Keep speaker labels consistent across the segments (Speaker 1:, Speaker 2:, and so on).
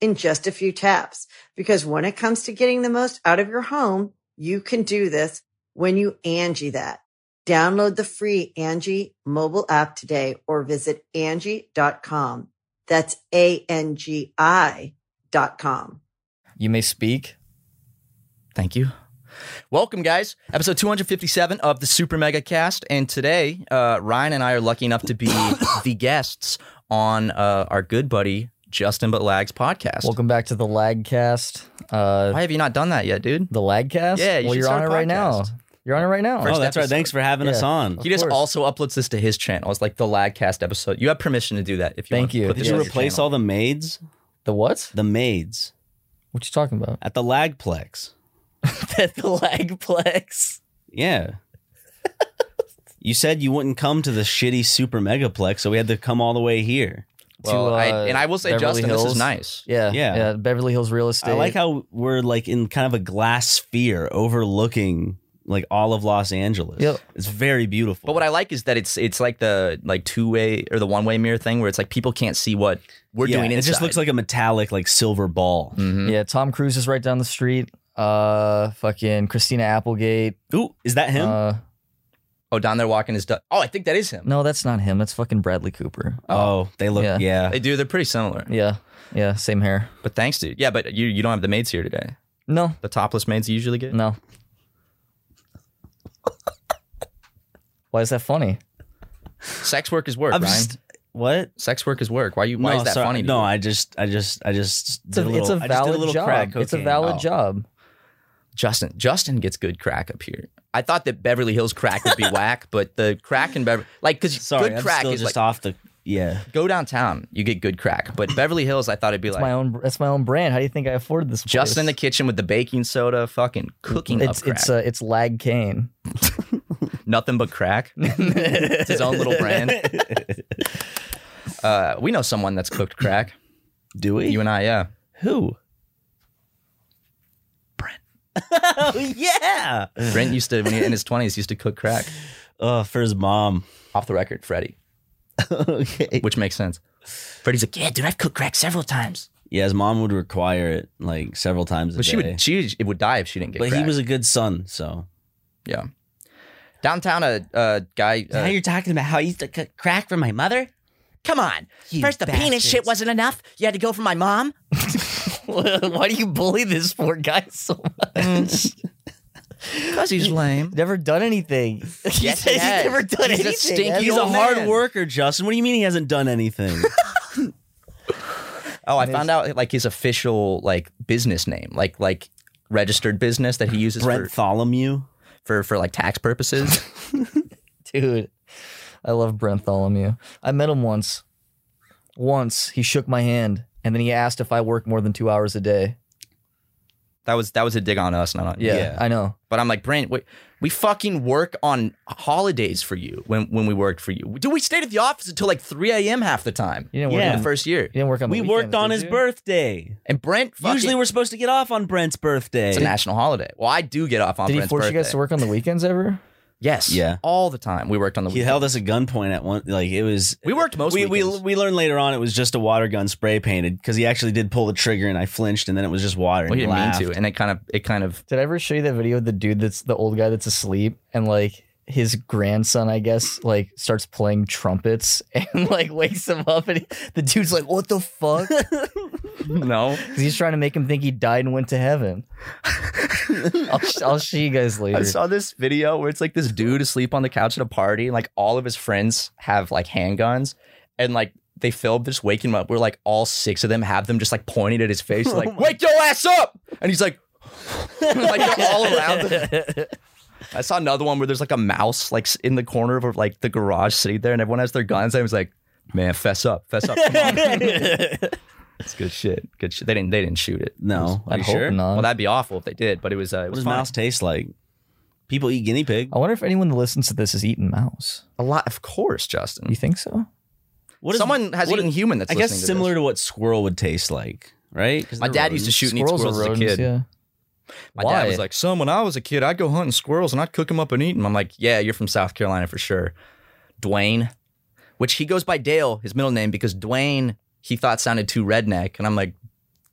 Speaker 1: in just a few taps. Because when it comes to getting the most out of your home, you can do this when you Angie that. Download the free Angie mobile app today or visit Angie.com. That's A-N-G-I dot com.
Speaker 2: You may speak. Thank you. Welcome, guys. Episode 257 of the Super Mega Cast. And today, uh, Ryan and I are lucky enough to be the guests on uh, our good buddy, Justin But Lag's podcast.
Speaker 3: Welcome back to the Lagcast. Uh,
Speaker 2: Why have you not done that yet, dude?
Speaker 3: the Lagcast.
Speaker 2: Yeah, you
Speaker 3: well,
Speaker 2: should
Speaker 3: you're on
Speaker 2: start
Speaker 3: it
Speaker 2: a
Speaker 3: right now.
Speaker 2: podcast.
Speaker 3: You're on it right now.
Speaker 4: Oh, that's right.
Speaker 2: episode.
Speaker 4: Thanks for having us
Speaker 3: Yeah.
Speaker 4: on.
Speaker 2: He just
Speaker 3: course.
Speaker 2: also uploads this to his channel. It's like the Lagcast episode. You have permission to do that if you
Speaker 3: Thank
Speaker 2: want to
Speaker 3: you.
Speaker 2: put
Speaker 4: Did
Speaker 2: this
Speaker 3: Yeah.
Speaker 4: you
Speaker 2: on your
Speaker 4: replace
Speaker 2: channel.
Speaker 4: all the maids?
Speaker 3: the what?
Speaker 4: The maids
Speaker 3: What you talking about?
Speaker 4: at the Lagplex.
Speaker 3: the Lagplex.
Speaker 4: Yeah. you said you wouldn't come to the shitty super megaplex, so we had to come all the way here.
Speaker 2: Well,
Speaker 3: to,
Speaker 2: I,
Speaker 3: uh,
Speaker 2: and I will say,
Speaker 3: Beverly
Speaker 2: Justin, this
Speaker 3: Hills.
Speaker 2: is nice.
Speaker 3: Yeah,
Speaker 4: Yeah.
Speaker 3: yeah. Beverly Hills real estate.
Speaker 4: I like how we're like in kind of a glass sphere overlooking like all of Los Angeles.
Speaker 3: Yep.
Speaker 4: It's very beautiful.
Speaker 2: But what I like is that it's it's like the like two way or the one way mirror thing where it's like people can't see what we're
Speaker 4: Yeah,
Speaker 2: doing.
Speaker 4: It just looks like a metallic like silver ball.
Speaker 2: hmm
Speaker 3: Yeah, Tom Cruise is right down the street. Uh, fucking Christina Applegate.
Speaker 2: Mm.
Speaker 4: Ooh, is that him?
Speaker 3: Uh,
Speaker 2: Oh, down there walking his. Du- oh, I think that is him.
Speaker 3: no, that's not him. That's fucking Bradley Cooper.
Speaker 4: oh, they look
Speaker 3: yeah.
Speaker 4: yeah.
Speaker 2: They do. They're pretty similar.
Speaker 3: Yeah, yeah, same hair.
Speaker 2: But thanks, dude. Yeah, but you you don't have the maids here today.
Speaker 3: No,
Speaker 2: The topless maids you usually get.
Speaker 3: no. Why is that funny?
Speaker 2: Sex work is work,
Speaker 4: I'm
Speaker 2: Ryan.
Speaker 4: just- what?
Speaker 2: Sex work is work. Why you? Why
Speaker 4: no,
Speaker 2: is that
Speaker 4: sorry.
Speaker 2: funny? to
Speaker 4: No,
Speaker 2: you?
Speaker 4: I just, I just, I just.
Speaker 3: It's a,
Speaker 4: did little,
Speaker 3: it's a
Speaker 4: I just did
Speaker 3: valid
Speaker 4: little
Speaker 3: job.
Speaker 4: crack
Speaker 3: it's a
Speaker 4: cocaine.
Speaker 3: valid
Speaker 2: Oh.
Speaker 3: job.
Speaker 2: Justin. Justin gets good crack up here. I thought that Beverly Hills crack would be whack, but the crack in Beverly, like, because
Speaker 4: Sorry,
Speaker 2: good
Speaker 4: I'm
Speaker 2: crack
Speaker 4: still
Speaker 2: is
Speaker 4: just
Speaker 2: like
Speaker 4: off the. Yeah,
Speaker 2: go downtown, you get good crack. But Beverly Hills, I thought it'd be like
Speaker 3: My own. That's my own brand. How do you think I afforded this?
Speaker 2: Justin in the
Speaker 3: place?
Speaker 2: kitchen with the baking soda, fucking cooking
Speaker 3: It's
Speaker 2: up crack.
Speaker 3: it's uh, it's lag cane.
Speaker 2: Nothing but crack. it's his own little brand. Uh, we know someone that's cooked crack.
Speaker 4: do we?
Speaker 2: You and I, yeah.
Speaker 4: Who? Brent. oh yeah.
Speaker 2: Brent used to, when he in his twenties, used to cook crack
Speaker 4: Oh, for his mom.
Speaker 2: off the record. Freddie,
Speaker 4: okay.
Speaker 2: which makes sense. Freddie's like, yeah, dude, I've cooked crack several times.
Speaker 4: Yeah, his mom would require it like several times a
Speaker 2: But
Speaker 4: day.
Speaker 2: she would, she it would die if she didn't get.
Speaker 4: but
Speaker 2: crack.
Speaker 4: he was a good son, so.
Speaker 2: yeah. Downtown, a, a guy. uh,
Speaker 4: talking about how he used to c- crack for my mother?
Speaker 2: come on. First, the penis shit wasn't enough. You had to go for my mom.
Speaker 3: Why do you bully this poor guy so much?
Speaker 2: Cause he's lame.
Speaker 3: never done anything.
Speaker 2: Yes, he has. He's a stinky
Speaker 3: man.
Speaker 4: He's
Speaker 2: Yo,
Speaker 4: a hard
Speaker 2: man.
Speaker 4: worker, Justin. What do you mean he hasn't done anything?
Speaker 2: Oh, I found out like his official like business name, like like registered business that he uses
Speaker 4: Brent
Speaker 2: for,
Speaker 4: Tholomew.
Speaker 2: for for like tax purposes.
Speaker 3: dude. I love Brent Tholomew. I met him once. Once he shook my hand, and then he asked if I work more than two hours a day.
Speaker 2: that was that was a dig on us, not on
Speaker 3: Yeah,
Speaker 4: Yeah.
Speaker 3: I know.
Speaker 2: But I'm like, Brent, we, we fucking work on holidays for you when when we worked for you. Dude, we stayed at the office until like 3 a.m. half the time.
Speaker 3: You didn't work
Speaker 4: Yeah.
Speaker 3: on
Speaker 2: The first year.
Speaker 3: You didn't work on. the
Speaker 4: We
Speaker 3: weekends,
Speaker 4: worked on
Speaker 3: did
Speaker 4: his
Speaker 3: you?
Speaker 4: birthday.
Speaker 2: And Brent fucking,
Speaker 4: Usually we're supposed to get off on Brent's birthday.
Speaker 2: it's a national holiday. Well, I do get off on
Speaker 3: Did he
Speaker 2: Brent's
Speaker 3: force
Speaker 2: birthday.
Speaker 3: you guys to work on the weekends ever?
Speaker 2: Yes.
Speaker 4: Yeah.
Speaker 2: All the time. We worked on the
Speaker 4: He
Speaker 2: weekend.
Speaker 4: held us at gunpoint at one. Like it was.
Speaker 2: We worked most
Speaker 4: We, we
Speaker 2: weekends.
Speaker 4: we learned later on it was just a water gun spray painted because he actually did pull the trigger and I flinched and then it was just water.
Speaker 2: well, he
Speaker 4: and he
Speaker 2: didn't mean
Speaker 4: laughed.
Speaker 2: to. And it kind of it kind of
Speaker 3: Did I ever show you that video of the dude that's the old guy that's asleep and like his grandson, I guess, like starts playing trumpets and like wakes him up and he- the dude's like, "What the fuck?"
Speaker 2: no.
Speaker 3: 'Cause he's trying to make him think he died and went to heaven. I'll, sh- I'll see you guys later.
Speaker 2: I saw this video where it's like this dude asleep on the couch at a party, and like all of his friends have like handguns, and like they filmed this waking him up. Where like all six of them have them just like pointing at his face,
Speaker 4: Oh
Speaker 2: like "Wake your ass up!" And he's like, like they're all around him. I saw another one where there's like a mouse like s- in the corner of like the garage sitting there, and everyone has their guns. And I was like, "Man, fess up, fess up." Come on. It's good shit. Good shit. They didn't. They didn't shoot it.
Speaker 4: No,
Speaker 3: I
Speaker 4: are you
Speaker 3: hope
Speaker 4: sure?
Speaker 3: not.
Speaker 2: Well, that'd be awful if they did, but it was. Uh, it
Speaker 4: What
Speaker 2: was
Speaker 4: does
Speaker 2: fine. Oh,
Speaker 4: mouse taste like? People eat guinea pig.
Speaker 3: I wonder if anyone that listens to this has eaten mouse.
Speaker 2: A lot, of course, Justin.
Speaker 3: You think so?
Speaker 4: What is-
Speaker 2: Someone has
Speaker 4: what
Speaker 2: eaten
Speaker 4: is-
Speaker 2: human that's
Speaker 4: I guess
Speaker 2: listening to
Speaker 4: similar
Speaker 2: this.
Speaker 4: to what squirrel would taste like, right? 'Cause
Speaker 2: My
Speaker 4: they're
Speaker 2: dad used to
Speaker 4: rodents.
Speaker 2: shoot and eat squirrels as a kid.
Speaker 3: Yeah.
Speaker 2: My
Speaker 3: Why?
Speaker 2: dad was like, "Son, when I was a kid, I'd go hunting squirrels and I'd cook them up and eat them." I'm like, "Yeah, you're from South Carolina for sure." Dwayne, which he goes by Dale, his middle name, because Dwayne he thought sounded too redneck, and I'm like,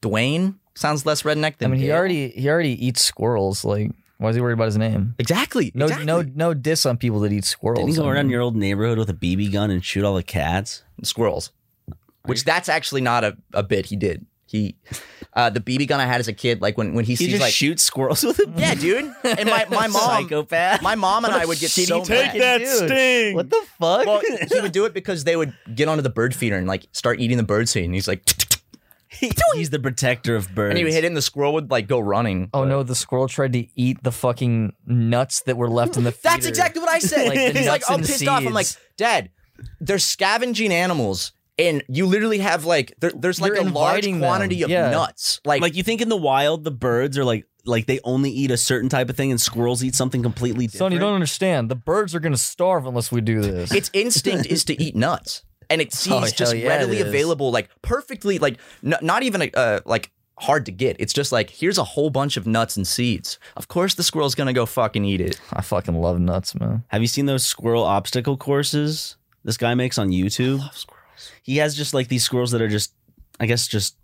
Speaker 2: Dwayne sounds less redneck
Speaker 3: I
Speaker 2: than.
Speaker 3: mean, he
Speaker 2: Dale."
Speaker 3: already he already eats squirrels. Like, why is he worried about his name?
Speaker 2: exactly
Speaker 3: No,
Speaker 2: exactly.
Speaker 3: no, no diss on people that eat squirrels.
Speaker 4: Didn't he go
Speaker 3: I
Speaker 4: around
Speaker 3: mean,
Speaker 4: your old neighborhood with a BB gun and shoot all the cats?
Speaker 2: squirrels, which that's actually not a, a bit he did. He, uh, the BB gun I had as a kid, like when when he
Speaker 4: He
Speaker 2: sees
Speaker 4: just
Speaker 2: like
Speaker 4: shoots squirrels with a BB.
Speaker 2: yeah, dude, and my my mom,
Speaker 4: psychopath.
Speaker 2: my mom and I would get so mad.
Speaker 3: Dude,
Speaker 4: sting.
Speaker 3: What the fuck?
Speaker 2: Well, he would do it because they would get onto the bird feeder and like start eating the bird seed. And he's like,
Speaker 4: He's the protector of birds.
Speaker 2: and he would hit it, and the squirrel would like go running.
Speaker 3: oh
Speaker 2: But-
Speaker 3: no, the squirrel tried to eat the fucking nuts that were left in the.
Speaker 2: That's
Speaker 3: feeder.
Speaker 2: exactly what I said.
Speaker 3: Like, the
Speaker 2: he's like,
Speaker 3: nuts
Speaker 2: all
Speaker 3: and
Speaker 2: pissed off. I'm like,
Speaker 3: seeds.
Speaker 2: Dad, they're scavenging animals. And you literally have like, there, there's like
Speaker 3: You're
Speaker 2: a large
Speaker 3: inviting them.
Speaker 2: quantity of
Speaker 3: Yeah.
Speaker 2: nuts. Like,
Speaker 4: Like you think in the wild, the birds are like like they only eat a certain type of thing, and squirrels eat something completely different.
Speaker 3: Son, you don't understand. The birds are gonna starve unless we do this.
Speaker 2: its instinct is to eat nuts. And it sees
Speaker 3: Oh,
Speaker 2: just
Speaker 3: hell yeah, it
Speaker 2: readily
Speaker 3: is.
Speaker 2: available, like perfectly, like n- not even uh, like hard to get. It's just like, here's a whole bunch of nuts and seeds. Of course, the squirrel's gonna go fucking eat it.
Speaker 3: I fucking love nuts, man.
Speaker 4: Have you seen those squirrel obstacle courses this guy makes on YouTube? He has just like these squirrels that are just, I guess, just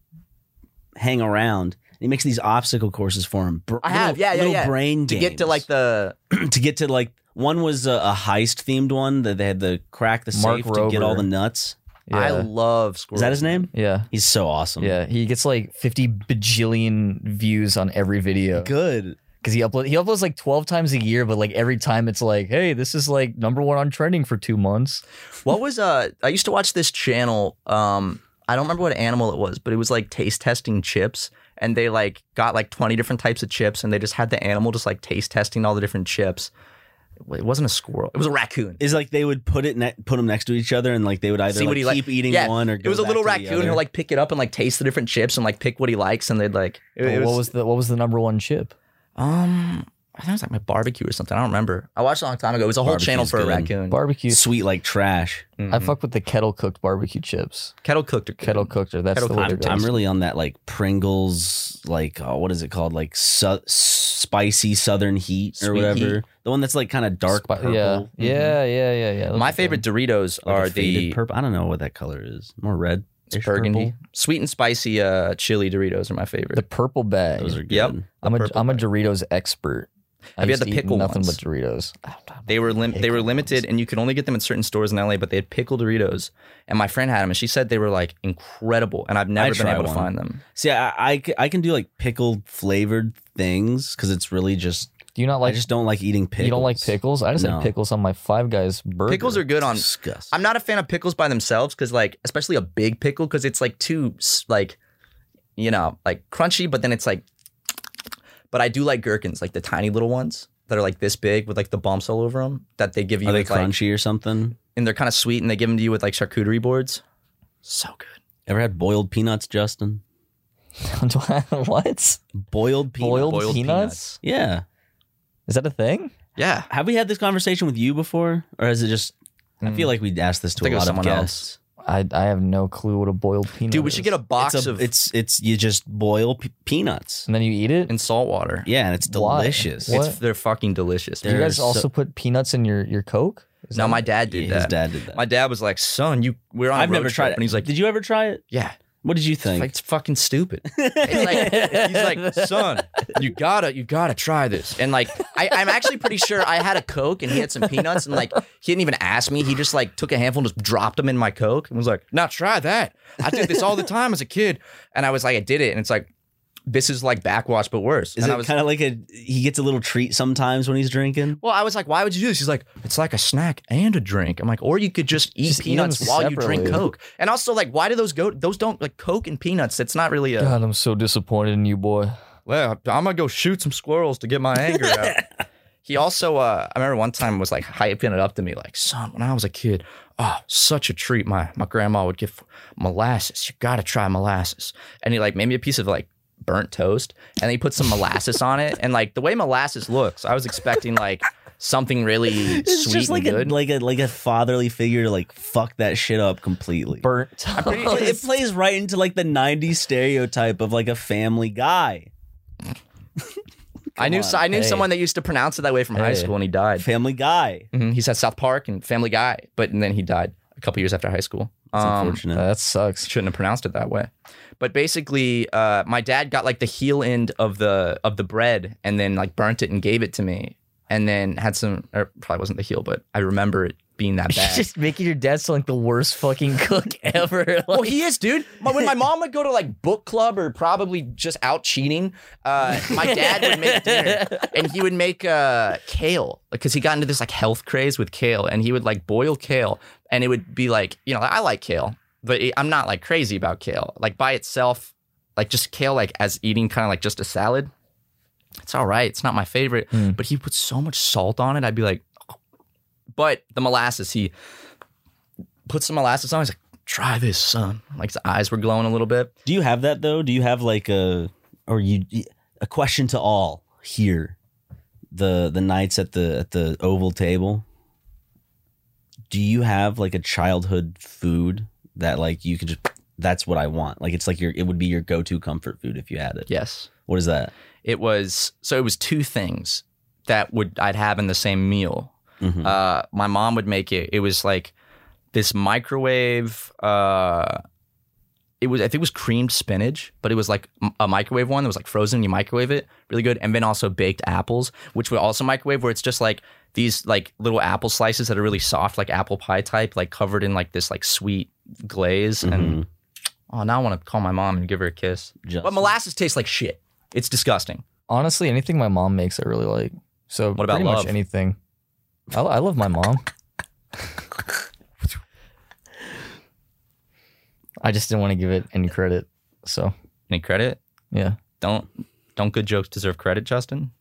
Speaker 4: hang around. He makes these obstacle courses for him. Br-
Speaker 2: I have,
Speaker 4: little-
Speaker 2: yeah, yeah,
Speaker 4: little
Speaker 2: yeah.
Speaker 4: Brain
Speaker 2: to get to
Speaker 4: games.
Speaker 2: like the
Speaker 4: to get to like one was a, a heist themed one that they had to crack the
Speaker 3: Mark
Speaker 4: safe to
Speaker 3: Rober.
Speaker 4: get all the nuts.
Speaker 3: Yeah.
Speaker 2: I love squirrels.
Speaker 4: Is that his name?
Speaker 3: yeah.
Speaker 4: He's so awesome.
Speaker 3: Yeah, he gets like 50 bajillion views on every video
Speaker 4: good.
Speaker 3: because he upload he uploads like 12 times a year, but like every time it's like, hey, this is like number one on trending for two months.
Speaker 2: What was uh? I used to watch this channel. Um, I don't remember what animal it was, but it was like taste testing chips, and they like got like twenty different types of chips, and they just had the animal just like taste testing all the different chips. It wasn't a squirrel; it was a raccoon.
Speaker 4: Is like they would put it ne- put them next to each other and like they would either
Speaker 2: See what
Speaker 4: like,
Speaker 2: he like-
Speaker 4: keep eating
Speaker 2: yeah,
Speaker 4: one or
Speaker 2: It was a little raccoon who
Speaker 4: like.
Speaker 2: like pick it up and like taste the different chips and like pick what he likes, and they'd like. it- it
Speaker 3: what was the what was the number one chip?
Speaker 2: um? I think it was like my barbecue or something. I don't remember. I watched it a long time ago. It was a whole channel
Speaker 4: Barbecue's
Speaker 2: for a
Speaker 4: good.
Speaker 2: raccoon.
Speaker 3: Barbecue.
Speaker 4: sweet like trash.
Speaker 2: Mm-hmm.
Speaker 3: I fuck with the kettle cooked barbecue chips.
Speaker 2: kettle cooked or
Speaker 3: Kettle cooked, or that's
Speaker 2: Kettle
Speaker 3: the way
Speaker 2: cooked.
Speaker 3: they're
Speaker 4: I'm
Speaker 3: called.
Speaker 4: really on that like Pringles, like oh, what is it called, like su- spicy Southern heat or
Speaker 2: Sweet
Speaker 4: whatever.
Speaker 2: heat.
Speaker 4: The one that's like kind of dark
Speaker 3: Spi-
Speaker 4: purple.
Speaker 3: Yeah, yeah, yeah, yeah, yeah. Those
Speaker 2: Mm-hmm. My
Speaker 3: are
Speaker 2: favorite
Speaker 3: good.
Speaker 2: Doritos
Speaker 4: Like a
Speaker 2: are
Speaker 4: faded
Speaker 2: the
Speaker 4: purple. I don't know what that color is. More red.
Speaker 2: It's burgundy. Sweet and spicy uh, chili Doritos are my favorite.
Speaker 3: The purple bag.
Speaker 4: Those are good.
Speaker 2: Yep.
Speaker 3: I'm a
Speaker 2: purple
Speaker 3: am a Doritos expert. I
Speaker 2: Have you
Speaker 3: used
Speaker 2: had the
Speaker 3: to eat
Speaker 2: pickle
Speaker 3: Nothing
Speaker 2: ones?
Speaker 3: but Doritos.
Speaker 2: they were lim- they were limited, and you could only get them in certain stores in LA. But they had pickle Doritos, and my friend had them, and she said they were like incredible, and I've never been
Speaker 4: try
Speaker 2: able to
Speaker 4: one.
Speaker 2: find them.
Speaker 4: See, I, I c- I can do like pickled flavored things because it's really just
Speaker 3: Do you not like?
Speaker 4: I just don't like eating pickles.
Speaker 3: you don't like pickles? I just
Speaker 4: No.
Speaker 3: had pickles on my Five Guys burger.
Speaker 2: Pickles are good on.
Speaker 4: Disgust.
Speaker 2: I'm not a fan of pickles by themselves because like especially a big pickle because it's like too s- like you know like crunchy, but then it's like. But I do like gherkins, like the tiny little ones that are like this big with like the bumps all over them that they give you
Speaker 4: Are they
Speaker 2: with, like,
Speaker 4: crunchy or something?
Speaker 2: and they're kind of sweet, and they give them to you with like charcuterie boards. So good.
Speaker 4: Ever had boiled peanuts, Justin?
Speaker 3: what?
Speaker 4: Boiled peanuts.
Speaker 3: Boiled,
Speaker 2: boiled
Speaker 3: peanuts?
Speaker 4: Yeah.
Speaker 3: Is that a thing?
Speaker 2: Yeah.
Speaker 4: Have we had this conversation with you before, or is it just? I feel like we asked this to
Speaker 2: Mm. Think
Speaker 4: a
Speaker 2: it was
Speaker 4: lot
Speaker 2: someone
Speaker 4: of guests.
Speaker 3: I I have no clue what a boiled peanut.
Speaker 2: Dude, we should
Speaker 3: is.
Speaker 2: get a box
Speaker 4: It's, a,
Speaker 2: of Mm.
Speaker 4: it's it's you just boil pe peanuts.
Speaker 3: and then you eat it.
Speaker 2: in salt water.
Speaker 4: Yeah, and it's
Speaker 3: Why?
Speaker 4: delicious.
Speaker 3: What?
Speaker 2: It's they're fucking delicious.
Speaker 3: Do you
Speaker 2: Dude.
Speaker 4: They're
Speaker 3: guys
Speaker 4: so-
Speaker 3: also put peanuts in your your Coke? Is
Speaker 2: No,
Speaker 3: that-
Speaker 2: my dad did
Speaker 4: Yeah,
Speaker 2: that.
Speaker 4: His dad did that.
Speaker 2: My dad was like, "Son, you we're on a
Speaker 4: I've
Speaker 2: road
Speaker 4: never
Speaker 2: trip,"
Speaker 4: tried it.
Speaker 2: and he's like,
Speaker 4: "Did you ever try it?"
Speaker 2: "Yeah."
Speaker 4: What did you think?
Speaker 2: Like, it's fucking stupid. It's like, he's like, son, you gotta, you gotta try this. And like, I, I'm actually pretty sure I had a Coke and he had some peanuts and like, he didn't even ask me. He just like took a handful and just dropped them in my Coke and was like, now try that. I did this all the time as a kid. And I was like, I did it. And it's like, this is like backwash, but worse.
Speaker 4: Is
Speaker 2: and
Speaker 4: it
Speaker 2: I was
Speaker 4: kind of like a he gets a little treat sometimes when he's drinking?
Speaker 2: well, I was like, why would you do this? He's like, it's like a snack and a drink. I'm like, or you could just eat
Speaker 3: Just eat
Speaker 2: peanuts
Speaker 3: them
Speaker 2: while you drink
Speaker 3: separately.
Speaker 2: Coke. And also, like, why do those go? Those don't like Coke and peanuts. That's not really a.
Speaker 3: God, I'm so disappointed in you, boy.
Speaker 2: well, I'm gonna go shoot some squirrels to get my anger out. he also, uh, I remember one time was like hyping it up to me, like, son, when I was a kid, oh, such a treat. My my grandma would give molasses. You gotta try molasses. And he like made me a piece of like burnt toast, and he put some molasses on it. And like the way molasses looks, I was expecting like something really
Speaker 4: It's
Speaker 2: sweet
Speaker 4: just like
Speaker 2: and
Speaker 4: a
Speaker 2: good.
Speaker 4: like a like a fatherly figure to like fuck that shit up completely.
Speaker 3: Burnt.
Speaker 2: pretty-
Speaker 4: It- it plays right into like the '90s stereotype of like a family guy.
Speaker 2: I knew
Speaker 4: Come on.
Speaker 2: I knew
Speaker 3: Hey.
Speaker 2: someone that used to pronounce it that way from high
Speaker 3: Hey.
Speaker 2: school, and he died.
Speaker 4: Family guy.
Speaker 2: Mhm. He said South Park and Family Guy, but and then he died a couple years after high school.
Speaker 4: It's
Speaker 2: Um,
Speaker 4: unfortunate.
Speaker 3: that sucks.
Speaker 2: shouldn't have pronounced it that way. But basically, uh, my dad got like the heel end of the of the bread and then like burnt it and gave it to me, and then had some. Or probably wasn't the heel, but I remember it being that bad.
Speaker 3: making your dad sound like the worst fucking cook ever.
Speaker 2: Well, he is, dude. My- When my mom would go to like book club or probably just out cheating, uh, my dad would make dinner and he would make uh, kale because he got into this like health craze with kale and he would like boil kale and it would be like, you know, I like kale, but it- I'm not like crazy about kale. Like by itself, like just kale, like as eating kind of like just a salad, it's all right. It's not my favorite,
Speaker 3: Mm.
Speaker 2: but he put so much salt on it. I'd be like, but the molasses, he put some molasses on. He's like, try this, son. Like his eyes were glowing a little bit.
Speaker 4: Do you have that though? Do you have like a or you a question to all here? The the nights at the at the oval table. Do you have like a childhood food that like you could just that's what I want. Like it's like your it would be your go-to comfort food if you had it.
Speaker 2: Yes.
Speaker 4: What is that?
Speaker 2: It was, so it was two things that would, I'd have in the same meal.
Speaker 4: Mhm.
Speaker 2: Uh, my mom would make it. It was like this microwave, uh, it was, I think it was creamed spinach, but it was like m- a microwave one that was like frozen. You microwave it really good. And then also baked apples, which were also microwave where it's just like these like little apple slices that are really soft, like apple pie type, like covered in like this like sweet glaze. And
Speaker 4: Mhm.
Speaker 2: Oh, now I want to call my mom and give her a kiss.
Speaker 4: Just-
Speaker 2: But molasses tastes like shit. It's disgusting.
Speaker 3: Honestly, anything my mom makes, I really like. So
Speaker 2: What about
Speaker 3: pretty
Speaker 2: love?
Speaker 3: much anything. I, I love my mom. I just didn't want to give it any credit. So
Speaker 2: Any credit?
Speaker 3: yeah,
Speaker 2: Don't don't good jokes deserve credit, Justin?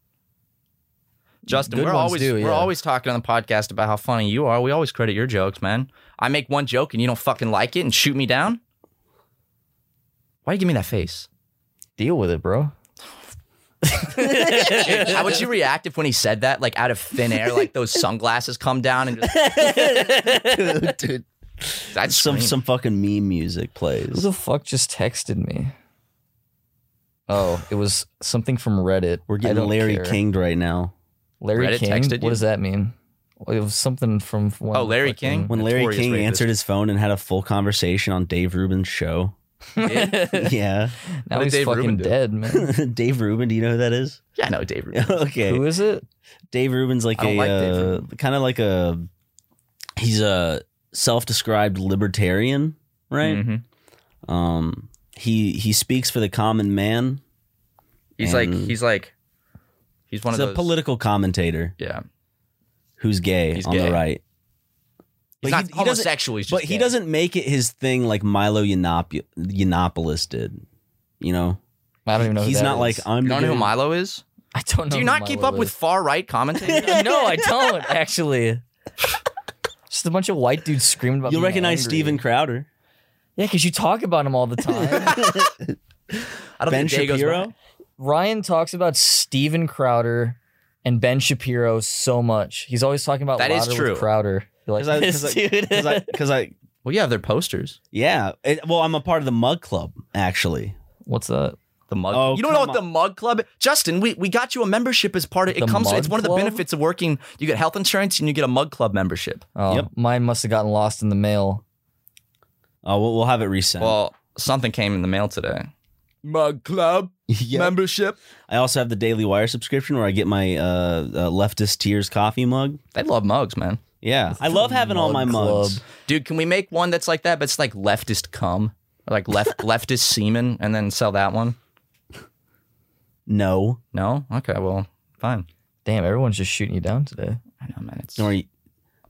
Speaker 2: Justin,
Speaker 3: Good
Speaker 2: we're
Speaker 3: ones
Speaker 2: always
Speaker 3: do,
Speaker 2: we're
Speaker 3: yeah.
Speaker 2: always talking on the podcast about how funny you are. We always credit your jokes, man. I make one joke and you don't fucking like it and shoot me down. Why you give me that face?
Speaker 3: deal with it, bro.
Speaker 2: How would you react if when he said that, like out of thin air, like those sunglasses come down and just
Speaker 4: dude,
Speaker 2: I'd
Speaker 4: some
Speaker 2: scream.
Speaker 4: some fucking meme music
Speaker 3: Who
Speaker 4: plays.
Speaker 3: the fuck just texted me? Oh, it was something from Reddit.
Speaker 4: We're
Speaker 3: I
Speaker 4: getting
Speaker 3: don't
Speaker 4: Larry
Speaker 3: care.
Speaker 4: Kinged right now.
Speaker 3: Larry
Speaker 2: Reddit
Speaker 3: King.
Speaker 2: texted
Speaker 3: what
Speaker 2: you?
Speaker 3: does that mean? Well, It was something from one
Speaker 2: Oh, Larry King?
Speaker 4: When Larry
Speaker 2: Notorious
Speaker 4: King
Speaker 2: rapist.
Speaker 4: answered his phone and had a full conversation on Dave Rubin's show. yeah.
Speaker 3: now
Speaker 2: did
Speaker 3: he's
Speaker 2: Dave
Speaker 3: fucking
Speaker 2: Rubin do?
Speaker 3: dead, man.
Speaker 4: Dave Rubin, do you know who that is?
Speaker 2: Yeah, I know Dave Rubin.
Speaker 4: okay.
Speaker 3: Who is it?
Speaker 4: Dave Rubin's like
Speaker 2: I don't
Speaker 4: a
Speaker 2: like Dave
Speaker 4: uh, kind of like a he's a self-described libertarian, right?
Speaker 2: Mhm.
Speaker 4: Um he he speaks for the common man.
Speaker 2: He's like
Speaker 4: And-
Speaker 2: he's like he's one
Speaker 4: he's
Speaker 2: of
Speaker 4: a
Speaker 2: those
Speaker 4: political commentator
Speaker 2: yeah.
Speaker 4: who's gay
Speaker 2: He's
Speaker 4: on
Speaker 2: gay.
Speaker 4: the right.
Speaker 2: He's
Speaker 4: But
Speaker 2: not
Speaker 4: he- he doesn't-
Speaker 2: homosexual. He's just
Speaker 4: But he
Speaker 2: gay.
Speaker 4: doesn't make it his thing like Milo Yiannop- Yiannopoulos did. You know?
Speaker 3: I don't even know. who
Speaker 4: He's
Speaker 3: that
Speaker 4: not like
Speaker 3: is.
Speaker 4: I'm
Speaker 2: You
Speaker 4: the
Speaker 2: don't know who
Speaker 4: gay-
Speaker 2: Milo is?
Speaker 3: I don't know.
Speaker 2: Do you
Speaker 3: who
Speaker 2: not
Speaker 3: Milo
Speaker 2: keep up with
Speaker 3: is.
Speaker 2: far right commentators?
Speaker 3: no, I don't actually. Just a bunch of white dudes screaming about.
Speaker 4: You'll
Speaker 3: being
Speaker 4: recognize
Speaker 3: angry.
Speaker 4: Steven Crowder.
Speaker 3: Yeah, because you talk about him all the time.
Speaker 2: I don't
Speaker 4: Ben
Speaker 2: think Day goes
Speaker 4: Shapiro.
Speaker 3: Ryan talks about Steven Crowder and Ben Shapiro so much. He's always talking about
Speaker 2: That is
Speaker 3: Lauder
Speaker 2: true.
Speaker 3: With Crowder. You're like,
Speaker 4: I-
Speaker 3: this
Speaker 4: I-
Speaker 3: dude.
Speaker 4: Cause I, cause I,
Speaker 2: by. Well, you have their posters.
Speaker 4: yeah. It- well, I'm a part of the Mug Club, actually.
Speaker 3: What's that?
Speaker 2: The mug.
Speaker 4: Oh,
Speaker 2: you don't know
Speaker 4: come
Speaker 2: what the mug club? Justin, we, we got you a membership as part of it.
Speaker 3: The
Speaker 2: comes.
Speaker 3: Mug
Speaker 2: It's one of the
Speaker 3: Club?
Speaker 2: benefits of working. You get health insurance and you get a mug club membership.
Speaker 3: Oh,
Speaker 4: Yep.
Speaker 3: mine must have gotten lost in the mail.
Speaker 4: Oh, Uh, we'll, we'll have it resent.
Speaker 2: Well, something came in the mail today. Mug Club membership.
Speaker 4: I also have the Daily Wire subscription where I get my uh, uh, leftist tears coffee mug.
Speaker 2: They love mugs, man.
Speaker 4: Yeah, I love having all my
Speaker 3: Mug
Speaker 4: mugs.
Speaker 3: club.
Speaker 2: Dude, can we make one that's like that, but it's like leftist cum, or like left leftist semen, and then sell that one?
Speaker 4: No,
Speaker 2: No. Okay. Well, fine.
Speaker 3: Damn, everyone's just shooting you down today.
Speaker 2: I know, man. It's,
Speaker 4: don't worry.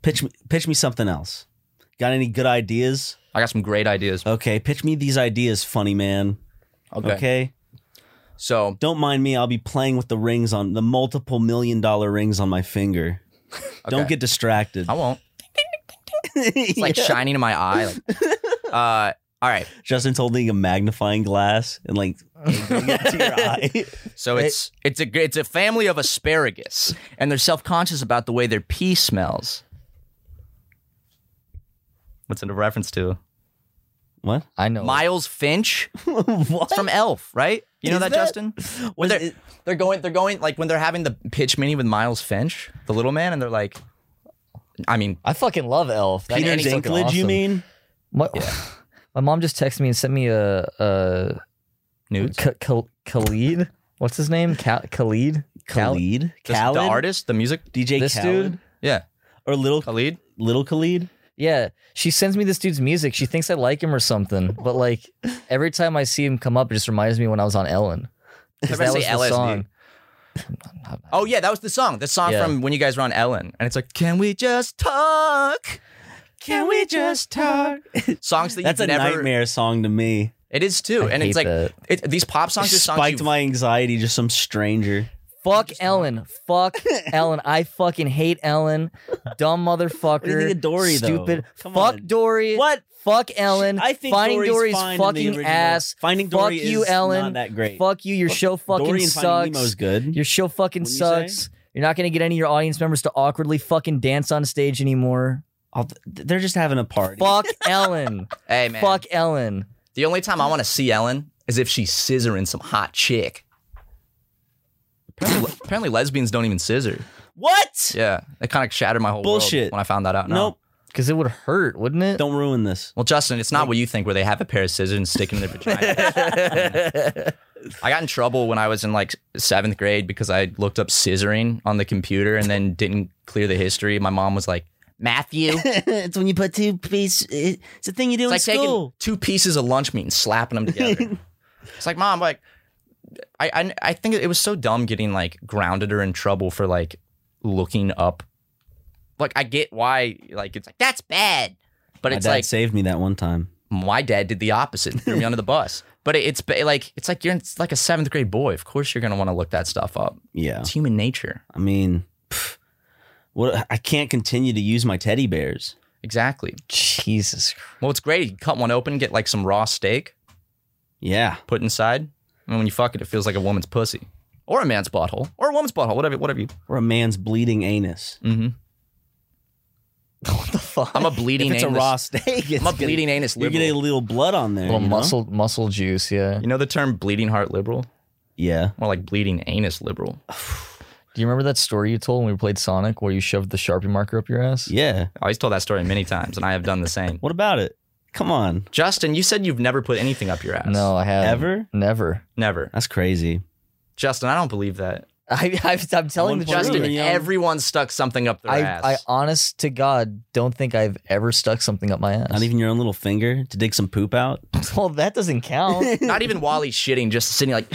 Speaker 4: Pitch me, pitch me something else. Got any good ideas?
Speaker 2: I got some great ideas.
Speaker 4: Okay, pitch me these ideas, funny man.
Speaker 2: Okay.
Speaker 4: Okay.
Speaker 2: So
Speaker 4: Don't mind me. I'll be playing with the rings on the multiple million dollar rings on my finger. Don't
Speaker 2: Okay.
Speaker 4: get distracted.
Speaker 2: I won't. It's like shining in my eye. Like, uh, all right.
Speaker 4: Justin's holding a magnifying glass and like bring it to your eye.
Speaker 2: So it's it's a gr- it's a family of asparagus, and they're self conscious about the way their pee smells. What's it a reference to?
Speaker 4: What?
Speaker 3: I know.
Speaker 2: Miles Finch. It's from Elf, right? You know
Speaker 4: Is
Speaker 2: that,
Speaker 4: that-
Speaker 2: Justin? When they're, they're going, they're going like when they're having the pitch meeting with Miles Finch, the little man, and they're like, I mean,
Speaker 3: I fucking love Elf. That
Speaker 2: Peter
Speaker 3: name's fucking
Speaker 4: Dinklage, you
Speaker 3: awesome.
Speaker 4: mean?
Speaker 3: My, my mom just texted me and sent me a, a
Speaker 2: nudes.
Speaker 3: K- K- Khalid. What's his name? Ka- Khalid.
Speaker 4: Khalid,
Speaker 2: Just
Speaker 4: Khalid,
Speaker 2: the artist, the music,
Speaker 4: DJ
Speaker 3: This
Speaker 4: Khalid,
Speaker 3: dude?
Speaker 2: yeah,
Speaker 4: or little
Speaker 2: Khalid.
Speaker 4: little Khalid.
Speaker 3: Yeah, she sends me this dude's music. She thinks I like him or something, but like every time I see him come up, it just reminds me when I was on Ellen. 'Cause
Speaker 2: Everybody say LSD. Oh yeah, that was the song. The song
Speaker 3: Yeah.
Speaker 2: from when you guys were on Ellen, and it's like, can we just talk? Can we just talk? Songs that
Speaker 4: That's a
Speaker 2: you've never.
Speaker 4: nightmare song to me.
Speaker 2: It is too,
Speaker 3: I
Speaker 2: and it's
Speaker 3: hate
Speaker 2: like
Speaker 3: that.
Speaker 2: it, these pop songs are songs.
Speaker 4: Spiked
Speaker 2: you've-
Speaker 4: my anxiety, just some stranger.
Speaker 3: Fuck Ellen. Fuck Ellen. I fucking hate Ellen. Dumb motherfucker.
Speaker 4: do you think of Dory, though?
Speaker 3: Stupid.
Speaker 4: Come
Speaker 3: Fuck
Speaker 4: on.
Speaker 3: Dory.
Speaker 4: What?
Speaker 3: Fuck Ellen.
Speaker 4: I think
Speaker 3: Finding Dory's
Speaker 4: Dory's fine in the
Speaker 3: fucking
Speaker 4: original.
Speaker 3: ass.
Speaker 4: Finding
Speaker 3: Fuck
Speaker 4: Dory
Speaker 3: you,
Speaker 4: is
Speaker 3: Ellen.
Speaker 4: not that great.
Speaker 3: Fuck you. Your show fucking
Speaker 4: Dory and
Speaker 3: sucks.
Speaker 4: Finding Nemo's good.
Speaker 3: Your show fucking
Speaker 4: Wouldn't you say?
Speaker 3: sucks. You're not gonna get any of your audience members to awkwardly fucking dance on stage anymore.
Speaker 4: Oh, th- they're just having a party.
Speaker 3: Fuck Ellen.
Speaker 2: Hey man,
Speaker 3: Fuck Ellen.
Speaker 2: the only time I want to see Ellen is if she's scissoring some hot chick. Apparently, apparently lesbians don't even scissor.
Speaker 4: What?
Speaker 2: Yeah, that kind of shattered my whole
Speaker 4: Bullshit.
Speaker 2: world when I found that out. No.
Speaker 4: Nope.
Speaker 3: Because it would hurt, wouldn't it?
Speaker 4: Don't ruin this.
Speaker 2: Well, Justin, it's not what you think, where they have a pair of scissors and stick them in their vagina. I got in trouble when I was in like seventh grade because I looked up scissoring on the computer and then didn't clear the history. My mom was like, Matthew, it's
Speaker 4: it's when you put two pieces. It's a thing you do
Speaker 2: like taking two pieces of lunch meat and slapping them together. it's like, mom, like, I, I, I think it was so dumb getting like grounded or in trouble for like looking up. Like, I get why, like, it's like, that's bad. But
Speaker 4: My
Speaker 2: it's
Speaker 4: dad
Speaker 2: like,
Speaker 4: saved me that one time.
Speaker 2: my dad did the opposite and threw me under the bus. But it, it's ba- like it's like you're it's like a seventh grade boy. Of course you're gonna want to look that stuff up.
Speaker 4: Yeah.
Speaker 2: It's human nature.
Speaker 4: I mean, pff, what? I can't continue to use my teddy bears.
Speaker 2: Exactly.
Speaker 3: Jesus Christ.
Speaker 2: Well, it's great. You cut one open, get like some raw steak,
Speaker 4: Yeah.
Speaker 2: put inside, and when you fuck it, it feels like a woman's pussy or a man's butthole or a woman's butthole. Whatever, whatever you.
Speaker 4: Or a man's bleeding anus.
Speaker 2: Mm-hmm.
Speaker 3: What the fuck?
Speaker 2: I'm a bleeding.
Speaker 4: if it's
Speaker 2: anus.
Speaker 4: a raw steak, it's
Speaker 2: I'm a
Speaker 4: gonna-
Speaker 2: bleeding anus
Speaker 4: You're
Speaker 2: liberal.
Speaker 4: getting a little blood on there.
Speaker 3: little
Speaker 4: you know?
Speaker 3: muscle muscle juice, yeah.
Speaker 2: you know the term bleeding heart liberal?
Speaker 4: Yeah.
Speaker 2: More like bleeding anus liberal.
Speaker 3: Do you remember that story you told when we played Sonic where you shoved the Sharpie marker up your ass?
Speaker 4: Yeah.
Speaker 2: I always told that story many times, and I have done the same.
Speaker 4: What about it? Come on.
Speaker 2: Justin, you said you've never put anything up your ass.
Speaker 3: No, I haven't.
Speaker 4: Ever?
Speaker 3: Never.
Speaker 2: never.
Speaker 4: That's crazy.
Speaker 2: Justin, I don't believe that.
Speaker 3: I, I, I'm telling
Speaker 4: One
Speaker 3: the
Speaker 4: point
Speaker 3: truth.
Speaker 2: Justin,
Speaker 4: Really?
Speaker 2: everyone stuck something up their
Speaker 3: I,
Speaker 2: ass.
Speaker 3: I honest to God don't think I've ever stuck something up my ass.
Speaker 4: Not even your own little finger to dig some poop out.
Speaker 3: well, that doesn't count.
Speaker 2: Not even while he's shitting, just sitting like,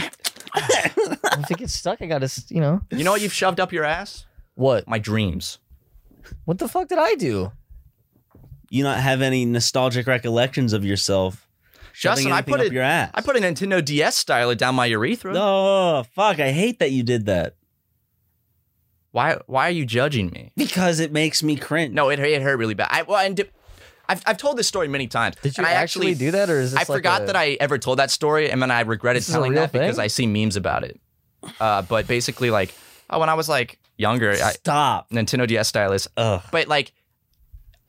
Speaker 3: if it gets stuck, I gotta, s- you know.
Speaker 2: you know what you've shoved up your ass?
Speaker 3: What?
Speaker 2: My dreams.
Speaker 3: What the fuck did I do?
Speaker 4: You not have any nostalgic recollections of yourself. shoving
Speaker 2: Justin, I
Speaker 4: anything
Speaker 2: put
Speaker 4: up
Speaker 2: it.
Speaker 4: your ass.
Speaker 2: I put a Nintendo DS styler down my urethra.
Speaker 4: Oh fuck! I hate that you did that
Speaker 2: Why? Why are you judging me?
Speaker 4: because it makes me cringe.
Speaker 2: No, it it hurt really bad. I well, and di- I've I've told this story many times.
Speaker 3: Did you
Speaker 2: and I
Speaker 3: actually, do that, or is this
Speaker 2: I
Speaker 3: like
Speaker 2: forgot
Speaker 3: a-
Speaker 2: that I ever told that story, and then I regretted
Speaker 3: This is a
Speaker 2: telling
Speaker 3: real
Speaker 2: that because
Speaker 3: thing?
Speaker 2: I see memes about it. Uh, but basically, like, oh, when I was like younger, I,
Speaker 4: stop.
Speaker 2: Nintendo DS stylus,
Speaker 4: Ugh.
Speaker 2: but like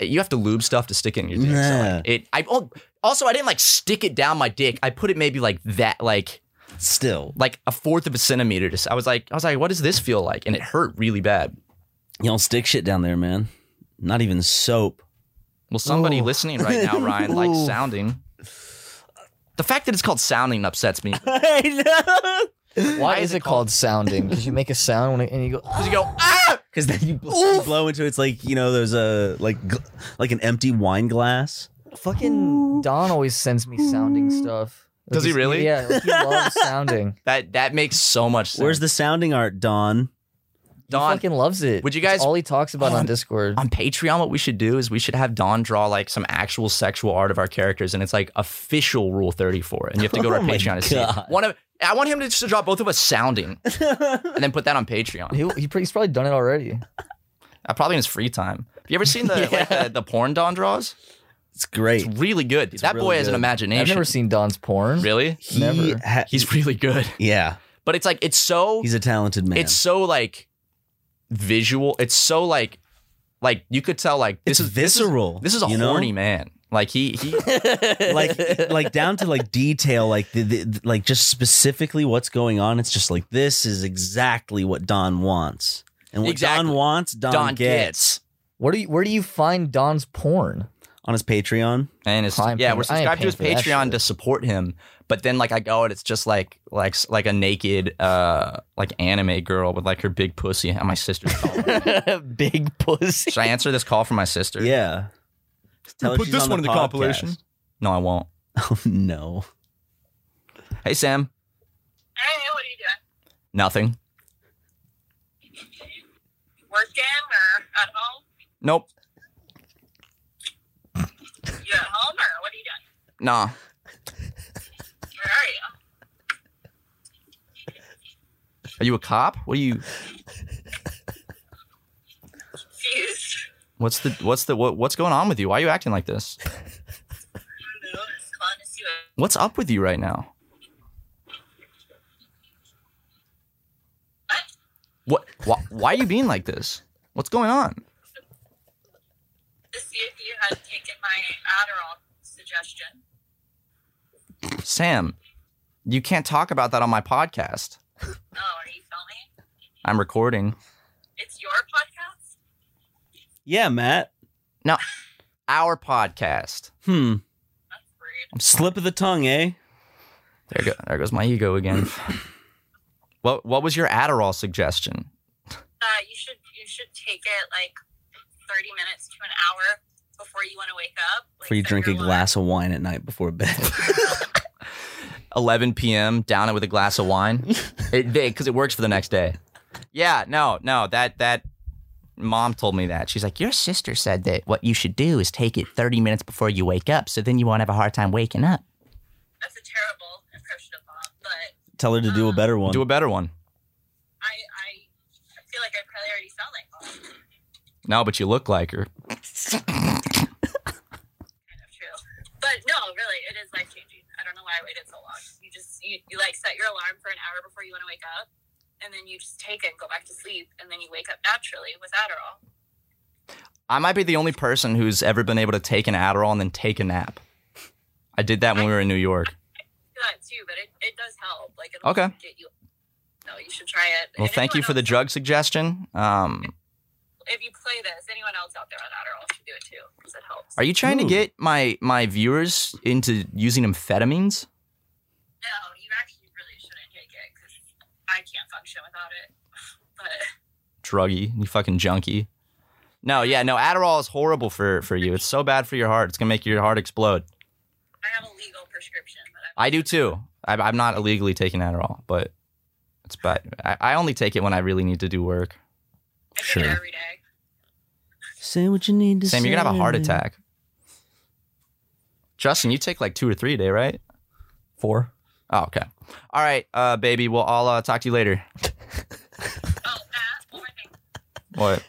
Speaker 2: you have to lube stuff to stick it in your dick. So
Speaker 4: Nah.
Speaker 2: like it I oh, also I didn't like stick it down my dick. I put it maybe like that like
Speaker 4: Still,
Speaker 2: like a fourth of a centimeter. Just I was like I was like what does this feel like? And it hurt really bad.
Speaker 4: you don't stick shit down there, man. Not even soap. Oh.
Speaker 2: Well, somebody listening right now, Ryan, like
Speaker 3: Ooh.
Speaker 2: sounding. The fact that it's called sounding upsets me.
Speaker 4: I know.
Speaker 3: Why is it called sounding? Because you make a sound when it, and you go.
Speaker 2: Because you go, ah!
Speaker 4: Because then you blow, blow into it's like you know there's a like gl- like an empty wine glass.
Speaker 3: Fucking Don always sends me sounding stuff. Like,
Speaker 2: Does he
Speaker 3: he's-
Speaker 2: really?
Speaker 3: Yeah, like, he loves sounding.
Speaker 2: That that makes so much sense.
Speaker 4: Where's the sounding art, Don?
Speaker 3: Don
Speaker 2: Don?
Speaker 3: fucking loves it.
Speaker 2: would you
Speaker 3: It's
Speaker 2: guys-
Speaker 3: all he talks about
Speaker 2: Oh,
Speaker 3: on
Speaker 2: I'm-
Speaker 3: Discord.
Speaker 2: on Patreon, what we should do is we should have Don draw like some actual sexual art of our characters, and it's like official Rule Thirty Four, and you have to go to our
Speaker 4: Oh my
Speaker 2: Patreon to see. it.
Speaker 4: God.
Speaker 2: One of I want him to just draw both of us sounding, and then put that on Patreon.
Speaker 3: He, he, he's probably done it already.
Speaker 2: Uh, probably in his free time. Have you ever seen the like, the, the porn Don draws?
Speaker 4: It's great.
Speaker 2: It's really good. dude. that
Speaker 4: really
Speaker 2: boy has an
Speaker 4: good.
Speaker 2: imagination.
Speaker 3: I've never seen Don's porn.
Speaker 2: really.
Speaker 4: He
Speaker 3: Never.
Speaker 4: ha-
Speaker 2: He's really good,
Speaker 4: yeah.
Speaker 2: but it's like it's so
Speaker 4: He's a talented man.
Speaker 2: it's so like visual. It's so like like you could tell like this
Speaker 4: It's
Speaker 2: is
Speaker 4: visceral.
Speaker 2: This is, this is a
Speaker 4: you know?
Speaker 2: horny man. Like he he
Speaker 4: like like down to like detail like the, the, the- like just specifically what's going on it's just like this is exactly what don wants and what
Speaker 2: Exactly.
Speaker 4: don wants don,
Speaker 2: Don
Speaker 4: gets.
Speaker 2: gets.
Speaker 3: Where do you where do you find Don's porn?
Speaker 4: on his patreon
Speaker 2: And it's
Speaker 3: I'm
Speaker 2: yeah,
Speaker 3: paying-
Speaker 2: we're
Speaker 3: I am
Speaker 2: subscribed to
Speaker 3: paying
Speaker 2: his
Speaker 3: for that
Speaker 2: Patreon
Speaker 3: shit.
Speaker 2: to support him. But then like I go and it's just like like like a naked uh like anime girl with like her big pussy and my sister's calling. me.
Speaker 3: Big pussy.
Speaker 2: Should I answer this call from my sister?
Speaker 4: yeah Tell her
Speaker 2: put
Speaker 4: she's
Speaker 2: this
Speaker 4: on
Speaker 2: one in the compilation.
Speaker 4: podcast.
Speaker 2: No, I won't.
Speaker 4: oh no
Speaker 2: Hey Sam.
Speaker 5: Hey, what are you doing?
Speaker 2: Nothing.
Speaker 5: Working or at home?
Speaker 2: Nope.
Speaker 5: You at home or what are you doing?
Speaker 2: Nah.
Speaker 5: Where are you?
Speaker 2: Are you a cop? What are you
Speaker 5: Fused.
Speaker 2: what's the what's the what, what's going on with you? Why are you acting like this?
Speaker 5: Calling to see what
Speaker 2: What's up with you right now? What? Why, why are you being like this? What's going on?
Speaker 5: to see if you had taken my Adderall suggestion.
Speaker 2: Sam, you can't talk about that on my podcast.
Speaker 5: Oh, are you filming?
Speaker 2: I'm recording.
Speaker 5: It's your podcast?
Speaker 4: yeah matt
Speaker 2: Our podcast.
Speaker 4: hmm
Speaker 5: That's rude.
Speaker 4: slip of the tongue eh
Speaker 2: There, go, there goes my ego again. What, what was your Adderall suggestion?
Speaker 5: Uh, you should you should take it like thirty minutes to an hour before you want to wake up. Like,
Speaker 4: before you
Speaker 5: set
Speaker 4: drink a
Speaker 5: your
Speaker 4: glass of wine at night before bed
Speaker 2: 11 p.m. down it with a glass of wine it because it works for the next day yeah no no that that mom told me that she's like your sister said that what you should do is take it 30 minutes before you wake up so then you won't have a hard time waking up
Speaker 5: alarm. That's a terrible impression of mom, but
Speaker 4: tell her to do a better one
Speaker 2: do a better one
Speaker 5: I I, I feel like I probably already sound like mom.
Speaker 2: no but you look like her
Speaker 5: kind of true. But no, really, it is life changing. I don't know why I waited so long. You just you, you like set your alarm for an hour before you want to wake up, and then you just take it and go back to sleep, and then you wake up naturally with Adderall.
Speaker 2: i might be the only person who's ever been able to take an adderall and then take a nap i did that when we were in new york
Speaker 5: I do that too, but it, it does help. Like it'll
Speaker 2: Okay.
Speaker 5: get you. No, you should try it.
Speaker 2: well
Speaker 5: And
Speaker 2: thank you
Speaker 5: anyone
Speaker 2: for the
Speaker 5: else-
Speaker 2: drug suggestion um,
Speaker 5: If you play this, anyone else out there on Adderall should do it too because it helps.
Speaker 2: are you trying to
Speaker 4: Ooh.
Speaker 2: get my my viewers into using amphetamines
Speaker 5: no, you actually really shouldn't take it because I can't function without it. But
Speaker 2: druggy, you fucking junkie. No, yeah, no, Adderall is horrible for for you. It's so bad for your heart. It's gonna make your heart explode.
Speaker 5: I have a legal prescription that I'm
Speaker 2: I do too. I, I'm not illegally taking Adderall, but it's bad. I, I only take it when I really need to do work.
Speaker 5: I take
Speaker 4: Sure.
Speaker 5: it every day.
Speaker 4: say what you need to
Speaker 2: Sam,
Speaker 4: say
Speaker 2: you're gonna have a heart attack. Justin, you take like two or three a day, right?
Speaker 3: Four.
Speaker 2: Oh, okay. All right, uh, baby. Well, I'll uh, talk to you later.
Speaker 5: Oh, Matt, one more thing.
Speaker 2: What?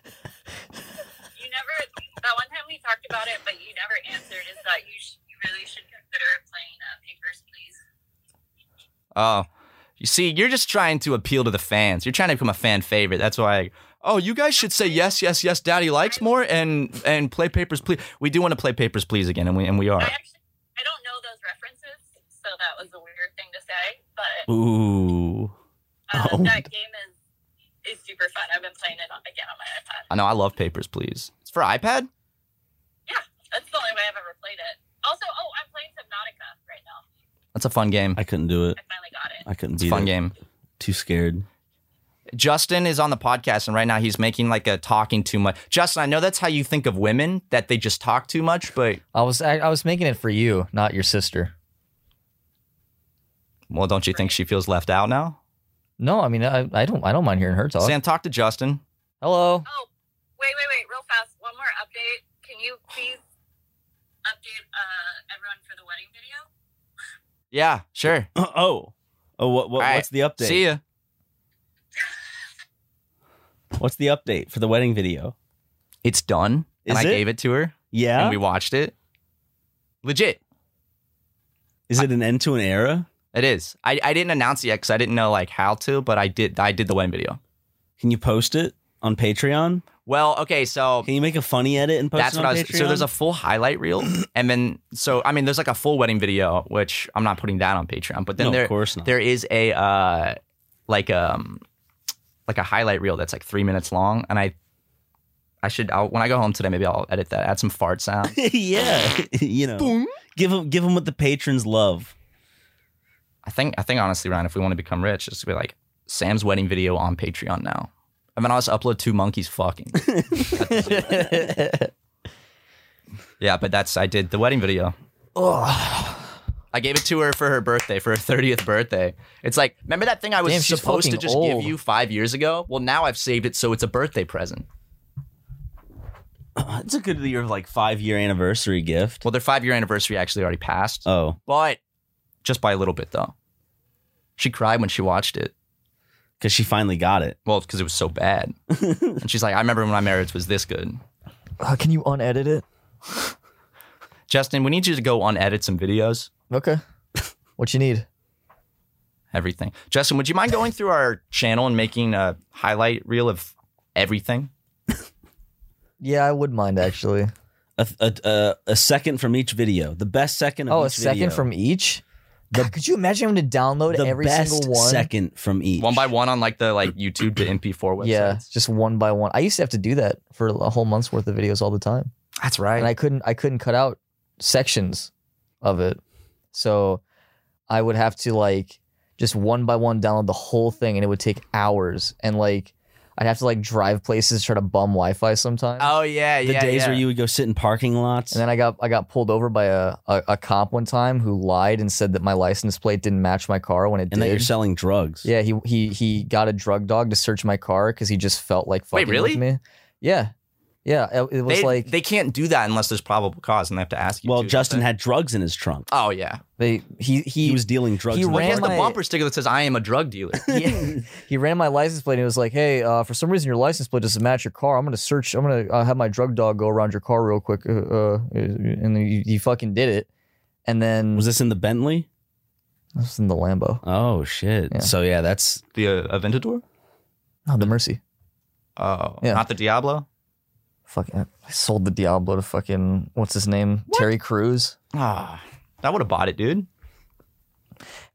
Speaker 5: You never. That one time we talked about it, but you never answered. Is that you? Sh- you really should consider playing uh, Papers, Please.
Speaker 2: Oh, you see, you're just trying to appeal to the fans. You're trying to become a fan favorite. That's why. Oh, you guys should say yes, yes, yes. Daddy likes more and and play Papers Please. We do want to play Papers Please again, and we and we are.
Speaker 5: I actually, I don't know those references, so that was a weird thing to say. But
Speaker 4: ooh
Speaker 5: uh,
Speaker 4: Oh.
Speaker 5: that game is is super fun. I've been playing it on, again on my iPad.
Speaker 2: I know. I love Papers Please. It's for iPad.
Speaker 5: That's the only way I've ever played it. Also, oh, I'm playing Subnautica right now.
Speaker 2: That's It's a fun game.
Speaker 4: I couldn't do it.
Speaker 5: I finally got it.
Speaker 4: I couldn't
Speaker 2: It's a
Speaker 4: be
Speaker 2: fun game.
Speaker 4: Too scared.
Speaker 2: Justin is on the podcast, and right now he's making like a talking too much. Justin, I know that's how you think of women that they just talk too much, but
Speaker 3: I was I, I was making it for you, not your sister.
Speaker 2: well, don't you think she feels left out now?
Speaker 3: No, I mean I, I don't I don't mind hearing her talk.
Speaker 2: Sam, talk to Justin.
Speaker 3: Hello.
Speaker 5: Oh, wait, wait, wait, real fast. One more update. Can you please update uh, everyone for the wedding video?
Speaker 2: Yeah, sure.
Speaker 4: Oh. Oh, what, what,
Speaker 2: All
Speaker 4: what's the update?
Speaker 2: See ya.
Speaker 4: What's the update for the wedding video?
Speaker 2: It's done, and
Speaker 4: Is
Speaker 2: I
Speaker 4: it?
Speaker 2: gave it to her,
Speaker 4: Yeah.
Speaker 2: and we watched it. Legit,
Speaker 4: Is it an end to an era?
Speaker 2: it is. I, I didn't announce it yet because I didn't know like how to, but I did. I did the wedding video.
Speaker 4: Can you post it on Patreon?
Speaker 2: Well, okay, so
Speaker 4: Can you make a funny edit and post
Speaker 2: that's
Speaker 4: it
Speaker 2: what
Speaker 4: on
Speaker 2: I was.
Speaker 4: Patreon?
Speaker 2: So there's a full highlight reel, and then so I mean, there's like a full wedding video, which I'm not putting that on Patreon. But then
Speaker 4: no,
Speaker 2: there,
Speaker 4: of course not.
Speaker 2: there is a uh, like um like a highlight reel that's like three minutes long, and I I should I'll, when I go home today, maybe I'll edit that, add some fart sound.
Speaker 4: yeah,
Speaker 2: Uh,
Speaker 4: you know, give them give them what the patrons love.
Speaker 2: I think I think honestly, Ryan, if we want to become rich, just be like Sam's wedding video on Patreon now. And then I'll just upload two monkeys fucking. yeah, but that's I did the wedding video. I gave it to her for her birthday, for her 30th birthday. It's like, remember that thing I was
Speaker 3: Damn, she's
Speaker 2: supposed to
Speaker 3: fucking
Speaker 2: just
Speaker 3: old.
Speaker 2: give you five years ago? Well, now I've saved it so it's a birthday present.
Speaker 4: It's a good year like five year anniversary gift.
Speaker 2: Well, their five year anniversary actually already passed,
Speaker 4: Oh,
Speaker 2: but just by a little bit though. She cried when she watched it.
Speaker 4: because she finally got it.
Speaker 2: Well, because it was so bad. and she's like, I remember when my marriage was this good.
Speaker 3: Uh, can you unedit it?
Speaker 2: Justin, we need you to go unedit some videos,
Speaker 3: Okay. what you need?
Speaker 2: everything. Justin, would you mind going through our channel and making a highlight reel of everything?
Speaker 3: Yeah, I would mind actually.
Speaker 4: A, a, a, a second from each video. The best second. Of
Speaker 3: Oh, a
Speaker 4: each
Speaker 3: second
Speaker 4: video.
Speaker 3: from each. God, could you imagine having to download
Speaker 4: the
Speaker 3: every
Speaker 4: best
Speaker 3: single one?
Speaker 4: second from each.
Speaker 2: One by one on like the like YouTube to MP4 websites.
Speaker 3: Yeah, just one by one. I used to have to do that for a whole month's worth of videos all the time,
Speaker 2: That's right.
Speaker 3: and I couldn't. I couldn't cut out sections of it, so I would have to like just one by one download the whole thing, and it would take hours. And like, I'd have to like drive places, try to bum Wi-Fi sometimes.
Speaker 2: oh yeah,
Speaker 4: The
Speaker 2: yeah.
Speaker 4: days
Speaker 2: yeah.
Speaker 4: where you would go sit in parking lots.
Speaker 3: And then I got I got pulled over by a, a, a cop one time who lied and said that my license plate didn't match my car when it
Speaker 4: and that you're
Speaker 3: did.
Speaker 4: selling drugs.
Speaker 3: Yeah, he he he got a drug dog to search my car because he just felt like
Speaker 2: Wait,
Speaker 3: fucking
Speaker 2: really?
Speaker 3: with me. Yeah, yeah. It, it was
Speaker 2: they,
Speaker 3: like
Speaker 2: they can't do that unless there's probable cause and they have to ask you.
Speaker 4: Well,
Speaker 2: to, don't
Speaker 4: Justin
Speaker 2: they?
Speaker 4: had drugs in his trunk.
Speaker 2: Oh yeah.
Speaker 3: they he he,
Speaker 4: He was dealing drugs.
Speaker 3: he
Speaker 4: in the
Speaker 3: ran
Speaker 2: Here's
Speaker 4: parking
Speaker 2: the
Speaker 3: my-
Speaker 2: bumper sticker that says I am a drug dealer.
Speaker 3: he, he ran my license plate and he was like, "Hey, uh, for some reason your license plate doesn't match your car. I'm gonna search. I'm gonna uh, have my drug dog go around your car real quick." Uh, uh, and he, he fucking did it. And then
Speaker 4: Was
Speaker 3: was
Speaker 4: this in the Bentley?
Speaker 3: this was in the Lambo?
Speaker 4: Oh shit!
Speaker 3: Yeah.
Speaker 4: So yeah, that's
Speaker 2: the uh, Aventador?
Speaker 3: No, the Mercy.
Speaker 2: Oh,
Speaker 3: Yeah.
Speaker 2: not the Diablo.
Speaker 3: Fucking, I sold the Diablo to fucking what's his name, Terry Crews.
Speaker 2: Ah, that would have bought it, dude.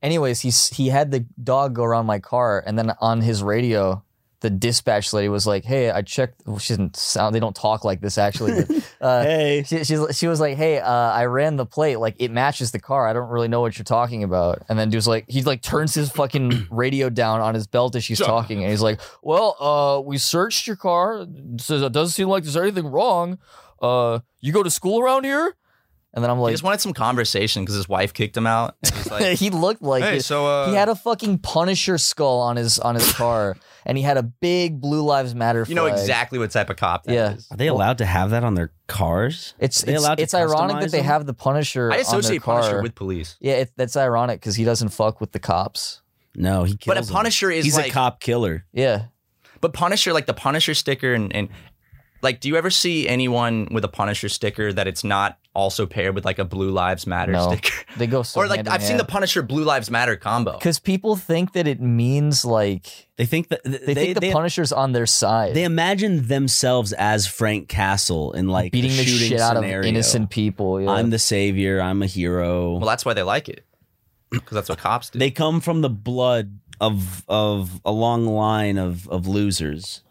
Speaker 3: anyways, he s- he had the dog go around my car, and then on his radio, the dispatch lady was like, "Hey, I checked." Well, she didn't sound. They don't talk like this actually. But, uh,
Speaker 4: hey.
Speaker 3: She, she's, she was like, "Hey, uh, I ran the plate. Like, it matches the car. I don't really know what you're talking about." And then dude's like, he like turns his fucking radio down on his belt as she's talking, and he's like, "Well, uh, we searched your car. It says it doesn't seem like there's anything wrong. Uh, you go to school around here?" And then I'm
Speaker 2: he
Speaker 3: like,
Speaker 2: just wanted some conversation because his wife kicked him out. And he's like,
Speaker 3: he looked like
Speaker 2: hey,
Speaker 3: it.
Speaker 2: so uh,
Speaker 3: He had a fucking Punisher skull on his on his car, and he had a big Blue Lives Matter.
Speaker 2: you know
Speaker 3: flag.
Speaker 2: exactly what type of cop that is.
Speaker 3: Yeah.
Speaker 4: Are they allowed to have that on their cars?
Speaker 3: It's
Speaker 4: Are they
Speaker 3: it's,
Speaker 4: allowed to
Speaker 3: it's ironic
Speaker 4: customize
Speaker 3: that they
Speaker 4: them?
Speaker 3: have the Punisher.
Speaker 2: I
Speaker 3: on their
Speaker 2: associate
Speaker 3: car.
Speaker 2: Punisher with police.
Speaker 3: Yeah, it, that's ironic because he doesn't fuck with the cops.
Speaker 4: No, he kills.
Speaker 2: But a
Speaker 4: them.
Speaker 2: Punisher is
Speaker 4: He's
Speaker 2: like,
Speaker 4: a cop killer.
Speaker 3: Yeah,
Speaker 2: but Punisher like the Punisher sticker and and like, do you ever see anyone with a Punisher sticker that it's not also paired with like a Blue Lives Matter
Speaker 3: No.
Speaker 2: sticker?
Speaker 3: they go so.
Speaker 2: or like I've seen the Punisher Blue Lives Matter combo.
Speaker 3: because people think that it means like
Speaker 4: They think that they,
Speaker 3: they, think the
Speaker 4: they,
Speaker 3: Punisher's on their side,
Speaker 4: they imagine themselves as Frank Castle in like
Speaker 3: beating
Speaker 4: a
Speaker 3: the
Speaker 4: shooting
Speaker 3: shit out
Speaker 4: scenario.
Speaker 3: of innocent people. Yeah.
Speaker 4: I'm the savior. I'm a hero.
Speaker 2: Well, that's why they like it because that's what cops do.
Speaker 4: they come from the blood of of a long line of of losers.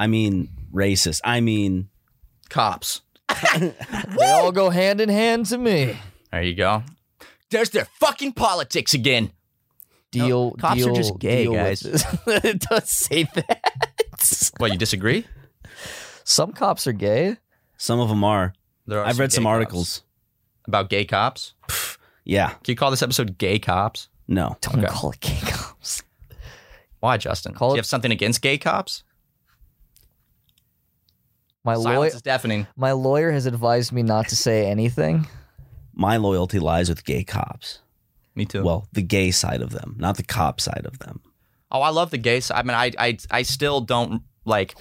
Speaker 4: I mean, racist. I mean,
Speaker 2: cops.
Speaker 3: they all go hand in hand to me.
Speaker 2: There you go. There's their fucking politics again.
Speaker 3: Deal.
Speaker 2: cops are
Speaker 3: deal-
Speaker 2: just gay,
Speaker 3: deal with
Speaker 2: guys.
Speaker 3: this. it does say that.
Speaker 2: Well, you disagree?
Speaker 3: Some cops are gay.
Speaker 4: Some of them are.
Speaker 2: There are
Speaker 4: I've read
Speaker 2: gay
Speaker 4: some
Speaker 2: cops.
Speaker 4: articles.
Speaker 2: about gay cops.
Speaker 4: Yeah.
Speaker 2: Can you call this episode "Gay Cops"?
Speaker 4: No.
Speaker 3: Don't
Speaker 2: Okay.
Speaker 3: call it gay cops.
Speaker 2: Why, Justin?
Speaker 3: Call
Speaker 2: Do
Speaker 3: it-
Speaker 2: you have something against gay cops?
Speaker 3: My lawyer.
Speaker 2: Silence is deafening.
Speaker 3: My lawyer has advised me not to say anything.
Speaker 4: My loyalty lies with gay cops.
Speaker 2: Me too.
Speaker 4: Well, the gay side of them, not the cop side of them.
Speaker 2: Oh, I love the gay side. I mean, I, I, I still don't like.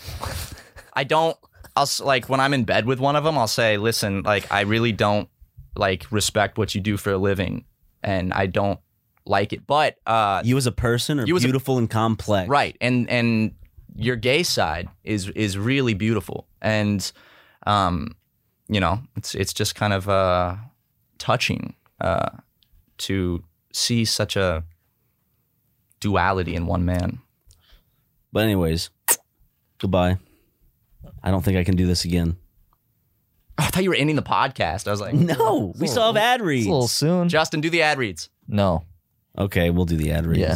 Speaker 2: I don't. I'll s- like when I'm in bed with one of them. I'll say, "Listen, like I really don't like respect what you do for a living, and I don't like it." But uh,
Speaker 4: You as a person are
Speaker 2: You as a-
Speaker 4: beautiful and complex.
Speaker 2: right, and and your gay side is is really beautiful, and um, you know, it's it's just kind of uh, touching uh, to see such a duality in one man.
Speaker 4: But anyways, goodbye. I don't think I can do this again.
Speaker 2: Oh, I thought you were ending the podcast. I was like,
Speaker 4: No, we still have
Speaker 3: It's
Speaker 4: ad
Speaker 3: a little
Speaker 4: reads.
Speaker 3: soon.
Speaker 2: Justin, do the ad reads.
Speaker 3: No.
Speaker 4: Okay, we'll do the ad reads.
Speaker 3: Yeah.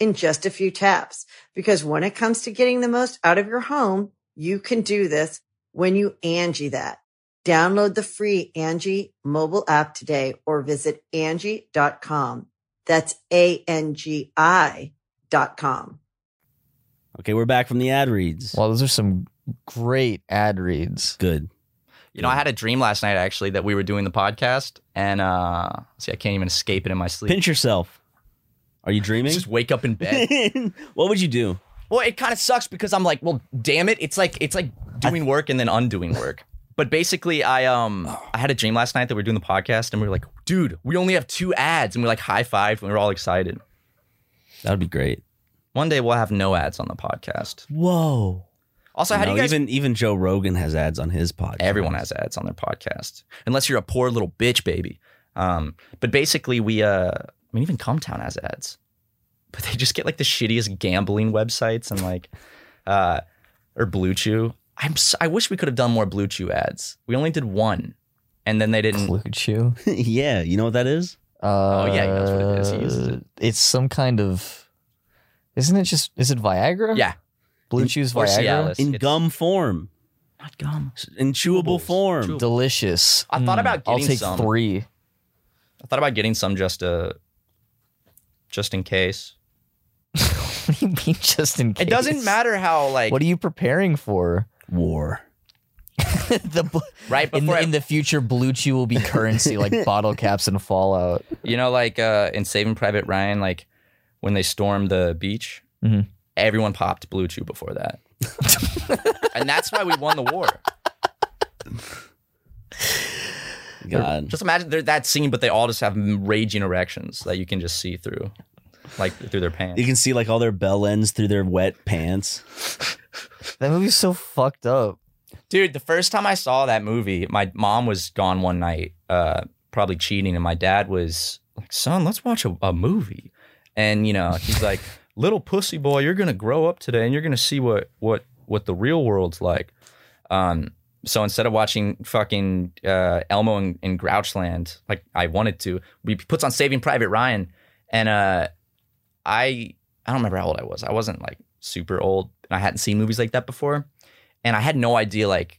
Speaker 1: in just a few taps. Because when it comes to getting the most out of your home, you can do this when you Angie that. Download the free Angie mobile app today or visit Angie.com. That's A-N-G-I dot com.
Speaker 4: Okay, we're back from the ad reads.
Speaker 3: Well, those are some great ad reads.
Speaker 4: Good.
Speaker 2: You know, I had a dream last night actually that we were doing the podcast, and uh see, I can't even escape it in my sleep.
Speaker 4: Pinch yourself. Are you dreaming?
Speaker 2: Just wake up in bed.
Speaker 4: what would you do?
Speaker 2: well, it kind of sucks because I'm like, well, damn it, it's like it's like doing work and then undoing work. But basically, I um I had a dream last night that we were doing the podcast, and we were like, dude, we only have two ads, and we like high fived, and we were all excited.
Speaker 4: That would be great.
Speaker 2: One day we'll have no ads on the podcast.
Speaker 4: Whoa.
Speaker 2: Also, how do
Speaker 4: No,
Speaker 2: you guys
Speaker 4: even even Joe Rogan has ads on his podcast.
Speaker 2: Everyone has ads on their podcast, unless you're a poor little bitch, baby. Um, but basically, we, uh, I mean, even Comtown has ads, but they just get like the shittiest gambling websites and like, uh, or Blue Chew. I'm, s- I wish we could have done more Blue Chew ads. We only did one, and then they didn't. Oh,
Speaker 3: Blue Chew.
Speaker 4: yeah, you know what that is?
Speaker 3: Uh,
Speaker 2: yeah, he knows what it is. He uses it.
Speaker 3: It's some kind of. Isn't it just? Is it Viagra?
Speaker 2: Yeah.
Speaker 3: Blue Chew's
Speaker 2: Or
Speaker 3: Viagra.
Speaker 2: Cialis.
Speaker 4: In
Speaker 2: It's-
Speaker 4: gum form,
Speaker 2: Not gum.
Speaker 4: in chewable form.
Speaker 2: Chew-
Speaker 3: Delicious.
Speaker 2: I thought
Speaker 3: Mm,
Speaker 2: about
Speaker 3: I'll
Speaker 2: getting
Speaker 3: take
Speaker 2: some.
Speaker 3: three.
Speaker 2: I thought about getting some just uh, just in case.
Speaker 3: what do you mean, just in case?
Speaker 2: It doesn't matter how like
Speaker 3: What are you preparing for?
Speaker 4: War.
Speaker 3: the bl-
Speaker 2: right
Speaker 3: in
Speaker 2: before
Speaker 3: the,
Speaker 2: I-
Speaker 3: in the future, Blue Chew will be currency like bottle caps and Fallout.
Speaker 2: You know, like uh, in Saving Private Ryan, like when they stormed the beach,
Speaker 4: Mm-hmm.
Speaker 3: Mhm.
Speaker 2: everyone popped Blue Chew before that. and that's why we won the war.
Speaker 4: God.
Speaker 2: Just imagine they're that scene, but they all just have raging erections that you can just see through, like through their pants.
Speaker 4: You can see like all their bell ends through their wet pants.
Speaker 3: That movie's so fucked up.
Speaker 2: Dude, the first time I saw that movie, my mom was gone one night, uh, probably cheating, and my dad was like, "Son, let's watch a, a movie." And you know, he's like, "Little pussy boy, you're gonna grow up today, and you're gonna see what what what the real world's like." Um, so instead of watching fucking uh, Elmo and, and Grouchland, like I wanted to, we he puts on Saving Private Ryan, and uh, I I don't remember how old I was. I wasn't like super old, and I hadn't seen movies like that before, and I had no idea like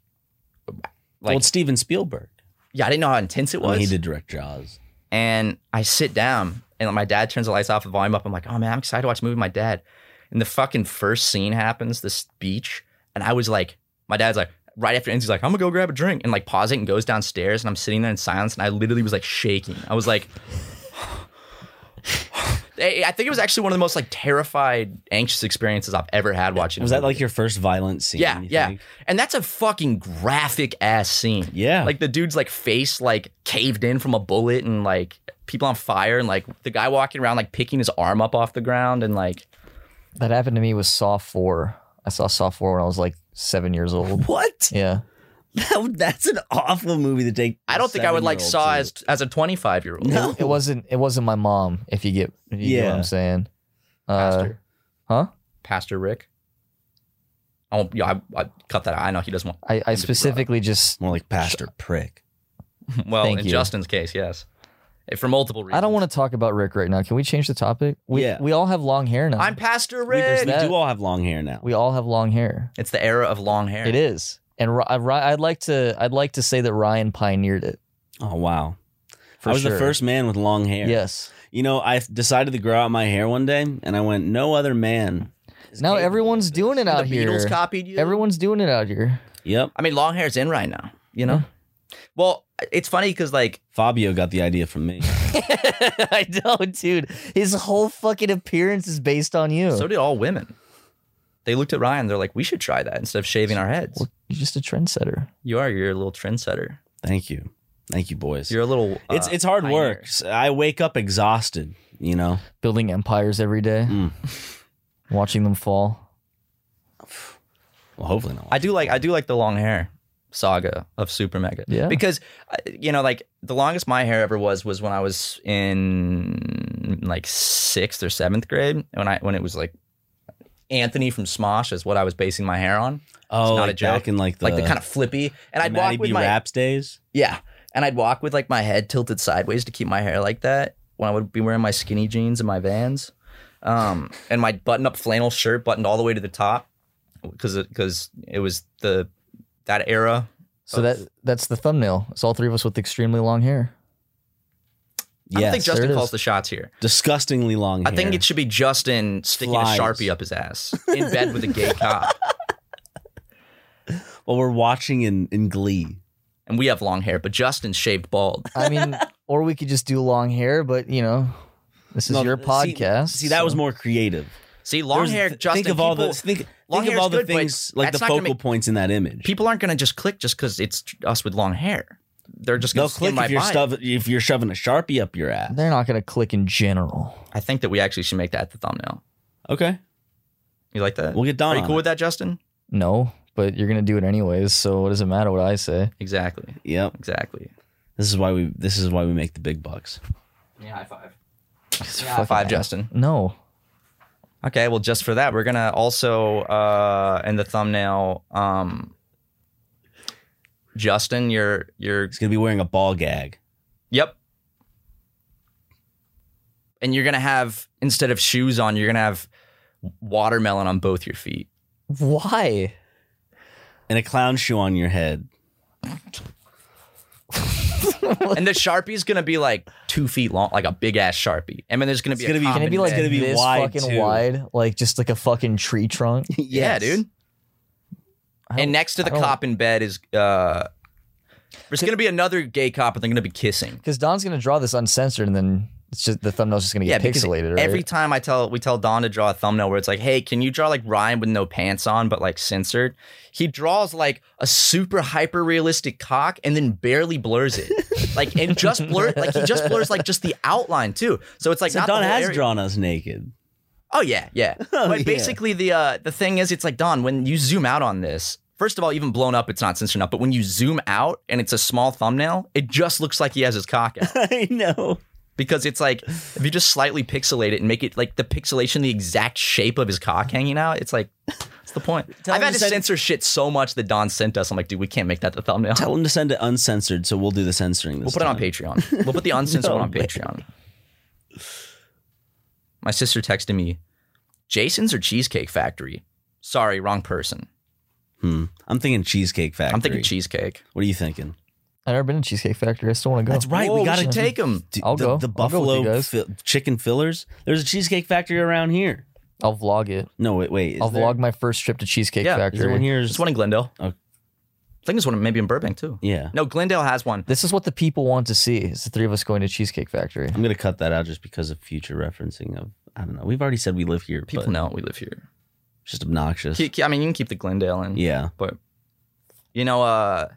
Speaker 2: like
Speaker 4: well, it's Steven Spielberg.
Speaker 2: yeah, I didn't know how intense it
Speaker 4: Well,
Speaker 2: was.
Speaker 4: he did direct Jaws.
Speaker 2: and I sit down, and my dad turns the lights off, the volume up. I'm like, oh man, I'm excited to watch a movie with my dad. And the fucking first scene happens, this beach, and I was like, my dad's like, right after it ends, he's like, I'm gonna go grab a drink, and like pause it and goes downstairs, and I'm sitting there in silence, and I literally was like shaking. I was like. I I think it was actually one of the most like terrified, anxious experiences I've ever had watching. a
Speaker 4: Was that
Speaker 2: movie.
Speaker 4: like your first violent scene?
Speaker 2: Yeah,
Speaker 4: you
Speaker 2: yeah.
Speaker 4: think?
Speaker 2: And that's a fucking graphic ass scene.
Speaker 4: yeah.
Speaker 2: Like the dude's like face like caved in from a bullet and like people on fire and like the guy walking around like picking his arm up off the ground and like
Speaker 3: That happened to me with Saw 4. I saw Saw 4 when I was like seven years old.
Speaker 4: what?
Speaker 3: Yeah.
Speaker 4: that's an awful movie to take.
Speaker 2: I don't think I would like
Speaker 4: seven-year-old
Speaker 2: Saw
Speaker 4: to.
Speaker 2: as as a 25 year old.
Speaker 4: No.
Speaker 3: It wasn't it wasn't my mom, if you get, if you get what
Speaker 4: Yeah.
Speaker 3: I'm saying. Uh,
Speaker 2: Pastor.
Speaker 3: huh?
Speaker 2: Pastor Rick. I won't, yeah, I, I cut that out. I know he doesn't want.
Speaker 3: Uh, I, I specifically just
Speaker 4: More like Pastor Prick.
Speaker 2: Well,
Speaker 3: Thank
Speaker 2: in
Speaker 3: you.
Speaker 2: Justin's case, yes. Eh, For multiple reasons.
Speaker 3: I don't want to talk about Rick right now. Can we change the topic? We
Speaker 4: Yeah.
Speaker 3: we all have long hair now.
Speaker 2: I'm Pastor
Speaker 3: We just-
Speaker 2: Rick.
Speaker 4: We
Speaker 3: That-
Speaker 4: do all have long hair now.
Speaker 3: we all have long hair.
Speaker 2: It's the era of long hair.
Speaker 3: It is. And Ri- I- Ri- I'd like to I'd like to say that Ryan pioneered it.
Speaker 4: Oh wow!
Speaker 3: For
Speaker 4: I was
Speaker 3: sure.
Speaker 4: the first man with long hair.
Speaker 3: Yes.
Speaker 4: You know, I decided to grow out my hair one day, and I went, "No other man." is
Speaker 3: Now
Speaker 4: capable
Speaker 3: everyone's
Speaker 4: of this."
Speaker 3: doing it
Speaker 2: The
Speaker 3: out
Speaker 2: Beatles
Speaker 3: here.
Speaker 2: copied you.
Speaker 3: Everyone's doing it out here.
Speaker 4: Yep.
Speaker 2: I mean, long hair's in right now, you know? Well, it's funny because, like,
Speaker 4: Fabio got the idea from me.
Speaker 3: I know, dude. His whole fucking appearance is based on you.
Speaker 2: so did all women. They looked at Ryan, they're like, we should try that instead of shaving our heads.
Speaker 3: Well, you're just a trendsetter.
Speaker 2: You are, you're a little trendsetter.
Speaker 4: Thank you, thank you, boys.
Speaker 2: You're a little. uh,
Speaker 4: it's it's hard
Speaker 2: pioneer.
Speaker 4: work. I wake up exhausted. You know,
Speaker 3: Building empires every day,
Speaker 4: Mm.
Speaker 3: watching them fall.
Speaker 4: well, hopefully not.
Speaker 2: I do like I do like the long hair saga of Super Mega.
Speaker 3: Yeah.
Speaker 2: Because uh, you know, like the longest my hair ever was was when I was in like sixth or seventh grade when I when it was like Anthony from Smosh is what I was basing my hair on,
Speaker 4: oh,
Speaker 2: not
Speaker 4: like
Speaker 2: a joke.
Speaker 4: back in like the
Speaker 2: like the kind of flippy. And I'd
Speaker 4: Matty
Speaker 2: walk with
Speaker 4: B
Speaker 2: my
Speaker 4: raps days.
Speaker 2: Yeah. And I'd walk with like my head tilted sideways to keep my hair like that when I would be wearing my skinny jeans and my vans. Um, and my button up flannel shirt buttoned all the way to the top because it, 'cause it was the that era.
Speaker 3: So that that's the thumbnail. It's all three of us with extremely long hair.
Speaker 2: I don't
Speaker 4: Yes,
Speaker 2: think
Speaker 3: there
Speaker 2: Justin
Speaker 3: it
Speaker 2: calls
Speaker 3: is.
Speaker 2: the shots here.
Speaker 4: disgustingly long.
Speaker 2: I think
Speaker 4: hair.
Speaker 2: it should be Justin sticking
Speaker 4: Flies.
Speaker 2: a sharpie up his ass in bed with a gay cop.
Speaker 4: Well, we're watching in in Glee.
Speaker 2: And we have long hair, but Justin's shaved bald.
Speaker 3: I mean, or we could just do long hair, but you know, this is
Speaker 4: No,
Speaker 3: your
Speaker 4: see-
Speaker 3: podcast.
Speaker 4: See, that
Speaker 3: so-
Speaker 4: was more creative.
Speaker 2: See, long
Speaker 4: There's-
Speaker 2: hair,
Speaker 4: th-
Speaker 2: Justin.
Speaker 4: Think of all the
Speaker 2: people,
Speaker 4: think,
Speaker 2: long
Speaker 4: think of
Speaker 2: hair's
Speaker 4: all the
Speaker 2: good, but
Speaker 4: things like the
Speaker 2: that's not gonna
Speaker 4: focal
Speaker 2: make-
Speaker 4: points in that image.
Speaker 2: people aren't going to just click just because it's us with long hair. They're just going
Speaker 4: They'll
Speaker 2: to skim
Speaker 4: click
Speaker 2: right
Speaker 4: if you're
Speaker 2: by it.
Speaker 4: stuff, if you're shoving a sharpie up your ass.
Speaker 3: They're not gonna click in general.
Speaker 2: I think that we actually should make that the thumbnail.
Speaker 4: Okay,
Speaker 2: You like that?
Speaker 4: we'll get
Speaker 2: Are
Speaker 4: Don.
Speaker 2: you
Speaker 4: on
Speaker 2: cool
Speaker 4: it.
Speaker 2: with that, Justin?
Speaker 3: No, but you're gonna do it anyways. So what does it matter what I say?
Speaker 2: Exactly.
Speaker 4: Yep.
Speaker 2: Exactly.
Speaker 4: This is why we this is why we make the big bucks.
Speaker 2: Yeah, high five.
Speaker 3: It's
Speaker 2: high
Speaker 3: fucking-
Speaker 2: five, Justin.
Speaker 3: No,
Speaker 2: Okay, well, just for that, we're gonna also uh in the thumbnail, um Justin, you're you're
Speaker 4: He's gonna be wearing a ball gag.
Speaker 2: Yep. And you're gonna have instead of shoes on, you're gonna have watermelon on both your feet.
Speaker 3: why?
Speaker 4: And a clown shoe on your head.
Speaker 2: and the Sharpie's gonna be like two feet long, like a big ass Sharpie. And then there's gonna be
Speaker 4: It's gonna
Speaker 2: a
Speaker 4: be-
Speaker 3: Can it be
Speaker 2: common
Speaker 3: like
Speaker 2: bed.
Speaker 4: gonna be
Speaker 3: this
Speaker 4: wide,
Speaker 3: fucking
Speaker 4: too.
Speaker 3: wide, like just like a fucking tree trunk?
Speaker 2: Yeah,
Speaker 4: Yes.
Speaker 2: dude.
Speaker 3: I
Speaker 2: And
Speaker 3: don't-
Speaker 2: next to the
Speaker 3: I don't-
Speaker 2: cop in bed is uh there's gonna be another gay cop and they're gonna be kissing.
Speaker 3: Because Don's gonna draw this uncensored, and then it's just the thumbnail's just gonna
Speaker 2: Yeah,
Speaker 3: get
Speaker 2: because
Speaker 3: pixelated, right?
Speaker 2: Every time I tell we tell Don to draw a thumbnail where it's like, hey, can you draw like Ryan with no pants on but like censored? He draws like a super hyper realistic cock and then barely blurs it. like and just blur like he just blurs like just the outline too. So it's like
Speaker 4: So
Speaker 2: not
Speaker 4: Don
Speaker 2: the whole
Speaker 4: has
Speaker 2: area.
Speaker 4: drawn us naked.
Speaker 2: Oh yeah, yeah. but
Speaker 4: yeah.
Speaker 2: basically the uh the thing is it's like Don, when you zoom out on this, first of all, even blown up, it's not censored enough, but when you zoom out and it's a small thumbnail, it just looks like he has his cock out.
Speaker 4: I know.
Speaker 2: Because it's like if you just slightly pixelate it and make it like the pixelation the exact shape of his cock hanging out, it's like what's the point?
Speaker 4: Tell
Speaker 2: I've
Speaker 4: him
Speaker 2: had to
Speaker 4: to send-
Speaker 2: censor shit so much that Don sent us. I'm like, dude, we can't make that the thumbnail.
Speaker 4: Tell him to send it uncensored, so we'll do the censoring
Speaker 2: We'll
Speaker 4: this
Speaker 2: put it on
Speaker 4: time.
Speaker 2: Patreon. We'll put the uncensored
Speaker 4: No
Speaker 2: one on
Speaker 4: way.
Speaker 2: Patreon. My sister texted me, Jason's or Cheesecake Factory? Sorry, wrong person.
Speaker 4: Hmm. I'm thinking Cheesecake Factory.
Speaker 2: I'm thinking Cheesecake.
Speaker 4: What are you thinking?
Speaker 3: I've never been to Cheesecake Factory. I still want to go.
Speaker 4: That's right.
Speaker 2: Whoa,
Speaker 4: we got to
Speaker 2: should take them.
Speaker 3: I'll
Speaker 4: the,
Speaker 3: go. I'll go
Speaker 4: The
Speaker 3: with you
Speaker 4: buffalo
Speaker 3: guys.
Speaker 4: fi- chicken fillers. There's a cheesecake factory around here.
Speaker 3: I'll vlog it.
Speaker 4: No, wait, wait. is
Speaker 3: I'll
Speaker 4: there-
Speaker 3: vlog my first trip to Cheesecake
Speaker 2: Yeah, is there
Speaker 4: Is there one
Speaker 3: Factory.
Speaker 4: here?
Speaker 2: There's one in Glendale.
Speaker 4: Oh.
Speaker 2: I think there's one maybe in Burbank too.
Speaker 4: Yeah,
Speaker 2: No, Glendale has one.
Speaker 3: This is what the people want to see. It's the three of us going to Cheesecake Factory.
Speaker 4: I'm gonna cut that out just because of future referencing of. I don't know. We've already said we live here,
Speaker 2: People
Speaker 4: but
Speaker 2: know we live here.
Speaker 4: it's just obnoxious.
Speaker 2: Keep- keep- I mean, you can keep the Glendale in.
Speaker 4: Yeah,
Speaker 2: But you know, uh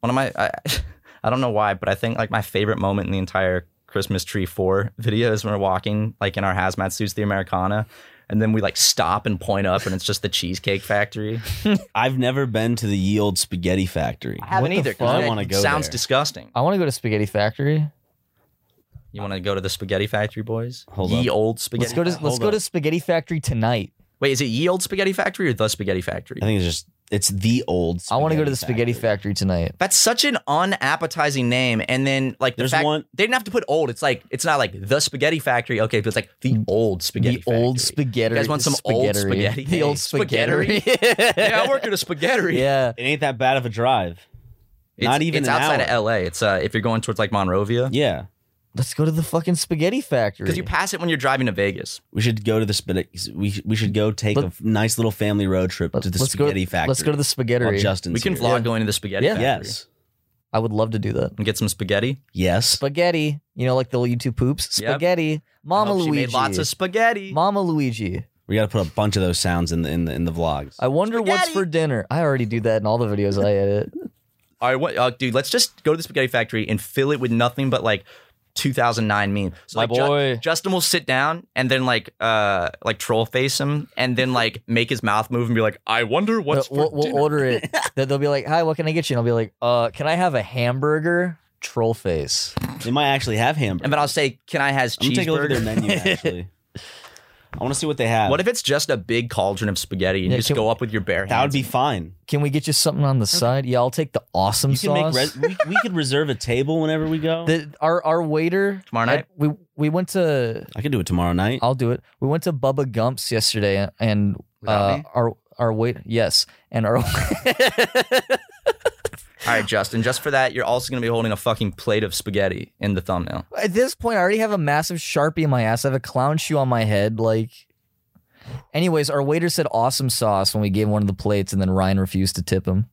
Speaker 2: one of my I, I don't know why, but I think like my favorite moment in the entire Christmas Tree 4 video is when we're walking like in our hazmat suits the Americana and then we like stop and point up and it's just the cheesecake factory.
Speaker 4: I've never been to the ye old spaghetti factory.
Speaker 2: I haven't
Speaker 3: What the
Speaker 2: either 'cause
Speaker 4: fuck?
Speaker 2: that
Speaker 4: I wanna go
Speaker 2: sounds
Speaker 4: there.
Speaker 2: disgusting.
Speaker 3: I want to go to Spaghetti Factory.
Speaker 2: You want to go to the spaghetti factory boys?
Speaker 4: Hold
Speaker 2: ye
Speaker 4: up.
Speaker 2: old
Speaker 3: Let's
Speaker 2: spaghetti.
Speaker 3: go to
Speaker 2: Fa-
Speaker 3: let's
Speaker 2: Hold
Speaker 3: go
Speaker 2: up.
Speaker 3: to Spaghetti Factory tonight.
Speaker 2: Wait, is it ye old spaghetti factory or the spaghetti factory?
Speaker 4: I think it's just it's the old.
Speaker 3: I want to go to the Spaghetti Factory tonight.
Speaker 2: That's such an unappetizing name. And then like the
Speaker 4: There's
Speaker 2: fact
Speaker 4: one-
Speaker 2: they didn't have to put old. It's like it's not like the spaghetti factory. Okay, but it's like the old spaghetti.
Speaker 3: the old
Speaker 2: factory.
Speaker 3: spaghetti.
Speaker 2: You guys want some old spaghetti?
Speaker 3: The old
Speaker 2: Spaghetti?
Speaker 3: spaghetti.
Speaker 2: yeah, I work at a spaghetti.
Speaker 3: yeah.
Speaker 4: It ain't that bad of a drive.
Speaker 2: It's-
Speaker 4: Not even
Speaker 2: It's
Speaker 4: an
Speaker 2: outside
Speaker 4: hour.
Speaker 2: of LA. It's uh, if you're going towards like Monrovia,
Speaker 4: Yeah,
Speaker 3: Let's go to the fucking spaghetti factory.
Speaker 2: because you pass it when you're driving to Vegas.
Speaker 4: we should go to the spaghetti. We sh- we should go take a
Speaker 3: Let-
Speaker 4: f- nice little family road trip
Speaker 3: Let-
Speaker 4: to the
Speaker 3: let's go-
Speaker 4: spaghetti factory.
Speaker 3: Let's go to the
Speaker 4: while
Speaker 3: spaghetti.
Speaker 4: Justin's
Speaker 2: We can
Speaker 4: here.
Speaker 2: vlog going to the spaghetti
Speaker 3: Yeah.
Speaker 2: factory
Speaker 4: Yes,
Speaker 3: I would love to do that.
Speaker 2: and get some spaghetti.
Speaker 4: yes.
Speaker 3: Spaghetti. You know, like the little YouTube poops.
Speaker 2: Yep.
Speaker 3: Spaghetti.
Speaker 2: I
Speaker 3: Mama
Speaker 2: hope
Speaker 3: Luigi.
Speaker 2: She made lots of spaghetti.
Speaker 3: Mama Luigi.
Speaker 4: We got to put a bunch of those sounds in the in the in the vlogs.
Speaker 3: I wonder what's
Speaker 2: Spaghetti.
Speaker 3: for dinner. I already do that in all the videos I edit.
Speaker 2: All right, what, uh, dude, let's just go to the spaghetti factory and fill it with nothing but like 2009 meme. So,
Speaker 3: My
Speaker 2: like, Ju-
Speaker 3: boy.
Speaker 2: Justin will sit down and then like uh like troll face him and then like make his mouth move and be like, I wonder what's
Speaker 3: But we'll,
Speaker 2: for
Speaker 3: we'll
Speaker 2: dinner."
Speaker 3: order it. They- They'll be like, "Hi, what can I get you?" And I'll be like, "Uh, can I have a hamburger?" Troll face.
Speaker 4: They might actually have hamburgers.
Speaker 2: and then I'll say, Can I has
Speaker 4: I'm gonna take a look at their
Speaker 2: cheeseburger?
Speaker 4: menu. Actually, I want to see what they have.
Speaker 2: What if it's just a big cauldron of spaghetti and
Speaker 3: Yeah,
Speaker 2: you just
Speaker 3: can-
Speaker 2: go up with your bare hands?
Speaker 4: that would be fine?
Speaker 3: Can we get you something on the side? Yeah, I'll take the awesome
Speaker 4: You can
Speaker 3: sauce.
Speaker 4: make res- we, we could reserve a table whenever we go.
Speaker 3: The- our our waiter
Speaker 2: Tomorrow night?
Speaker 3: I- we we went to
Speaker 4: I can do it tomorrow night.
Speaker 3: I'll do it. We went to Bubba Gump's yesterday, and
Speaker 2: Without
Speaker 3: uh,
Speaker 2: me?
Speaker 3: our our wait yes, and our
Speaker 2: All right, Justin, just for that, you're also gonna be holding a fucking plate of spaghetti in the thumbnail.
Speaker 3: at this point I already have a massive sharpie in my ass. I have a clown shoe on my head. Like, anyways, our waiter said awesome sauce when we gave him one of the plates, and then Ryan refused to tip him.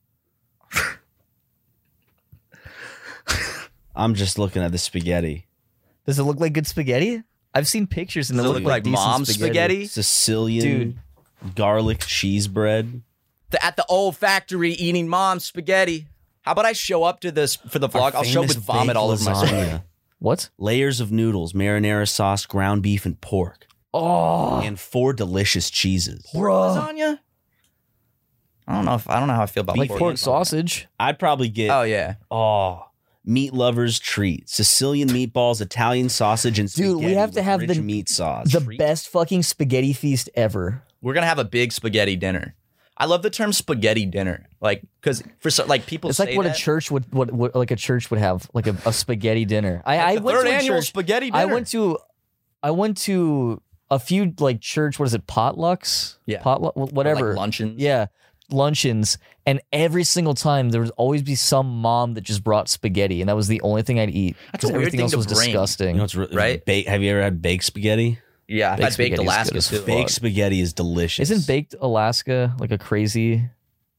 Speaker 4: I'm just looking at the spaghetti.
Speaker 3: Does it look like good spaghetti? I've seen pictures and
Speaker 2: Does
Speaker 3: they
Speaker 2: it
Speaker 3: look
Speaker 2: look
Speaker 3: like,
Speaker 2: like
Speaker 3: decent
Speaker 2: mom's spaghetti?
Speaker 4: Sicilian garlic cheese bread.
Speaker 2: The, at the old factory eating mom's spaghetti. How about I show up to this for the vlog?
Speaker 4: Our
Speaker 2: I'll show up
Speaker 4: famous
Speaker 2: with vomit all
Speaker 4: baked
Speaker 2: over my
Speaker 4: lasagna.
Speaker 3: What?
Speaker 4: Layers of noodles, marinara sauce, ground beef, and pork,
Speaker 3: Oh,
Speaker 4: and four delicious cheeses.
Speaker 3: bro,
Speaker 2: lasagna. I don't know if I don't know how I feel about
Speaker 3: like
Speaker 2: pork.
Speaker 3: pork sausage.
Speaker 4: I'd probably get
Speaker 2: Oh
Speaker 4: oh,
Speaker 2: yeah,
Speaker 4: meat lovers treat, Sicilian meatballs, Italian sausage, and
Speaker 3: Dude, we
Speaker 4: spaghetti
Speaker 3: have to
Speaker 4: with
Speaker 3: have
Speaker 4: rich
Speaker 3: the-
Speaker 4: meat sauce.
Speaker 3: The best fucking spaghetti feast ever.
Speaker 2: we're gonna have a big spaghetti dinner. I love the term spaghetti dinner, like because for so, like people
Speaker 3: It's like
Speaker 2: say
Speaker 3: what
Speaker 2: that.
Speaker 3: a church would what, what like a church would have like a, a spaghetti dinner. I, I
Speaker 2: The
Speaker 3: went
Speaker 2: third
Speaker 3: to a
Speaker 2: annual
Speaker 3: church.
Speaker 2: spaghetti dinner.
Speaker 3: I went to I went to a few like church. What is it? Potlucks.
Speaker 2: Yeah.
Speaker 3: potluck. wh-
Speaker 2: Or, like,
Speaker 3: Whatever.
Speaker 2: luncheon.
Speaker 3: yeah, luncheons, and every single time there would always be some mom that just brought spaghetti, and that was the only thing I'd eat.
Speaker 2: That's a
Speaker 3: 'cause
Speaker 2: weird
Speaker 3: everything
Speaker 2: thing
Speaker 3: else
Speaker 2: to
Speaker 3: was
Speaker 2: bring.
Speaker 4: you
Speaker 3: disgusting.
Speaker 4: know what's re-
Speaker 2: Right?
Speaker 4: Ba- have you ever had baked spaghetti?
Speaker 2: yeah. I've
Speaker 3: Baked
Speaker 2: had baked
Speaker 3: spaghetti's
Speaker 2: Alaska
Speaker 3: good as
Speaker 2: too.
Speaker 3: fuck.
Speaker 4: Baked spaghetti is delicious.
Speaker 3: Isn't baked Alaska like a crazy?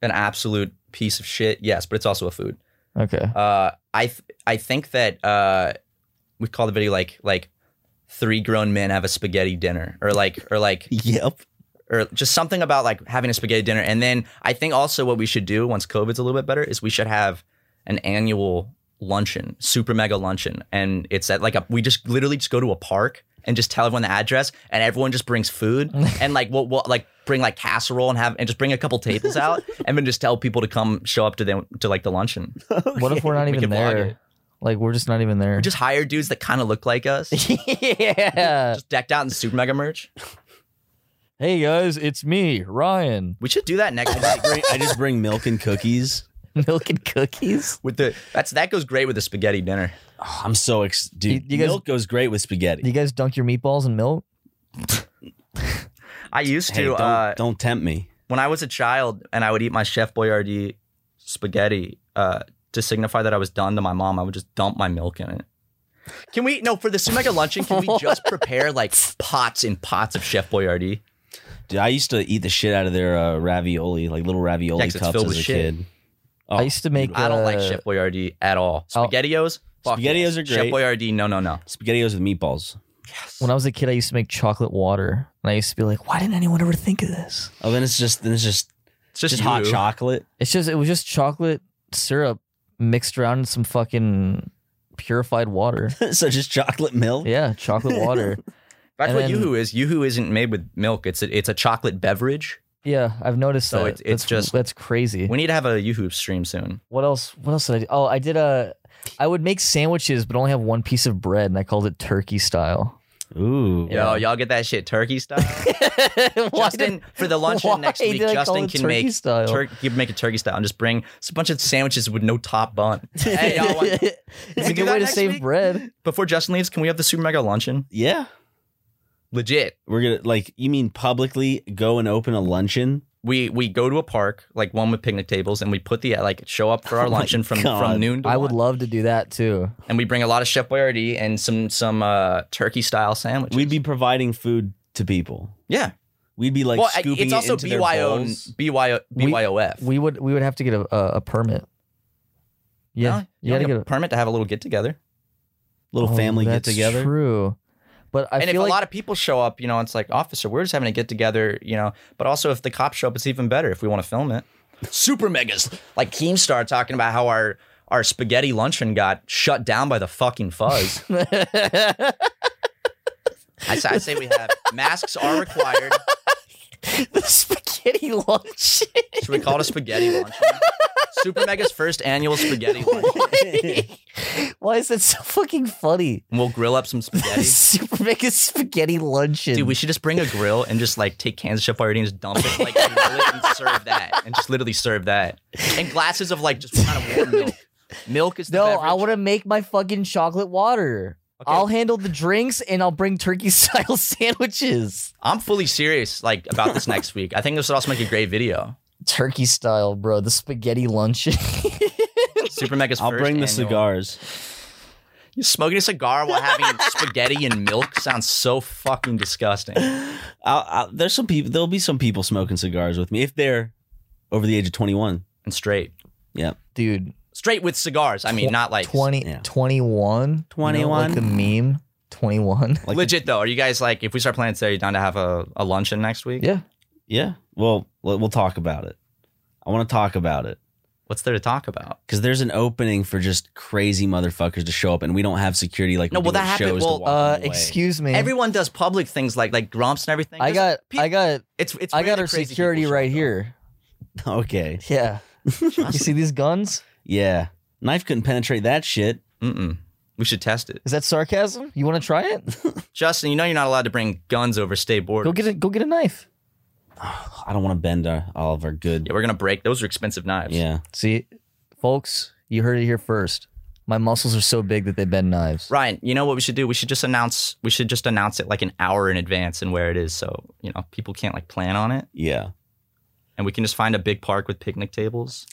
Speaker 2: An absolute piece of shit. Yes, but it's also a food.
Speaker 3: Okay.
Speaker 2: Uh, I th- I think that uh, we call the video like like three grown men have a spaghetti dinner or like or like
Speaker 4: Yep.
Speaker 2: or just something about like having a spaghetti dinner. And then I think also what we should do once COVID's a little bit better is we should have an annual luncheon, super mega luncheon. And it's at like a, we just literally just go to a park and just tell everyone the address and everyone just brings food and like we'll, we'll like bring like casserole and have and just bring a couple tables out and then just tell people to come show up to them to like the luncheon.
Speaker 3: What if we're not
Speaker 2: we
Speaker 3: even
Speaker 2: can vlog it.
Speaker 3: there? Like we're just not even there.
Speaker 2: We just hire dudes that kind of look like us.
Speaker 3: yeah.
Speaker 2: Just decked out in super mega merch.
Speaker 3: Hey guys, it's me, Ryan.
Speaker 2: We should do that next week.
Speaker 4: Bring- I just bring milk and cookies.
Speaker 3: Milk and cookies.
Speaker 2: with the that's that goes great with the spaghetti dinner.
Speaker 4: Oh, I'm so ex- dude.
Speaker 3: You- you guys-
Speaker 4: milk goes great with spaghetti.
Speaker 3: Do you guys dunk your meatballs in milk?
Speaker 2: I used to
Speaker 4: hey, don't,
Speaker 2: uh,
Speaker 4: don't tempt me.
Speaker 2: when I was a child and I would eat my Chef Boyardee spaghetti, uh, to signify that I was done to my mom, I would just dump my milk in it. Can we no for the Sumega luncheon? Can we just prepare like pots and pots of Chef Boyardee?
Speaker 4: Dude, I used to eat the shit out of their uh, ravioli, like little ravioli
Speaker 2: Yeah, 'cause it's
Speaker 4: cups
Speaker 2: filled
Speaker 4: as a
Speaker 2: with shit.
Speaker 4: kid. Oh,
Speaker 3: I used to make.
Speaker 2: I don't like
Speaker 3: uh,
Speaker 2: Chef Boyardee at all.
Speaker 3: Oh.
Speaker 2: Spaghettios, fuck
Speaker 4: Spaghettios
Speaker 2: yes.
Speaker 4: are
Speaker 2: Chef
Speaker 4: great.
Speaker 2: Boyardee, no, no, no.
Speaker 4: spaghettios with meatballs.
Speaker 3: When I was a kid, I used to make chocolate water, and I used to be like, "Why didn't anyone ever think of this?"
Speaker 4: Oh, then it's just then it's just
Speaker 2: It's just,
Speaker 4: just hot
Speaker 2: you.
Speaker 4: chocolate.
Speaker 3: It's just it was just chocolate syrup mixed around in some fucking purified water.
Speaker 4: so just chocolate milk.
Speaker 3: Yeah, chocolate water.
Speaker 2: That's
Speaker 3: And
Speaker 2: what
Speaker 3: then-
Speaker 2: YooHoo is. YooHoo isn't made with milk. It's a, it's a chocolate beverage.
Speaker 3: Yeah, I've noticed
Speaker 2: So
Speaker 3: that.
Speaker 2: it's- it's
Speaker 3: that's,
Speaker 2: just-
Speaker 3: that's crazy.
Speaker 2: We need to have a YooHoo stream soon.
Speaker 3: What else? What else did I do? Oh, I did a. I would make sandwiches, but only have one piece of bread, and I called it turkey style.
Speaker 4: Ooh.
Speaker 2: Yo, y'all get that shit turkey style.
Speaker 3: Why
Speaker 2: Justin
Speaker 3: did-
Speaker 2: for the
Speaker 3: why
Speaker 2: luncheon next week.
Speaker 3: did I call
Speaker 2: Justin
Speaker 3: it
Speaker 2: can
Speaker 3: turkey
Speaker 2: make
Speaker 3: style?
Speaker 2: tur- he can make a turkey style and just bring a bunch of sandwiches with no top bun. hey, y'all want-
Speaker 3: it's
Speaker 2: we
Speaker 3: a
Speaker 2: do
Speaker 3: good
Speaker 2: that
Speaker 3: way to
Speaker 2: next
Speaker 3: save
Speaker 2: week?
Speaker 3: bread.
Speaker 2: before Justin leaves, can we have the super mega luncheon?
Speaker 4: Yeah.
Speaker 2: Legit,
Speaker 4: We're gonna like you mean publicly go and open a luncheon?
Speaker 2: we we go to a park like one with picnic tables, and we put the like show up for our
Speaker 4: Oh my
Speaker 2: luncheon from
Speaker 4: God.
Speaker 2: from noon. To
Speaker 3: I would
Speaker 2: one.
Speaker 3: love to do that too.
Speaker 2: and we bring a lot of Chef Boyardee and some some uh, turkey style sandwiches.
Speaker 4: We'd be providing food to people.
Speaker 2: yeah.
Speaker 4: We'd be like
Speaker 2: well, I-
Speaker 4: scooping
Speaker 2: it's also
Speaker 4: it into their
Speaker 2: BYO,
Speaker 4: bowls.
Speaker 2: BYO,
Speaker 3: We-
Speaker 2: BYOF.
Speaker 3: We would we would have to get a a, a permit. Yeah,
Speaker 2: No,
Speaker 3: you
Speaker 2: don't
Speaker 3: gotta
Speaker 2: need
Speaker 3: get
Speaker 2: a
Speaker 3: a
Speaker 2: permit to have a little get together.
Speaker 4: Little
Speaker 3: oh,
Speaker 4: family get
Speaker 3: that's
Speaker 4: together.
Speaker 3: True, but I
Speaker 2: and if
Speaker 3: feel like
Speaker 2: a lot of people show up, you know, it's like, officer, we're just having a get together, you know. But also, if the cops show up, it's even better if we want to film it. Super megas like Keemstar talking about how our our spaghetti luncheon got shut down by the fucking fuzz. I, say- I say we have masks are required.
Speaker 3: the spaghetti lunch.
Speaker 2: Should we call it a spaghetti luncheon? Super mega's first annual spaghetti luncheon.
Speaker 3: Why is that so fucking funny?
Speaker 2: And we'll grill up some spaghetti.
Speaker 3: Super mega spaghetti luncheon.
Speaker 2: Dude, we should just bring a grill and just like take cans of Chef Boyardee and just dump it, like grill it and serve that, and just literally serve that, and glasses of like just kind of warm milk. Milk is the
Speaker 3: no,
Speaker 2: beverage.
Speaker 3: I want to make my fucking chocolate water.
Speaker 2: Okay.
Speaker 3: I'll handle the drinks and I'll bring turkey style sandwiches.
Speaker 2: I'm fully serious like about this next week. I think this would also make a great video.
Speaker 3: Turkey style, bro. The spaghetti luncheon.
Speaker 2: Super Mega's
Speaker 4: I'll
Speaker 2: first
Speaker 4: bring the
Speaker 2: annual-
Speaker 4: cigars.
Speaker 2: You're Smoking a cigar while having spaghetti and milk sounds so fucking disgusting.
Speaker 4: I'll, I'll, there's some people. There'll be some people smoking cigars with me if they're over the age of 21.
Speaker 2: And straight,
Speaker 3: Dude,
Speaker 2: straight with cigars. I mean,
Speaker 3: Tw-
Speaker 2: not like
Speaker 3: 20,
Speaker 4: Yeah.
Speaker 3: 21?
Speaker 4: 21.
Speaker 3: You know, like the meme? 21.
Speaker 4: Like
Speaker 2: legit though. Are you guys like, if we start planning today, you down to have a, a luncheon next week?
Speaker 3: Yeah.
Speaker 4: Yeah. Well, we'll we'll talk about it. I want to talk about it
Speaker 2: What's there to talk about?
Speaker 4: because there's an opening for just crazy motherfuckers to show up, and we don't have security like
Speaker 2: No,
Speaker 4: We
Speaker 2: well,
Speaker 4: do
Speaker 2: that
Speaker 4: at
Speaker 2: happened-
Speaker 4: shows to
Speaker 2: well,
Speaker 4: walk
Speaker 3: Uh,
Speaker 4: them away.
Speaker 3: excuse me.
Speaker 2: Everyone does public things like like grumps and everything.
Speaker 3: I
Speaker 2: There's-
Speaker 3: got,
Speaker 2: pe-
Speaker 3: I got,
Speaker 2: It's it's.
Speaker 3: I
Speaker 2: rare
Speaker 3: got
Speaker 2: that
Speaker 3: our
Speaker 2: crazy
Speaker 3: security
Speaker 2: people show
Speaker 3: right
Speaker 2: up.
Speaker 3: here.
Speaker 4: Okay.
Speaker 3: Yeah. you see these guns?
Speaker 4: Yeah. Knife couldn't penetrate that shit.
Speaker 2: Mm-mm. We should test it,
Speaker 3: Is that sarcasm? You want to try it?
Speaker 2: Justin. You know you're not allowed to bring guns over state borders.
Speaker 3: Go get a go get a knife.
Speaker 4: I don't want to bend our, all of our good.
Speaker 2: yeah, we're gonna break. Those are expensive knives.
Speaker 4: Yeah.
Speaker 3: See, folks, you heard it here first. My muscles are so big that they bend knives.
Speaker 2: Ryan, you know what we should do? We should just announce. We should just announce it like an hour in advance and where it is, so you know people can't like plan on it,
Speaker 4: Yeah.
Speaker 2: and we can just find a big park with picnic tables.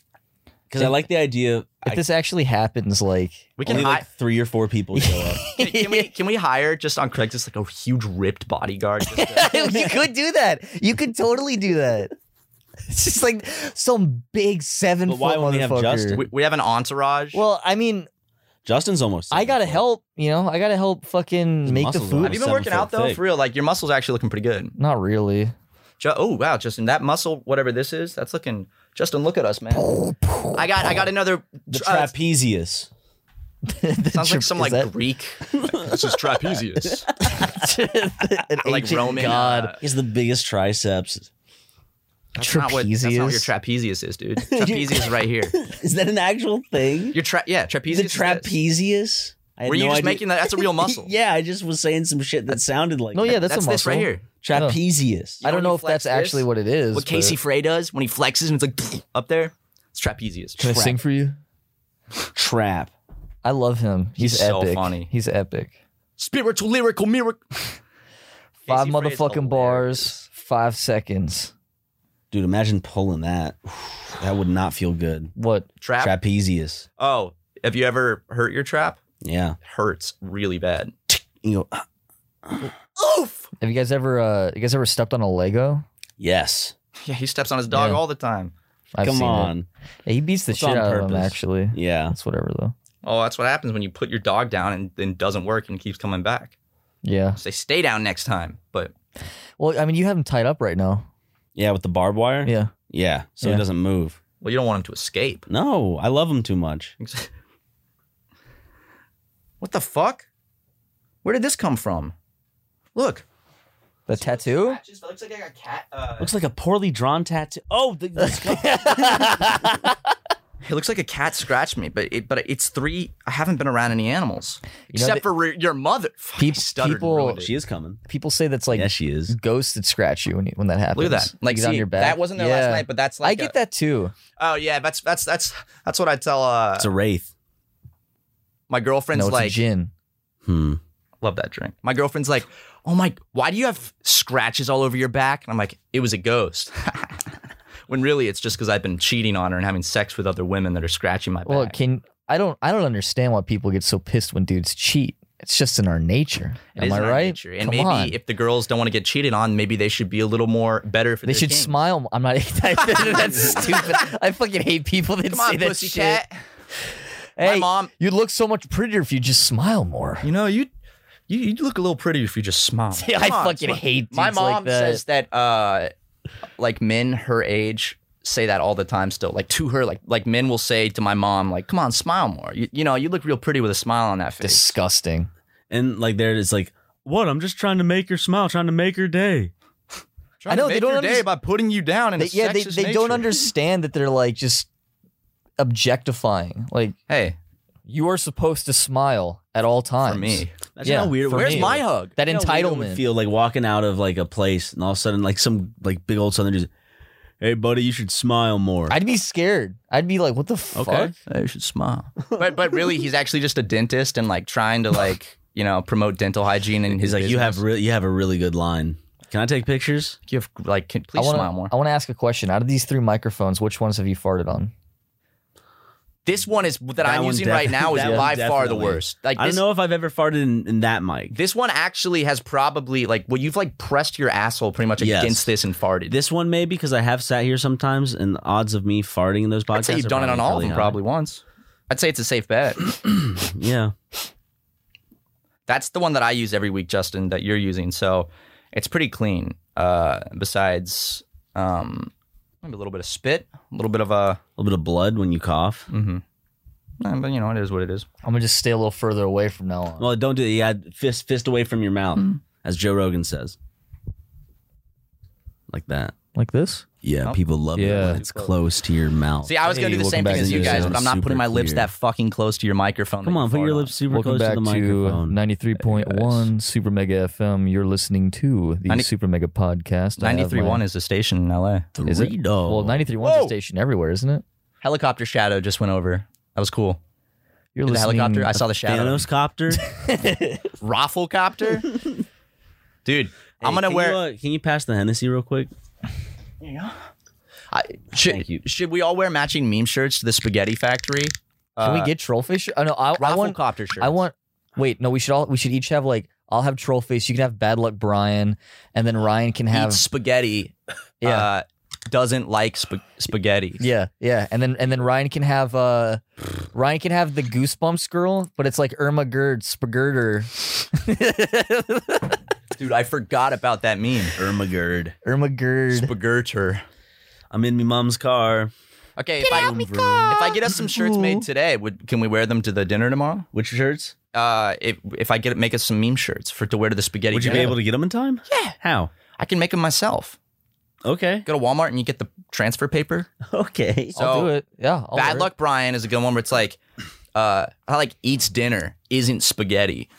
Speaker 4: Because I like the idea.
Speaker 3: If
Speaker 4: I-
Speaker 3: this actually happens, like
Speaker 2: We can
Speaker 4: only
Speaker 2: hi-
Speaker 4: like three or four people show up.
Speaker 2: can, can we can we hire just on Craigslist like a huge ripped bodyguard? Just to-
Speaker 3: you could do that. You could totally do that. It's just like some big seven
Speaker 4: But why
Speaker 3: foot
Speaker 4: won't we have
Speaker 3: motherfucker.
Speaker 4: Justin?
Speaker 2: we, we have an entourage.
Speaker 3: Well, I mean,
Speaker 4: Justin's almost.
Speaker 3: I gotta
Speaker 4: seven.
Speaker 3: help. You know, I gotta help. Fucking
Speaker 4: His
Speaker 3: make the
Speaker 4: muscles are-
Speaker 2: have
Speaker 3: food.
Speaker 2: you been working
Speaker 4: seven
Speaker 2: out
Speaker 4: foot
Speaker 2: though?
Speaker 4: thick.
Speaker 2: For real, like your muscles actually looking pretty good.
Speaker 3: Not really.
Speaker 2: Ju- oh wow, Justin, that muscle, whatever this is, that's looking. Justin, look at us, man. I got, I got another.
Speaker 4: The
Speaker 2: uh,
Speaker 4: trapezius.
Speaker 2: sounds like some like
Speaker 3: Is that-
Speaker 2: Greek. this is trapezius,
Speaker 3: an
Speaker 2: like
Speaker 3: ancient
Speaker 2: Roman.
Speaker 3: god.
Speaker 2: uh,
Speaker 4: He's the biggest triceps.
Speaker 2: that's, not what, that's not what your
Speaker 3: Trapezius.
Speaker 2: trapezius is, dude. Trapezius is right here.
Speaker 4: Is that an actual thing?
Speaker 2: Your tra- yeah, trapezius.
Speaker 4: the
Speaker 2: is this.
Speaker 4: trapezius? I had
Speaker 2: Were you
Speaker 4: no
Speaker 2: just
Speaker 4: idea.
Speaker 2: making that? That's a real muscle.
Speaker 4: yeah, I just was saying some shit that sounded like
Speaker 3: no,
Speaker 4: that.
Speaker 3: yeah, that's,
Speaker 2: that's
Speaker 3: a muscle.
Speaker 2: this right here.
Speaker 4: trapezius.
Speaker 2: You
Speaker 3: I don't know
Speaker 2: know when
Speaker 3: if
Speaker 2: you flex
Speaker 3: that's actually
Speaker 2: this?
Speaker 3: what it is.
Speaker 2: What
Speaker 3: but-
Speaker 2: Casey Frey does when he flexes and it's like up there. It's trapezius.
Speaker 3: Can I
Speaker 2: Trap.
Speaker 3: sing for you?
Speaker 4: Trap.
Speaker 3: I love him. He's,
Speaker 2: He's so
Speaker 3: epic.
Speaker 2: funny.
Speaker 3: He's epic.
Speaker 2: Spiritual, lyrical, miracle.
Speaker 3: Five
Speaker 2: Casey Frey's
Speaker 3: motherfucking bars,
Speaker 2: hilarious.
Speaker 3: five seconds.
Speaker 4: Dude, imagine pulling that. That would not feel good.
Speaker 3: What?
Speaker 2: Trap.
Speaker 4: Trapezius.
Speaker 2: Oh, have you ever hurt your trap?
Speaker 4: Yeah.
Speaker 2: It hurts really bad.
Speaker 4: You go, "Ah,
Speaker 2: Oof.
Speaker 3: Have you guys ever? Uh, you guys ever stepped on a Lego?
Speaker 4: yes.
Speaker 2: Yeah, he steps on his dog
Speaker 3: Yeah.
Speaker 2: all the time.
Speaker 3: I've
Speaker 4: Come
Speaker 3: seen it.
Speaker 4: on.
Speaker 3: Yeah, he beats the
Speaker 4: It's
Speaker 3: shit
Speaker 4: on
Speaker 3: out of him.
Speaker 4: purpose.
Speaker 3: Actually,
Speaker 4: Yeah.
Speaker 3: that's whatever though.
Speaker 2: Oh, that's what happens when you put your dog down and then doesn't work and keeps coming back.
Speaker 3: Yeah.
Speaker 2: Say stay down next time. But
Speaker 3: Well, I mean, you have him tied up right now.
Speaker 4: Yeah, with the barbed wire.
Speaker 3: Yeah.
Speaker 4: Yeah. So
Speaker 3: Yeah.
Speaker 4: it doesn't move.
Speaker 2: well, you don't want him to escape.
Speaker 4: No, I love him too much.
Speaker 2: what the fuck? Where did this come from? Look.
Speaker 3: The tattoo.
Speaker 2: Just looks like I got cat. Uh,
Speaker 4: Looks like a poorly drawn tattoo. Oh, the,
Speaker 2: it looks like a cat scratched me, but it, but it's three. I haven't been around any animals
Speaker 3: know,
Speaker 2: except
Speaker 3: they-
Speaker 2: for re- your mother. Fuck, I
Speaker 3: Peop-
Speaker 2: stuttered and
Speaker 3: people-
Speaker 2: ruined it.
Speaker 4: she is coming.
Speaker 3: People say that's like uh,
Speaker 4: yes, she is.
Speaker 3: ghosts that scratch you when you, when that happens.
Speaker 2: Look at that. Like
Speaker 3: He's
Speaker 2: see,
Speaker 3: on your back.
Speaker 2: That wasn't there last
Speaker 3: Yeah.
Speaker 2: night, but that's like
Speaker 3: I get
Speaker 2: a-
Speaker 3: that too.
Speaker 2: Oh yeah, that's that's that's that's what I tell uh
Speaker 4: It's a wraith.
Speaker 2: my girlfriend's
Speaker 3: No, it's a
Speaker 2: like
Speaker 3: gin.
Speaker 4: Hmm.
Speaker 2: love that drink. My girlfriend's like, "Oh my, why do you have scratches all over your back?" And I'm like, "It was a ghost." when really it's just cuz I've been cheating on her and having sex with other women that are scratching my back.
Speaker 3: Well, can I don't I don't understand why people get so pissed when dudes cheat. It's just in our nature.
Speaker 2: It
Speaker 3: Am
Speaker 2: is
Speaker 3: I
Speaker 2: in our
Speaker 3: right?
Speaker 2: nature. And
Speaker 3: Come
Speaker 2: maybe
Speaker 3: on.
Speaker 2: if the girls don't want to get cheated on, maybe they should be a little more better for
Speaker 3: they
Speaker 2: their
Speaker 3: should
Speaker 2: king.
Speaker 3: smile. I'm not. that's stupid. I fucking hate people that
Speaker 2: Come
Speaker 3: say
Speaker 2: on,
Speaker 3: that
Speaker 2: pussycat.
Speaker 3: shit. Hey,
Speaker 2: My mom.
Speaker 3: you look so much prettier if you just smile more.
Speaker 2: You know, you you you look a little prettier if you just smile.
Speaker 3: See, I
Speaker 2: Come on,
Speaker 3: fucking
Speaker 2: smile.
Speaker 3: hate dudes
Speaker 2: My mom
Speaker 3: like that.
Speaker 2: says that uh like men her age say that all the time still. Like to her, like like men will say to my mom, like, come on, smile more. You, you know, you look real pretty with a smile on that face.
Speaker 3: disgusting.
Speaker 4: And like there it is like, what? I'm just trying to make her smile, trying to make her day.
Speaker 2: Trying
Speaker 3: I know, they don't underst-
Speaker 2: by putting you down in
Speaker 3: They- yeah, they, they don't understand that they're like just objectifying. Like
Speaker 2: Hey,
Speaker 3: you are supposed to smile at all times.
Speaker 2: for me.
Speaker 4: Imagine
Speaker 3: Yeah,
Speaker 4: how weird. it
Speaker 3: for
Speaker 4: would
Speaker 2: Where's
Speaker 4: feel.
Speaker 2: my hug?
Speaker 3: that
Speaker 4: You know how weird it would
Speaker 3: entitlement.
Speaker 4: feel like walking out of like a place and all of a sudden like some like big old southern dude. Hey, buddy, you should smile more.
Speaker 3: I'd be scared. I'd be like, what the fuck?
Speaker 4: Okay.
Speaker 2: I should smile. but but really he's actually just a dentist and like trying to like, you know, promote dental hygiene and
Speaker 4: He's like, you have re- you have a really good line. Can I take pictures?
Speaker 2: you have like can,
Speaker 3: I
Speaker 2: please
Speaker 3: wanna,
Speaker 2: smile more.
Speaker 3: I want to ask a question. Out of these three microphones, which ones have you farted on?
Speaker 2: This one is that, I'm
Speaker 4: one
Speaker 2: using
Speaker 4: def-
Speaker 2: right now is
Speaker 4: that one
Speaker 2: by far the
Speaker 4: definitely.
Speaker 2: worst. Like
Speaker 4: I
Speaker 2: this,
Speaker 4: don't know if I've ever farted in, in that mic.
Speaker 2: this one actually has probably like well you've like pressed your asshole pretty much
Speaker 4: Yes.
Speaker 2: against this and farted.
Speaker 4: This one maybe because I have sat here sometimes, and the odds of me farting in those podcasts.
Speaker 2: I'd say you've
Speaker 4: are
Speaker 2: done it on all of
Speaker 4: really
Speaker 2: them
Speaker 4: high.
Speaker 2: probably once. I'd say it's a safe bet.
Speaker 4: Yeah,
Speaker 2: That's the one that I use every week, Justin, that you're using. So it's pretty clean. Uh, besides um, maybe a little bit of spit, a little bit of a
Speaker 4: a little bit of blood when you cough.
Speaker 2: eh, but you know, it is what it is.
Speaker 3: I'm gonna just stay a little further away from now on.
Speaker 4: Well, don't do that. Yeah, fist fist away from your mouth, as Joe Rogan says. Like that.
Speaker 3: Like this?
Speaker 4: Yeah, people love
Speaker 3: it Yeah.
Speaker 4: it
Speaker 3: when
Speaker 4: when it's close to your mouth.
Speaker 2: See, I was gonna
Speaker 3: Hey,
Speaker 2: do the
Speaker 3: welcome
Speaker 2: same
Speaker 3: back
Speaker 2: thing as
Speaker 4: to
Speaker 2: you
Speaker 4: the
Speaker 2: guys,
Speaker 4: show.
Speaker 2: but I'm not
Speaker 4: Super
Speaker 2: putting my lips
Speaker 4: clear.
Speaker 2: that fucking close to your microphone.
Speaker 4: Come
Speaker 2: that you
Speaker 4: on, put
Speaker 2: fart
Speaker 4: your
Speaker 2: on.
Speaker 4: lips super
Speaker 3: Welcome
Speaker 4: close
Speaker 3: back
Speaker 4: to
Speaker 3: to
Speaker 4: the microphone.
Speaker 3: 93.1 Super Mega FM. You're listening to the
Speaker 2: 90
Speaker 3: Super Mega podcast. I have
Speaker 2: 93.1
Speaker 3: my-
Speaker 2: is the station in LA.
Speaker 3: is it?
Speaker 4: Dorito.
Speaker 3: Well, 93.1 is
Speaker 2: Whoa.
Speaker 3: a station everywhere, isn't it?
Speaker 2: Helicopter shadow just went over. That was cool.
Speaker 3: You're
Speaker 2: The
Speaker 3: listening.
Speaker 2: helicopter. I saw the shadow.
Speaker 4: Thanos copter.
Speaker 2: Rafflecopter. Dude, I'm gonna
Speaker 4: can
Speaker 2: wear.
Speaker 4: You, uh, can you pass the Hennessy real quick?
Speaker 2: I, should,
Speaker 4: Thank you.
Speaker 2: Should we all wear matching meme shirts to the Spaghetti Factory?
Speaker 3: Can we
Speaker 2: Uh,
Speaker 3: get trollfish? Oh, no, I, I want.
Speaker 2: Rafflecopter shirts?
Speaker 3: I want. Wait, no, we should all. We should each have like. I'll have trollface. You can have bad luck, Brian, and then Ryan can
Speaker 2: eats
Speaker 3: have.
Speaker 2: spaghetti.
Speaker 3: Yeah.
Speaker 2: Uh, doesn't like sp- spaghetti.
Speaker 3: Yeah, yeah, and then and then Ryan can have uh, Ryan can have the Goosebumps girl, but it's like Irma Gerd Spagirder,
Speaker 2: Dude, I forgot about that meme.
Speaker 4: Irma Gerd.
Speaker 3: Irma Gerd.
Speaker 2: Spagurter.
Speaker 4: I'm in my mom's car.
Speaker 2: Okay, if I, if I get us some shirts made today, would can we wear them to the dinner tomorrow?
Speaker 4: Which shirts?
Speaker 2: Uh, if if I get make us some meme shirts for to wear to the spaghetti,
Speaker 4: Would you be
Speaker 2: dinner,
Speaker 4: able to get them in time? Yeah. How?
Speaker 2: I can make them myself.
Speaker 4: Okay.
Speaker 2: Go to Walmart and you get the transfer paper.
Speaker 4: Okay.
Speaker 2: So
Speaker 3: I'll do it. Yeah, I'll
Speaker 2: Bad
Speaker 3: wear it.
Speaker 2: Luck Brian is a good one where it's like, uh, I like eats dinner, isn't spaghetti.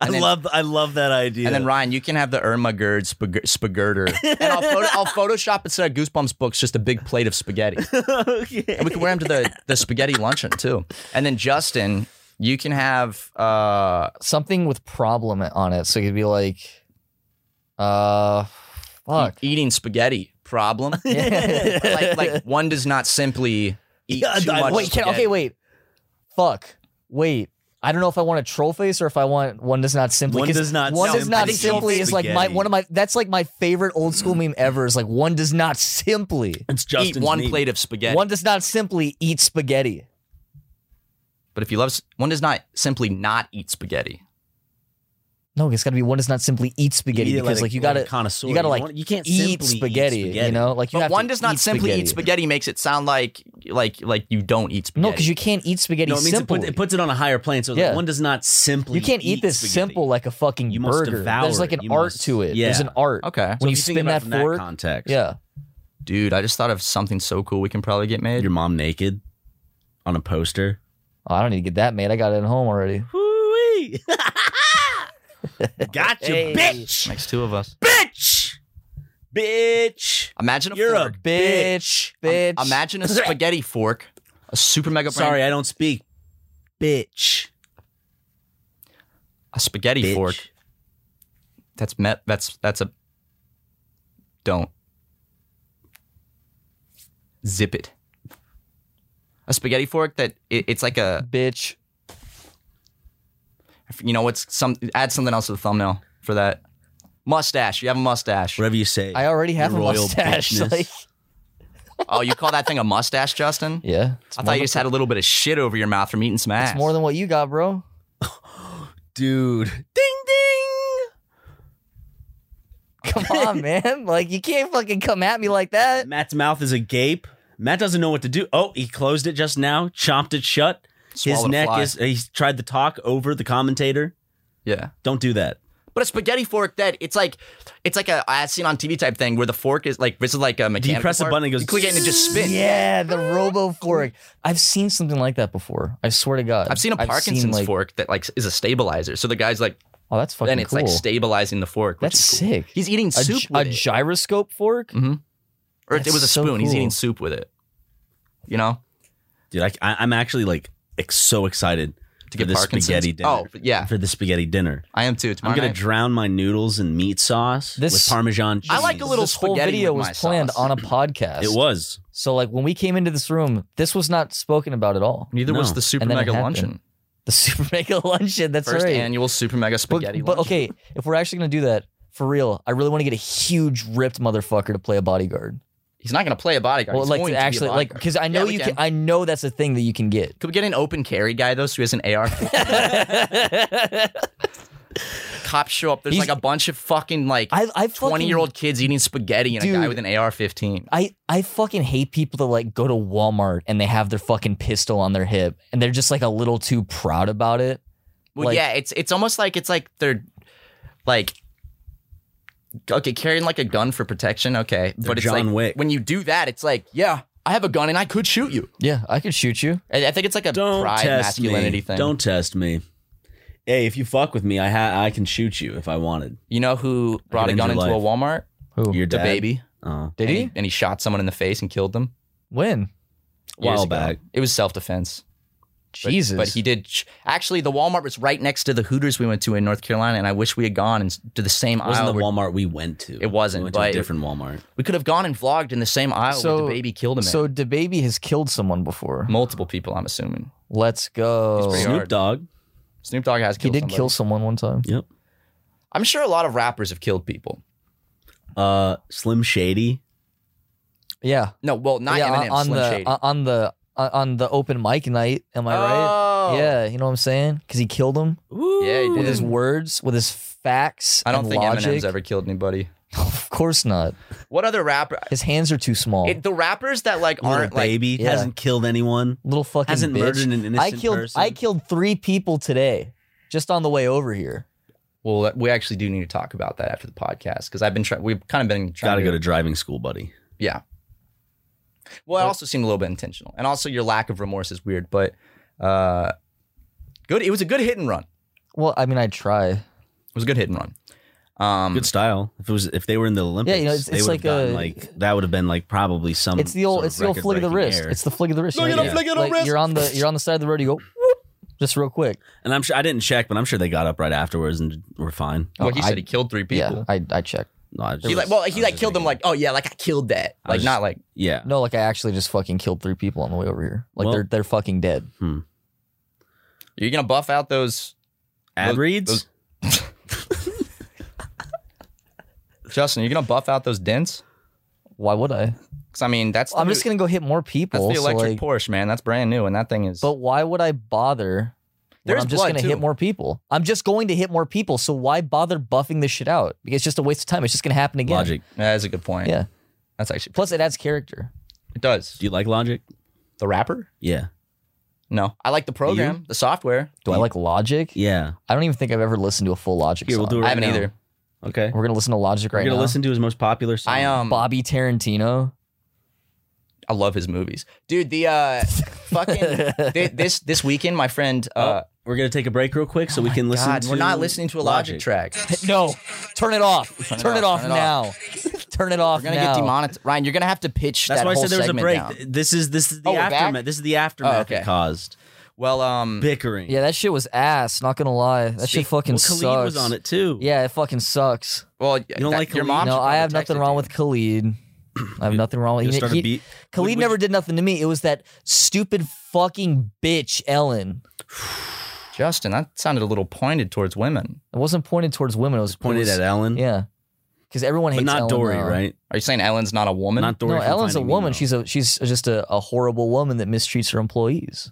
Speaker 4: I
Speaker 2: then-
Speaker 4: love I love that idea.
Speaker 2: And then Ryan, you can have the Irma Gerd spag- spagirder. and I'll, photo- I'll Photoshop instead of Goosebumps books, just a big plate of spaghetti.
Speaker 4: okay.
Speaker 2: And we can wear them to the, the spaghetti luncheon too. And then Justin, you can have, uh,
Speaker 3: Something with problem on it, so it could be like Uh, fuck.
Speaker 2: E- eating spaghetti problem. like, like one does not simply eat
Speaker 4: Yeah,
Speaker 2: too
Speaker 4: I-
Speaker 2: much.
Speaker 3: wait, can, okay,
Speaker 2: spaghetti.
Speaker 3: wait. Fuck. Wait. I don't know if I want a troll face or if I want one does not simply.
Speaker 4: One
Speaker 3: 'cause
Speaker 4: does not
Speaker 3: One does
Speaker 4: simply
Speaker 3: not
Speaker 4: eat
Speaker 3: simply is like my
Speaker 4: spaghetti.
Speaker 3: one of my. That's like my favorite old school meme ever. Is like one does not simply.
Speaker 4: It's
Speaker 2: Eat one plate of spaghetti.
Speaker 3: One does not simply eat spaghetti.
Speaker 2: but if you love, s- one does not simply not eat spaghetti.
Speaker 3: No, it's got to be one does not simply eat spaghetti because like you got to
Speaker 4: connoisseur.
Speaker 3: you gotta, like,
Speaker 4: want- you can't
Speaker 3: eat
Speaker 4: simply
Speaker 3: spaghetti,
Speaker 4: Eat
Speaker 3: You know, like you
Speaker 2: but
Speaker 3: have
Speaker 2: one
Speaker 3: to
Speaker 2: does not
Speaker 3: eat
Speaker 2: simply eat spaghetti makes it sound like like like you don't eat spaghetti.
Speaker 3: No, because you can't eat spaghetti
Speaker 4: No, it means it,
Speaker 3: simply.
Speaker 4: put, it puts it on a higher plane. So like,
Speaker 3: Yeah.
Speaker 4: one does not simply.
Speaker 3: you can't eat, this
Speaker 4: spaghetti.
Speaker 3: simple like a fucking
Speaker 4: You must
Speaker 3: burger. There's
Speaker 4: devour
Speaker 3: like
Speaker 4: it.
Speaker 3: an
Speaker 4: You
Speaker 3: art
Speaker 4: must-
Speaker 3: to it. There's
Speaker 4: Yeah.
Speaker 3: an art.
Speaker 2: okay,
Speaker 3: When
Speaker 4: So
Speaker 3: you
Speaker 4: if think
Speaker 3: spin
Speaker 4: about it
Speaker 3: that
Speaker 4: from
Speaker 3: fork,
Speaker 4: context.
Speaker 3: Yeah.
Speaker 2: dude, I just thought of something so cool we can probably get made.
Speaker 4: your mom naked on a poster.
Speaker 3: Oh, I don't need to get that made. I got it at home already.
Speaker 4: Hoo-wee. gotcha,
Speaker 3: Hey.
Speaker 4: bitch,
Speaker 2: Makes two of us.
Speaker 4: bitch, bitch.
Speaker 2: Imagine a
Speaker 4: You're a
Speaker 2: fork.
Speaker 3: Bitch, bitch.
Speaker 2: Um, imagine a spaghetti fork, a super mega brand,
Speaker 4: Sorry, I don't speak. Bitch,
Speaker 2: a spaghetti
Speaker 4: bitch.
Speaker 2: fork. That's met. That's that's a. Don't. Zip it. A spaghetti fork that it, it's like a
Speaker 3: bitch.
Speaker 2: you know what's some add something else to the thumbnail for that mustache. You have a mustache.
Speaker 4: Whatever you say.
Speaker 3: I already have
Speaker 4: Your
Speaker 3: a
Speaker 4: royal
Speaker 3: mustache.
Speaker 4: bitchness.
Speaker 3: Like,
Speaker 2: Oh, you call that thing a mustache, Justin?
Speaker 3: yeah. It's
Speaker 2: I
Speaker 3: more
Speaker 2: thought you just had a little bit of shit over your mouth from eating some
Speaker 3: than-
Speaker 2: ass.
Speaker 3: it's more than what you got, bro.
Speaker 4: dude. Ding ding.
Speaker 3: Come on, man. Like you can't fucking come at me like that.
Speaker 4: Matt's mouth is agape. Matt doesn't know what to do. Oh, he closed it just now. Chomped it shut. His
Speaker 2: Swallowed a
Speaker 4: neck
Speaker 2: fly.
Speaker 4: is. He's tried to talk over the commentator.
Speaker 2: Yeah.
Speaker 4: Don't do that.
Speaker 2: But a spaghetti fork that it's like it's like a as seen on TV type thing where the fork is like this is like a mechanical.
Speaker 4: press a
Speaker 2: part.
Speaker 4: button, it goes
Speaker 2: You click it and it just spins.
Speaker 3: Yeah, the Robo Fork. I've seen something like that before. I swear to God.
Speaker 2: I've seen a Parkinson's
Speaker 3: like-
Speaker 2: fork that like is a stabilizer. So the guy's like
Speaker 3: Oh, that's fucking
Speaker 2: then it's
Speaker 3: cool.
Speaker 2: like stabilizing the fork. Which
Speaker 3: That's
Speaker 2: is cool.
Speaker 3: sick.
Speaker 2: He's Mm-hmm. eating
Speaker 3: a,
Speaker 2: soup
Speaker 3: gy-
Speaker 2: with
Speaker 3: a
Speaker 2: it.
Speaker 3: gyroscope fork.
Speaker 2: or it was a
Speaker 3: that's so
Speaker 2: spoon. He's
Speaker 3: cool.
Speaker 2: eating soup with it. You know?
Speaker 4: Dude, I, I, I'm actually like ex- so excited
Speaker 2: To
Speaker 4: for
Speaker 2: get
Speaker 4: the
Speaker 2: Parkinson's.
Speaker 4: spaghetti dinner.
Speaker 2: Oh, yeah.
Speaker 4: for the spaghetti dinner.
Speaker 2: I am too. Tomorrow
Speaker 4: I'm gonna
Speaker 2: night.
Speaker 4: drown my noodles in meat sauce
Speaker 3: This-
Speaker 4: with Parmesan. Cheese.
Speaker 2: I like a little
Speaker 3: this whole
Speaker 2: spaghetti
Speaker 3: video
Speaker 2: with
Speaker 3: was
Speaker 2: my
Speaker 3: planned
Speaker 2: sauce.
Speaker 3: on a podcast.
Speaker 4: It was.
Speaker 3: So like when we came into this room, this was not spoken about at all.
Speaker 2: Neither was
Speaker 4: No.
Speaker 2: the Super
Speaker 3: And then it
Speaker 2: Mega
Speaker 3: happened.
Speaker 2: Luncheon.
Speaker 3: The Super Mega Luncheon. That's
Speaker 2: First
Speaker 3: right.
Speaker 2: annual Super Mega
Speaker 3: But-
Speaker 2: Spaghetti
Speaker 3: but,
Speaker 2: Luncheon.
Speaker 3: okay, if we're actually gonna do that for real, I really want to get a huge ripped motherfucker to play a bodyguard.
Speaker 2: He's not going to play a bodyguard.
Speaker 3: well,
Speaker 2: He's
Speaker 3: like
Speaker 2: going
Speaker 3: to
Speaker 2: to be a
Speaker 3: actually like
Speaker 2: bodyguard.
Speaker 3: because I
Speaker 2: Yeah,
Speaker 3: know
Speaker 2: we
Speaker 3: you can.
Speaker 2: can.
Speaker 3: I know that's a thing that you can get.
Speaker 2: Could we get an open carry guy though, so he has an AR?
Speaker 3: I
Speaker 2: Cops show up. There's
Speaker 3: He's-
Speaker 2: like a bunch of fucking like
Speaker 3: I
Speaker 2: twenty year
Speaker 3: fucking-
Speaker 2: old kids eating spaghetti and a guy
Speaker 3: Dude.
Speaker 2: with an AR-15.
Speaker 3: I, I fucking hate people that like go to Walmart and they have their fucking pistol on their hip and they're just like a little too proud about it.
Speaker 2: Well,
Speaker 3: Like-
Speaker 2: yeah, it's it's almost like it's like they're like okay carrying like a gun for protection. Okay, but it's
Speaker 4: John
Speaker 2: like
Speaker 4: Wick.
Speaker 2: when you do that, it's like yeah, I have a gun and I could shoot you.
Speaker 3: Yeah, I could shoot you.
Speaker 2: I, I think it's like a
Speaker 4: Don't
Speaker 2: pride
Speaker 4: test
Speaker 2: masculinity
Speaker 4: me.
Speaker 2: thing.
Speaker 4: Don't test me. Hey, if you fuck with me, I ha- I can shoot you if I wanted.
Speaker 2: you know who brought a
Speaker 4: end
Speaker 2: gun
Speaker 4: your
Speaker 2: into a
Speaker 4: life.
Speaker 2: Walmart?
Speaker 3: Who
Speaker 4: Your
Speaker 2: The
Speaker 4: dad.
Speaker 2: baby.
Speaker 4: Oh,
Speaker 3: did
Speaker 2: and
Speaker 3: he?
Speaker 2: And he shot someone in the face and killed them.
Speaker 3: When?
Speaker 2: years
Speaker 4: While
Speaker 2: ago.
Speaker 4: back.
Speaker 2: It was self defense.
Speaker 3: Jesus.
Speaker 2: But he did. ch- Actually, the Walmart was right next to the Hooters we went to in North Carolina, and I wish we had gone and s- to the same
Speaker 4: it wasn't
Speaker 2: aisle.
Speaker 4: the
Speaker 2: where-
Speaker 4: Walmart we went to.
Speaker 2: It wasn't,
Speaker 4: We went to
Speaker 2: but
Speaker 4: a
Speaker 2: it-
Speaker 4: different Walmart.
Speaker 2: we could have gone and vlogged in the same aisle
Speaker 3: So-
Speaker 2: where the baby killed him.
Speaker 3: So DeBaby has killed someone before.
Speaker 2: multiple people, I'm assuming.
Speaker 3: Let's go.
Speaker 2: pretty hard.
Speaker 4: Snoop Dogg.
Speaker 2: Snoop Dogg has
Speaker 3: He
Speaker 2: killed.
Speaker 3: did
Speaker 2: somebody.
Speaker 3: kill someone one time.
Speaker 4: Yep.
Speaker 2: I'm sure a lot of rappers have killed people.
Speaker 4: Uh, Slim Shady.
Speaker 3: Yeah.
Speaker 2: No, well, not
Speaker 3: yeah,
Speaker 2: Eminem.
Speaker 3: on, on
Speaker 2: Slim
Speaker 3: the
Speaker 2: Shady.
Speaker 3: on- on the on- on the open mic night. Am I right?
Speaker 2: Oh.
Speaker 3: Yeah, you know what I'm saying? Because he killed him
Speaker 2: Yeah, he
Speaker 3: with
Speaker 2: did.
Speaker 3: his words, with his facts.
Speaker 2: I don't
Speaker 3: and
Speaker 2: think
Speaker 3: logic.
Speaker 2: Eminem's ever killed anybody.
Speaker 3: Of course not.
Speaker 2: What other rapper?
Speaker 3: His hands are too small.
Speaker 2: It, the rappers that like
Speaker 4: Little
Speaker 2: aren't like
Speaker 4: baby
Speaker 3: yeah.
Speaker 4: hasn't killed anyone.
Speaker 3: Little fucking
Speaker 4: Hasn't
Speaker 3: bitch.
Speaker 4: murdered an innocent
Speaker 3: I killed
Speaker 4: person.
Speaker 3: I killed three people today, just on the way over here.
Speaker 2: Well, we actually do need to talk about that after the podcast because I've been trying. We've kind of been trying.
Speaker 4: Got to
Speaker 2: to
Speaker 4: go to driving school, buddy.
Speaker 2: Yeah. Well, it also seemed a little bit intentional, and also your lack of remorse is weird, but uh, good. It was a good hit and run. It
Speaker 3: Well, I mean, I try.
Speaker 2: was a good hit and run. Um,
Speaker 4: Good style. If it was, if they were in the Olympics,
Speaker 3: Mm. know, it's-
Speaker 4: they
Speaker 3: it's
Speaker 4: would have
Speaker 3: like a-
Speaker 4: gotten, like that would have been like probably some.
Speaker 3: It's the old
Speaker 4: sort
Speaker 3: it's the old flick of the
Speaker 4: record-breaking
Speaker 3: wrist.
Speaker 4: air.
Speaker 3: It's the flick of the wrist.
Speaker 2: Look
Speaker 3: you
Speaker 2: at
Speaker 3: know,
Speaker 2: him
Speaker 3: you-
Speaker 2: flick of the
Speaker 3: like,
Speaker 2: wrist.
Speaker 3: You're on the you're on the side of the road. You go. Whoop. Just real quick.
Speaker 4: And I'm sure I didn't check, but I'm sure they got up right afterwards and were fine.
Speaker 2: Well, he
Speaker 3: Oh,
Speaker 2: said
Speaker 3: I-
Speaker 2: he killed three people.
Speaker 3: Yeah, I, I checked.
Speaker 4: No, I just-
Speaker 2: he like, well, he
Speaker 4: I
Speaker 2: like
Speaker 4: was
Speaker 2: killed them.
Speaker 4: thinking-
Speaker 2: Like, oh yeah, like I killed that.
Speaker 4: I
Speaker 2: Like,
Speaker 4: was
Speaker 2: not
Speaker 4: just-
Speaker 2: like
Speaker 4: yeah.
Speaker 3: No, like I actually just fucking killed three people on the way over here. Like
Speaker 4: Well-
Speaker 3: they're they're fucking dead.
Speaker 2: you're gonna buff out those.
Speaker 4: Ad
Speaker 2: Those-
Speaker 4: reads.
Speaker 2: those- Justin, you're gonna buff out those dents.
Speaker 3: Why would I?
Speaker 2: Because I mean, that's
Speaker 3: I'm
Speaker 2: the-
Speaker 3: just gonna go hit more people.
Speaker 2: that's the
Speaker 3: so,
Speaker 2: electric
Speaker 3: like-
Speaker 2: Porsche, man. That's brand new, and that thing is.
Speaker 3: But why would I bother? when
Speaker 2: There is
Speaker 3: I'm just
Speaker 2: blood,
Speaker 3: gonna
Speaker 2: too.
Speaker 3: hit more people. I'm just going to hit more people. So why bother buffing this shit out? It's just a waste of time. It's just gonna happen again.
Speaker 4: Logic.
Speaker 2: that is a good point.
Speaker 3: Yeah.
Speaker 2: that's actually
Speaker 3: Plus, it adds character.
Speaker 2: it does.
Speaker 4: Do you like Logic?
Speaker 2: The rapper?
Speaker 4: Yeah.
Speaker 2: No, I like the program, the software.
Speaker 3: Do I like Logic?
Speaker 4: Yeah.
Speaker 3: I don't even think I've ever listened to a full Logic
Speaker 4: Here,
Speaker 3: song.
Speaker 4: we'll do it
Speaker 2: I
Speaker 4: right
Speaker 2: haven't
Speaker 4: now.
Speaker 2: either.
Speaker 4: Okay.
Speaker 3: We're gonna listen to Logic
Speaker 4: We're
Speaker 3: right
Speaker 4: gonna
Speaker 3: now.
Speaker 4: listen to his most popular song.
Speaker 2: I um,
Speaker 3: Bobby Tarantino.
Speaker 2: I love his movies, dude. The uh, fucking thi- this this weekend, my friend. Uh,
Speaker 4: Oh, We're gonna take a break real quick so we can Oh, listen.
Speaker 2: Oh God,
Speaker 4: to
Speaker 2: we're not listening to a Logic, track.
Speaker 3: No, turn it off. Turn, it, off,
Speaker 2: turn it
Speaker 3: now. turn it off
Speaker 2: We're gonna
Speaker 3: now.
Speaker 2: get demonetized. Ryan, you're gonna have to pitch
Speaker 4: That's
Speaker 2: that
Speaker 4: why I
Speaker 2: whole
Speaker 4: said there was a
Speaker 2: segment
Speaker 4: break.
Speaker 2: down.
Speaker 4: This is this is the
Speaker 2: Oh, we're back? Oh,
Speaker 4: aftermath. This is the aftermath
Speaker 2: okay.
Speaker 4: it caused
Speaker 2: Well, um,
Speaker 4: bickering.
Speaker 3: Yeah, that shit was ass. Not gonna lie, that shit fucking
Speaker 4: well, Khalid
Speaker 3: sucks.
Speaker 4: was on it too.
Speaker 3: Yeah, it fucking sucks.
Speaker 2: well, you
Speaker 4: don't like
Speaker 2: your mom.
Speaker 4: Khalid?
Speaker 2: should
Speaker 3: no, I have
Speaker 2: probably text
Speaker 3: nothing
Speaker 2: it
Speaker 3: wrong
Speaker 2: to
Speaker 3: with Khalid. I have nothing wrong with
Speaker 4: You
Speaker 3: he-
Speaker 4: start a
Speaker 3: he-
Speaker 4: beat.
Speaker 3: Khalid
Speaker 4: Would- would-
Speaker 3: never did nothing to me. It was that stupid fucking bitch Ellen.
Speaker 2: you. Justin. That sounded a little pointed towards women.
Speaker 3: It wasn't pointed towards women. It was it
Speaker 4: pointed
Speaker 3: was-
Speaker 4: at Ellen.
Speaker 3: Yeah, because everyone hates
Speaker 4: but not
Speaker 3: Ellen
Speaker 4: Dory,
Speaker 3: now.
Speaker 4: right?
Speaker 2: Are you saying Ellen's not a woman?
Speaker 4: Not Dory.
Speaker 3: No,
Speaker 4: from
Speaker 3: Ellen's a
Speaker 4: Finding
Speaker 3: woman.
Speaker 4: Nemo.
Speaker 3: She's a she's just a, a horrible woman that mistreats her employees.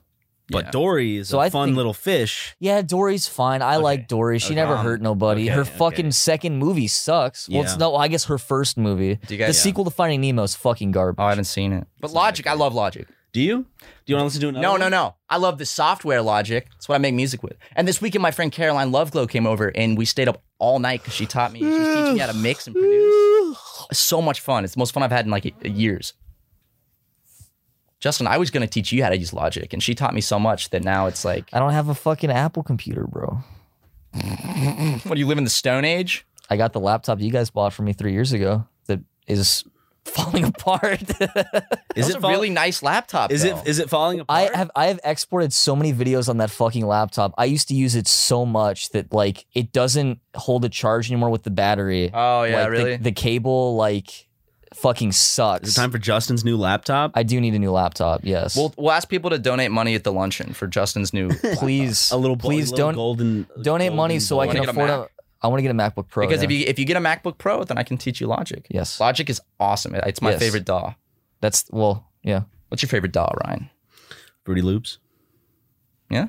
Speaker 4: but
Speaker 2: Yeah.
Speaker 4: Dory is
Speaker 3: So
Speaker 4: a
Speaker 3: I
Speaker 4: fun
Speaker 3: think-
Speaker 4: little fish.
Speaker 3: Yeah, Dory's fine. I like Dory. She
Speaker 4: Okay.
Speaker 3: never
Speaker 4: Um,
Speaker 3: hurt nobody.
Speaker 4: okay,
Speaker 3: her
Speaker 4: okay.
Speaker 3: fucking second movie sucks. Well,
Speaker 4: Yeah.
Speaker 3: it's no, I guess her first movie.
Speaker 2: Do you
Speaker 3: the
Speaker 2: guys?
Speaker 3: sequel to Finding Nemo is fucking garbage.
Speaker 2: Oh, I haven't seen it. But
Speaker 4: not that
Speaker 2: Logic, I love Logic.
Speaker 4: Do you? Do you want to listen to another?
Speaker 2: No,
Speaker 4: one?
Speaker 2: no, no. I love the software Logic. That's what I make music with. And this weekend, my friend Caroline Loveglow came over, and we stayed up all night because she taught me. She was teaching me how to mix and produce. It's so much fun. It's the most fun I've had in like y- years. Justin, I was going to teach you how to use Logic, and she taught me so much that now it's like,
Speaker 3: I don't have a fucking Apple computer, bro.
Speaker 2: what do you live in the Stone Age?
Speaker 3: I got the laptop you guys bought for me three years ago that is falling apart.
Speaker 4: Is
Speaker 2: That was
Speaker 4: it
Speaker 2: a
Speaker 4: fall-
Speaker 2: really nice laptop?
Speaker 4: Is it
Speaker 2: though.
Speaker 4: is it falling
Speaker 3: I
Speaker 4: apart?
Speaker 3: have I have exported so many videos on that fucking laptop. I used to use it so much that like it doesn't hold a charge anymore with the battery.
Speaker 2: oh yeah,
Speaker 3: Like, the-
Speaker 2: really?
Speaker 3: The, cable like fucking sucks.
Speaker 4: Is it time for Justin's new laptop?
Speaker 3: I do need a new laptop. Yes.
Speaker 2: we'll we'll ask people to donate money at the luncheon for Justin's new
Speaker 3: please,
Speaker 4: a little, bo-
Speaker 3: please
Speaker 4: little
Speaker 3: don't
Speaker 4: golden.
Speaker 3: donate money
Speaker 4: golden
Speaker 3: so I
Speaker 4: boy.
Speaker 3: can
Speaker 2: Wanna get a
Speaker 3: afford
Speaker 2: Mac?
Speaker 3: a. I want to get a MacBook Pro
Speaker 2: because if
Speaker 3: Oh, yeah.
Speaker 2: you if you get a MacBook Pro, then I can teach you Logic.
Speaker 3: yes,
Speaker 2: Logic is awesome. It's my
Speaker 3: Yes.
Speaker 2: favorite DAW.
Speaker 3: that's well, yeah.
Speaker 2: What's your favorite DAW, Ryan?
Speaker 4: Fruity Loops.
Speaker 2: Yeah.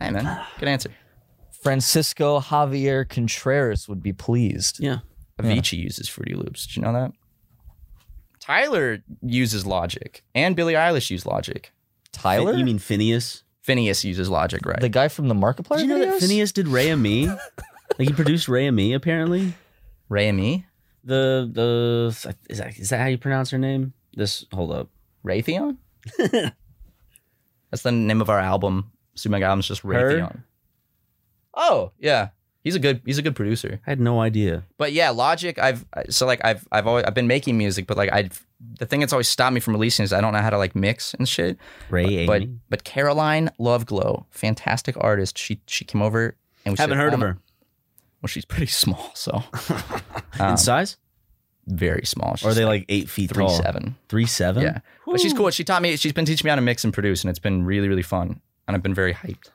Speaker 2: Hey man, good answer.
Speaker 3: Francisco Javier Contreras would be pleased.
Speaker 4: Yeah.
Speaker 2: Avicii uses Fruity Loops. Did you know that? Tyler uses Logic, and Billie Eilish uses Logic.
Speaker 3: Tyler,
Speaker 4: You mean Phineas?
Speaker 2: Phineas uses Logic, right?
Speaker 3: the guy from the Markiplier
Speaker 4: Did you know that
Speaker 3: videos?
Speaker 4: Phineas did Ray and Me? like he produced Ray and Me apparently.
Speaker 2: Ray and me,
Speaker 4: The the is that is that how you pronounce her name? This hold up.
Speaker 2: Raytheon. That's the name of our album. Super Mega Album's just Raytheon. Oh yeah, he's a good he's a good producer.
Speaker 4: I had no idea.
Speaker 2: but yeah, Logic. I've so like I've I've always I've been making music, but like I the thing that's always stopped me from releasing is I don't know how to like mix and shit.
Speaker 4: Ray
Speaker 2: But
Speaker 4: Amy.
Speaker 2: but Caroline Loveglow, fantastic artist. She she came over and we sit
Speaker 4: haven't heard of
Speaker 3: Oh.
Speaker 2: on-
Speaker 4: her.
Speaker 2: Well, she's pretty small, so
Speaker 4: In
Speaker 3: Oh.
Speaker 2: um,
Speaker 4: size?
Speaker 2: very small. She's
Speaker 4: Or are they like eight feet
Speaker 2: three
Speaker 4: tall?
Speaker 2: seven?
Speaker 4: Three seven?
Speaker 2: Yeah, but she's cool. She taught me. She's been teaching me how to mix and produce, and it's been really really fun. And I've been very hyped.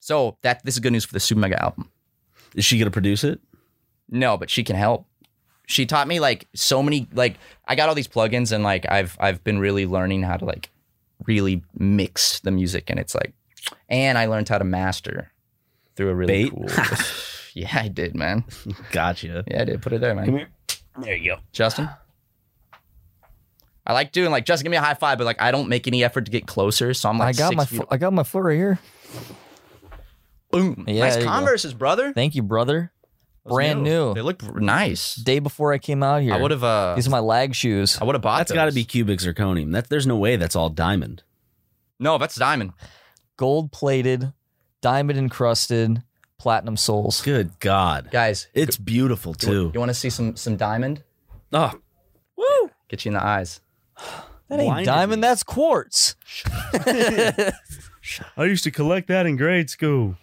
Speaker 2: So that this is good news for the Super Mega album.
Speaker 4: Is she gonna produce it?
Speaker 2: No, but she can help. She taught me like so many like I got all these plugins and like I've I've been really learning how to like really mix the music and it's like and I learned how to master through a really
Speaker 4: Bait?
Speaker 2: cool Yeah, I did, man.
Speaker 4: Gotcha.
Speaker 2: Yeah, I did. Put it there, man.
Speaker 4: Come here. There you go.
Speaker 2: Justin. I like doing like Justin, give me a high five, but like I don't make any effort to get closer. So I'm
Speaker 3: I
Speaker 2: like
Speaker 3: got
Speaker 2: six
Speaker 3: my
Speaker 2: feet-
Speaker 3: fo- I got my foot right here.
Speaker 2: boom.
Speaker 3: Yeah, there
Speaker 2: nice
Speaker 3: you go.
Speaker 2: converses, brother.
Speaker 3: Thank you, brother. Brand new.
Speaker 2: They look nice.
Speaker 3: Day before I came out here,
Speaker 2: I would have uh
Speaker 3: These are my lag shoes.
Speaker 2: I would have bought
Speaker 4: That's got to
Speaker 2: those.
Speaker 4: be cubic zirconium. That there's no way that's all diamond.
Speaker 2: No, that's diamond.
Speaker 3: Gold plated, diamond encrusted, platinum soles.
Speaker 4: Good God,
Speaker 2: Guys,
Speaker 4: it's beautiful too.
Speaker 2: You want to see some some diamond?
Speaker 4: Oh,
Speaker 2: Get you in the eyes.
Speaker 3: That ain't
Speaker 4: Blinded
Speaker 3: diamond,
Speaker 4: me.
Speaker 3: that's quartz.
Speaker 6: I used to collect that in grade school.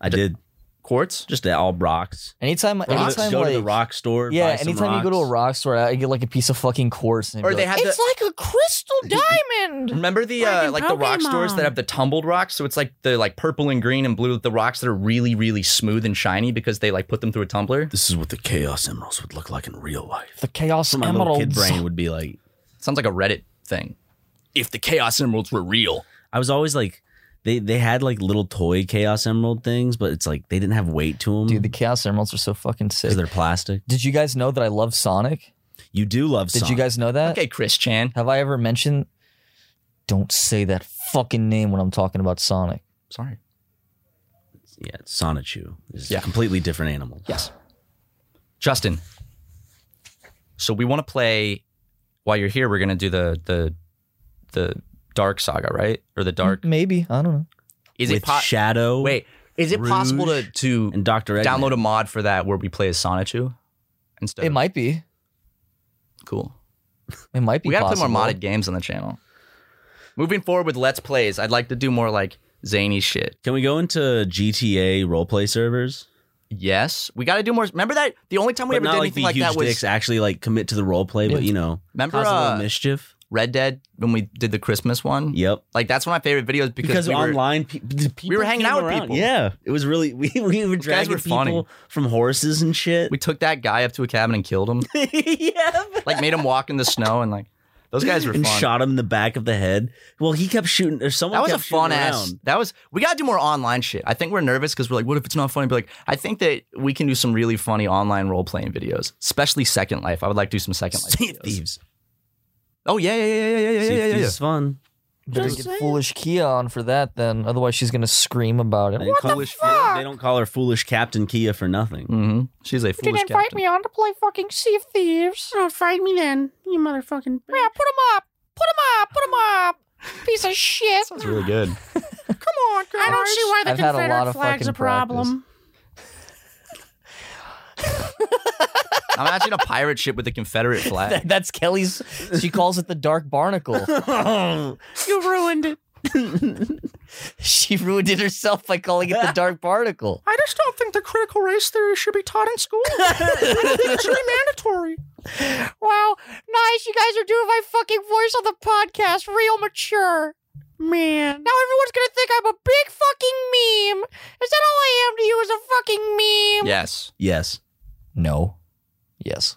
Speaker 4: I did.
Speaker 2: Quartz?
Speaker 4: Just all rocks.
Speaker 3: Anytime,
Speaker 4: Go, to,
Speaker 3: anytime,
Speaker 4: the, go
Speaker 3: like,
Speaker 4: to the rock store.
Speaker 3: yeah,
Speaker 4: buy some
Speaker 3: anytime you go to a
Speaker 4: rocks.
Speaker 3: rock store, I get like a piece of fucking quartz. And
Speaker 2: Or
Speaker 3: be
Speaker 2: they
Speaker 3: like,
Speaker 2: have the-
Speaker 3: it's like a crystal diamond.
Speaker 2: Remember the
Speaker 7: Like
Speaker 2: uh,
Speaker 7: in
Speaker 2: like the rock stores
Speaker 7: Pokemon.
Speaker 2: that have the tumbled rocks? So it's like the like purple and green and blue, the rocks that are really really smooth and shiny because they like put them through a tumbler.
Speaker 4: This is what the chaos emeralds would look like in real life.
Speaker 3: the chaos
Speaker 4: So my little kid
Speaker 3: emeralds.
Speaker 4: brain would be like,
Speaker 2: Sounds like a Reddit thing. If the chaos emeralds were real,
Speaker 4: I was always like, they they had like little toy chaos emerald things, but it's like they didn't have weight to them
Speaker 3: Dude, the chaos emeralds are so fucking sick.
Speaker 4: because they're plastic.
Speaker 3: Did you guys know that I love Sonic?
Speaker 4: You do love.
Speaker 3: Did you
Speaker 4: Sonic.
Speaker 3: guys know that?
Speaker 2: okay, Chris Chan.
Speaker 3: Have I ever mentioned? Don't say that fucking name when I'm talking about Sonic.
Speaker 2: Sorry.
Speaker 4: Yeah, it's Sonichu. It's
Speaker 2: Yeah.
Speaker 4: a completely different animal.
Speaker 2: Yes. Justin. So we want to play while you're here, we're gonna do the the the dark saga, right? Or the dark
Speaker 3: Maybe I don't know.
Speaker 2: is
Speaker 4: Mm. With
Speaker 2: it po-
Speaker 4: Shadow.
Speaker 2: wait, is it possible to
Speaker 4: Rouge,
Speaker 2: to
Speaker 4: and Doctor Eggman.
Speaker 2: download a mod for that where we play as Sonichu instead?
Speaker 3: It
Speaker 2: of-
Speaker 3: might be.
Speaker 2: cool.
Speaker 3: It might be.
Speaker 2: We gotta play
Speaker 3: possible.
Speaker 2: more modded games on the channel. Moving forward with let's plays, I'd like to do more like zany shit.
Speaker 4: Can we go into GTA roleplay servers?
Speaker 2: Yes, we gotta do more. Remember that the only time we
Speaker 4: but
Speaker 2: ever
Speaker 4: not
Speaker 2: did
Speaker 4: like the
Speaker 2: anything like
Speaker 4: huge
Speaker 2: that was
Speaker 4: dicks actually like commit to the roleplay, but you know,
Speaker 2: Remember,
Speaker 4: cause a little
Speaker 2: uh,
Speaker 4: mischief.
Speaker 2: Red Dead when we did the Christmas one.
Speaker 4: Yep.
Speaker 2: Like that's one of my favorite videos because,
Speaker 4: Because,
Speaker 2: we were-
Speaker 4: online, pe- the people
Speaker 2: we were hanging
Speaker 4: came
Speaker 2: out with
Speaker 4: around.
Speaker 2: people.
Speaker 4: Yeah, it was really we, we were dragging
Speaker 2: were
Speaker 4: people
Speaker 2: funny.
Speaker 4: from horses and shit.
Speaker 2: we took that guy up to a cabin and killed him.
Speaker 4: yeah,
Speaker 2: like made him walk in the snow and like those guys were
Speaker 4: and
Speaker 2: fun.
Speaker 4: shot him in the back of the head. Well, he kept shooting. Or someone
Speaker 2: that was a
Speaker 4: kept
Speaker 2: fun
Speaker 4: shooting
Speaker 2: ass.
Speaker 4: around.
Speaker 2: That was we gotta do more online shit. I think we're nervous because we're like, what if it's not funny? But like, I think that we can do some really funny online role playing videos, especially Second Life. I would like to do some Second Life.
Speaker 4: Sea of
Speaker 2: videos.
Speaker 4: Thieves.
Speaker 2: Oh yeah, yeah, yeah, yeah, yeah, yeah,
Speaker 4: Sea of
Speaker 2: yeah, yeah,
Speaker 4: Thieves
Speaker 2: yeah.
Speaker 4: is fun.
Speaker 3: Better
Speaker 4: Just
Speaker 3: get foolish Kia on for that then, otherwise she's gonna scream about it.
Speaker 4: They
Speaker 3: What
Speaker 4: call-
Speaker 3: the
Speaker 4: foolish-
Speaker 3: fuck?
Speaker 4: They don't call her foolish Captain Kia for nothing.
Speaker 2: Mm-hmm. She's a
Speaker 7: You
Speaker 2: foolish
Speaker 7: didn't invite
Speaker 2: captain.
Speaker 7: me on to play fucking Sea of Thieves. Oh, fight me then, you motherfucking. Yeah, put him up. Put him up. Put him up. Piece of shit.
Speaker 2: That's really good.
Speaker 7: Come on, guys. I don't see why the
Speaker 3: I've had a
Speaker 7: Confederate
Speaker 3: lot of
Speaker 7: flag's
Speaker 3: fucking
Speaker 7: a problem.
Speaker 2: I'm actually in a pirate ship with a Confederate flag.
Speaker 3: That's Kelly's. She calls it the dark barnacle.
Speaker 7: You ruined it.
Speaker 3: she ruined it herself by calling it the dark barnacle.
Speaker 7: I just don't think the critical race theory should be taught in school. I don't think it should be mandatory. Wow, nice. You guys are doing my fucking voice on the podcast. Real mature. Man. Now everyone's gonna think I'm a big fucking meme. Is that all I am to you is a fucking meme?
Speaker 2: yes,
Speaker 4: Yes,
Speaker 3: No. Yes.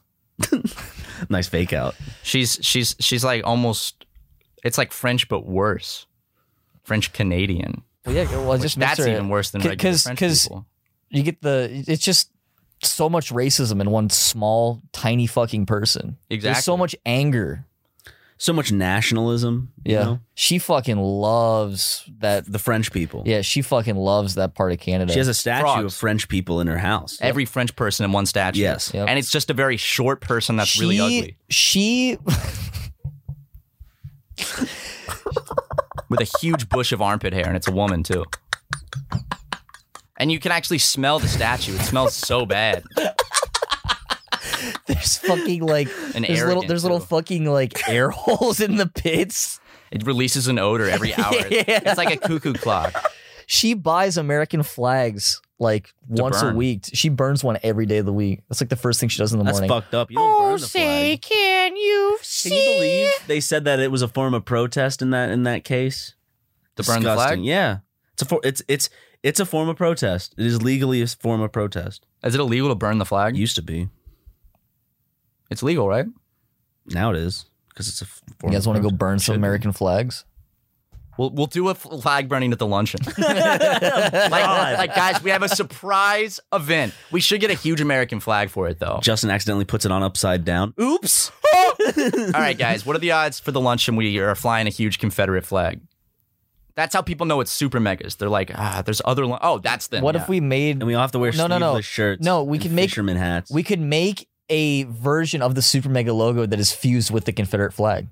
Speaker 4: nice fake out.
Speaker 2: she's she's she's like almost. It's like French but worse. French Canadian.
Speaker 3: Well, yeah. Well, I
Speaker 2: Which
Speaker 3: just
Speaker 2: that's
Speaker 3: mixed her-
Speaker 2: even worse than
Speaker 3: C-
Speaker 2: regular
Speaker 3: 'cause-
Speaker 2: French
Speaker 3: 'cause-
Speaker 2: people.
Speaker 3: You get the. It's just so much racism in one small, tiny fucking person.
Speaker 2: Exactly.
Speaker 3: There's so much anger.
Speaker 4: So much nationalism. you
Speaker 3: Yeah.
Speaker 4: know?
Speaker 3: She fucking loves that.
Speaker 4: the French people.
Speaker 3: Yeah, she fucking loves that part of Canada.
Speaker 4: She has a statue of
Speaker 2: Frogs.
Speaker 4: French people in her house.
Speaker 2: Every French person in one statue.
Speaker 4: Yes.
Speaker 3: Yep.
Speaker 2: And it's just a very short person that's
Speaker 3: she,
Speaker 2: really ugly
Speaker 3: She.
Speaker 2: with a huge bush of armpit hair, and it's a woman too. And you can actually smell the statue. It smells so bad.
Speaker 3: There's fucking like
Speaker 2: And
Speaker 3: there's little
Speaker 2: arrogant,
Speaker 3: there's little
Speaker 2: too.
Speaker 3: fucking like air holes in the pits.
Speaker 2: It releases an odor every hour.
Speaker 3: Yeah.
Speaker 2: It's like a cuckoo clock.
Speaker 3: She buys American flags like
Speaker 2: To
Speaker 3: once a
Speaker 2: burn.
Speaker 3: week. She burns one every day of the week. That's like the first thing she does in the
Speaker 4: That's
Speaker 3: morning.
Speaker 4: fucked up. You don't
Speaker 7: Oh,
Speaker 4: burn the
Speaker 7: say,
Speaker 4: flag.
Speaker 7: can
Speaker 4: Can
Speaker 7: you
Speaker 4: you
Speaker 7: see?
Speaker 4: believe they said that it was a form of protest in that in that case?
Speaker 2: To burn the
Speaker 4: Disgusting.
Speaker 2: flag?
Speaker 4: Yeah, it's a for, it's it's it's a form of protest. It is legally a form of protest.
Speaker 2: Is it illegal to burn the
Speaker 4: It
Speaker 2: flag?
Speaker 4: used to be.
Speaker 2: It's legal, right?
Speaker 4: Now it is because it's a f- form.
Speaker 3: You guys
Speaker 4: of
Speaker 3: want to go
Speaker 4: protest.
Speaker 3: burn
Speaker 4: Should
Speaker 3: some
Speaker 4: be.
Speaker 3: American flags?
Speaker 2: We'll, we'll do a f- flag burning at the luncheon.
Speaker 3: Oh,
Speaker 2: like, like, guys, we have a surprise event. We should get a huge American flag for it, though.
Speaker 4: Justin accidentally puts it on upside down. Oops.
Speaker 2: All right, guys, what are the odds for the luncheon we are flying a huge Confederate flag? That's how people know it's super megas. They're like, ah, there's other. Lun- oh, that's them.
Speaker 3: what
Speaker 2: yeah.
Speaker 3: if we made
Speaker 4: And we all have to wear
Speaker 3: No, no,
Speaker 4: sleeveless
Speaker 3: no.
Speaker 4: shirts.
Speaker 3: No, we
Speaker 4: and
Speaker 3: can make-
Speaker 4: fisherman hats.
Speaker 3: we could make a version of the Super Mega logo that is fused with the Confederate flag.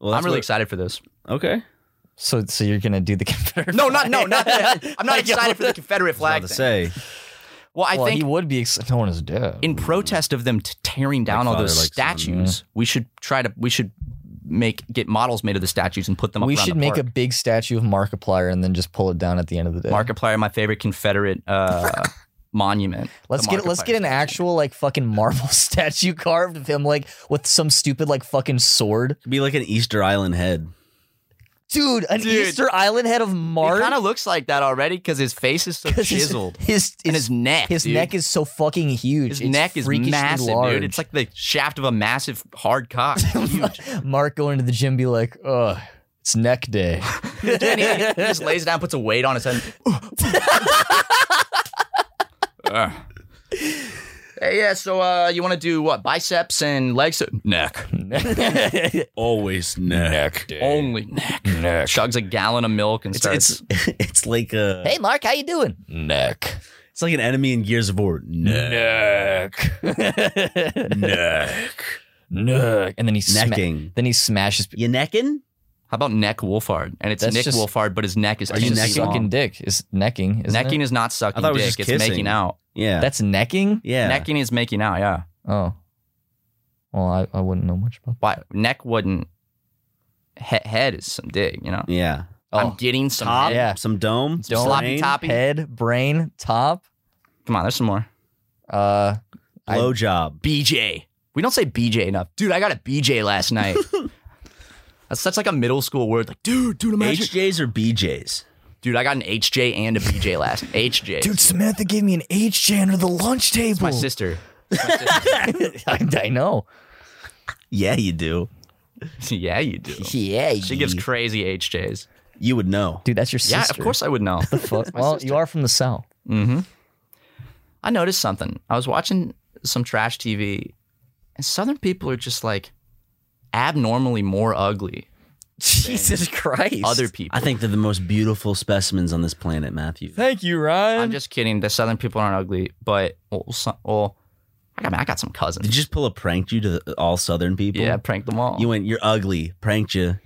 Speaker 4: Well,
Speaker 2: I'm
Speaker 4: that's
Speaker 2: really
Speaker 4: what-
Speaker 2: excited for this.
Speaker 4: okay.
Speaker 3: So so you're gonna do the Confederate
Speaker 2: No,
Speaker 3: flag.
Speaker 2: not no, not that. I'm not
Speaker 3: I know.
Speaker 2: excited for the Confederate
Speaker 4: Flag
Speaker 2: flag.
Speaker 4: to
Speaker 2: thing.
Speaker 4: say.
Speaker 2: Well, I
Speaker 3: well,
Speaker 2: think
Speaker 3: he would be ex- no one is dead.
Speaker 2: in protest of them t- tearing down all
Speaker 4: father,
Speaker 2: those
Speaker 4: like son,
Speaker 2: statues, we should try to we should make get models made of the statues and put them up.
Speaker 3: we
Speaker 2: around
Speaker 3: should
Speaker 2: the
Speaker 3: make
Speaker 2: park.
Speaker 3: a big statue of Markiplier and then just pull it down at the end of the day.
Speaker 2: Markiplier, my favorite Confederate uh, monument.
Speaker 3: let's
Speaker 2: The
Speaker 3: get let's
Speaker 2: Markiplier
Speaker 3: get an
Speaker 2: statue.
Speaker 3: actual like fucking marble statue carved of him like with some stupid like fucking sword,
Speaker 4: It'd be like an Easter Island head.
Speaker 3: dude. An
Speaker 2: Dude.
Speaker 3: Easter Island head of
Speaker 2: He
Speaker 3: Mark.
Speaker 2: kind of looks like that already because his face is so
Speaker 3: 'Cause his-
Speaker 2: chiseled
Speaker 3: His
Speaker 2: and his neck.
Speaker 3: his
Speaker 2: dude.
Speaker 3: neck is so fucking huge.
Speaker 2: His
Speaker 3: It's
Speaker 2: neck is
Speaker 3: freakishly
Speaker 2: massive,
Speaker 3: large.
Speaker 2: dude. It's like the shaft of a massive hard cock. Huge.
Speaker 3: Mark going to the gym, be like, ugh, it's neck day.
Speaker 2: And he, he just lays down, puts a weight on his head. Ugh. Hey, yeah. So, uh, you want to do what? Biceps and legs? Neck.
Speaker 4: Always neck.
Speaker 2: Only neck. Chugs a gallon of milk and
Speaker 4: It's
Speaker 2: starts.
Speaker 4: it's it's like a
Speaker 3: hey, Mark, how you doing? Neck.
Speaker 4: it's like an enemy in Gears of War. Neck.
Speaker 3: Neck.
Speaker 4: Neck.
Speaker 3: neck. And then he sma-
Speaker 4: Necking.
Speaker 3: then he smashes.
Speaker 4: You necking?
Speaker 2: How about neck Wolfhard? And it's
Speaker 3: That's
Speaker 2: Nick
Speaker 3: just-
Speaker 2: Wolfhard, but his neck is
Speaker 4: Are you
Speaker 2: ten
Speaker 4: necking?
Speaker 2: feet long.
Speaker 3: Sucking dick is necking. Isn't
Speaker 2: Necking
Speaker 3: It?
Speaker 2: is not sucking
Speaker 4: I thought it was
Speaker 2: dick.
Speaker 4: just
Speaker 2: it's
Speaker 4: kissing.
Speaker 2: making out.
Speaker 4: Yeah.
Speaker 3: That's necking.
Speaker 4: yeah.
Speaker 2: Necking is making out. Yeah.
Speaker 3: Oh. Well, I, I wouldn't know much about.
Speaker 2: Why neck wouldn't. He- head is some dig. You know.
Speaker 4: Yeah.
Speaker 2: I'm
Speaker 3: Oh.
Speaker 2: getting some.
Speaker 4: Top.
Speaker 2: head.
Speaker 3: yeah.
Speaker 4: Some dome.
Speaker 3: Dome.
Speaker 2: Sloppy
Speaker 4: brain,
Speaker 2: toppy.
Speaker 3: Head, brain, top.
Speaker 2: Come on, there's some more.
Speaker 3: Uh, I-
Speaker 4: Blowjob.
Speaker 2: BJ. We don't say BJ enough. Dude, I got a BJ last night. That's such like a middle school word. Like, dude, dude, imagine.
Speaker 4: HJs or BJs?
Speaker 2: dude, I got an HJ and a BJ last. HJ.
Speaker 3: Samantha gave me an HJ under the lunch table.
Speaker 2: my sister.
Speaker 3: I, I know.
Speaker 4: Yeah, you do.
Speaker 2: yeah, you do.
Speaker 3: Yeah,
Speaker 2: She gives crazy HJs.
Speaker 4: You would know.
Speaker 3: Dude, that's your sister.
Speaker 2: Yeah, of course I would know.
Speaker 3: Fuck. Well, you are from the south.
Speaker 2: hmm I noticed something. I was watching some trash TV, and Southern people are just like abnormally more ugly.
Speaker 3: Jesus Christ.
Speaker 2: Other people.
Speaker 4: I think they're the most beautiful specimens on this planet, Matthew.
Speaker 3: Thank you, Ryan.
Speaker 2: I'm just kidding. The Southern people aren't ugly, but well, so, well I got I got some cousins.
Speaker 4: Did you just pull a prank you to the, all Southern people?
Speaker 2: yeah, prank them all.
Speaker 4: You went, you're ugly. Pranked you.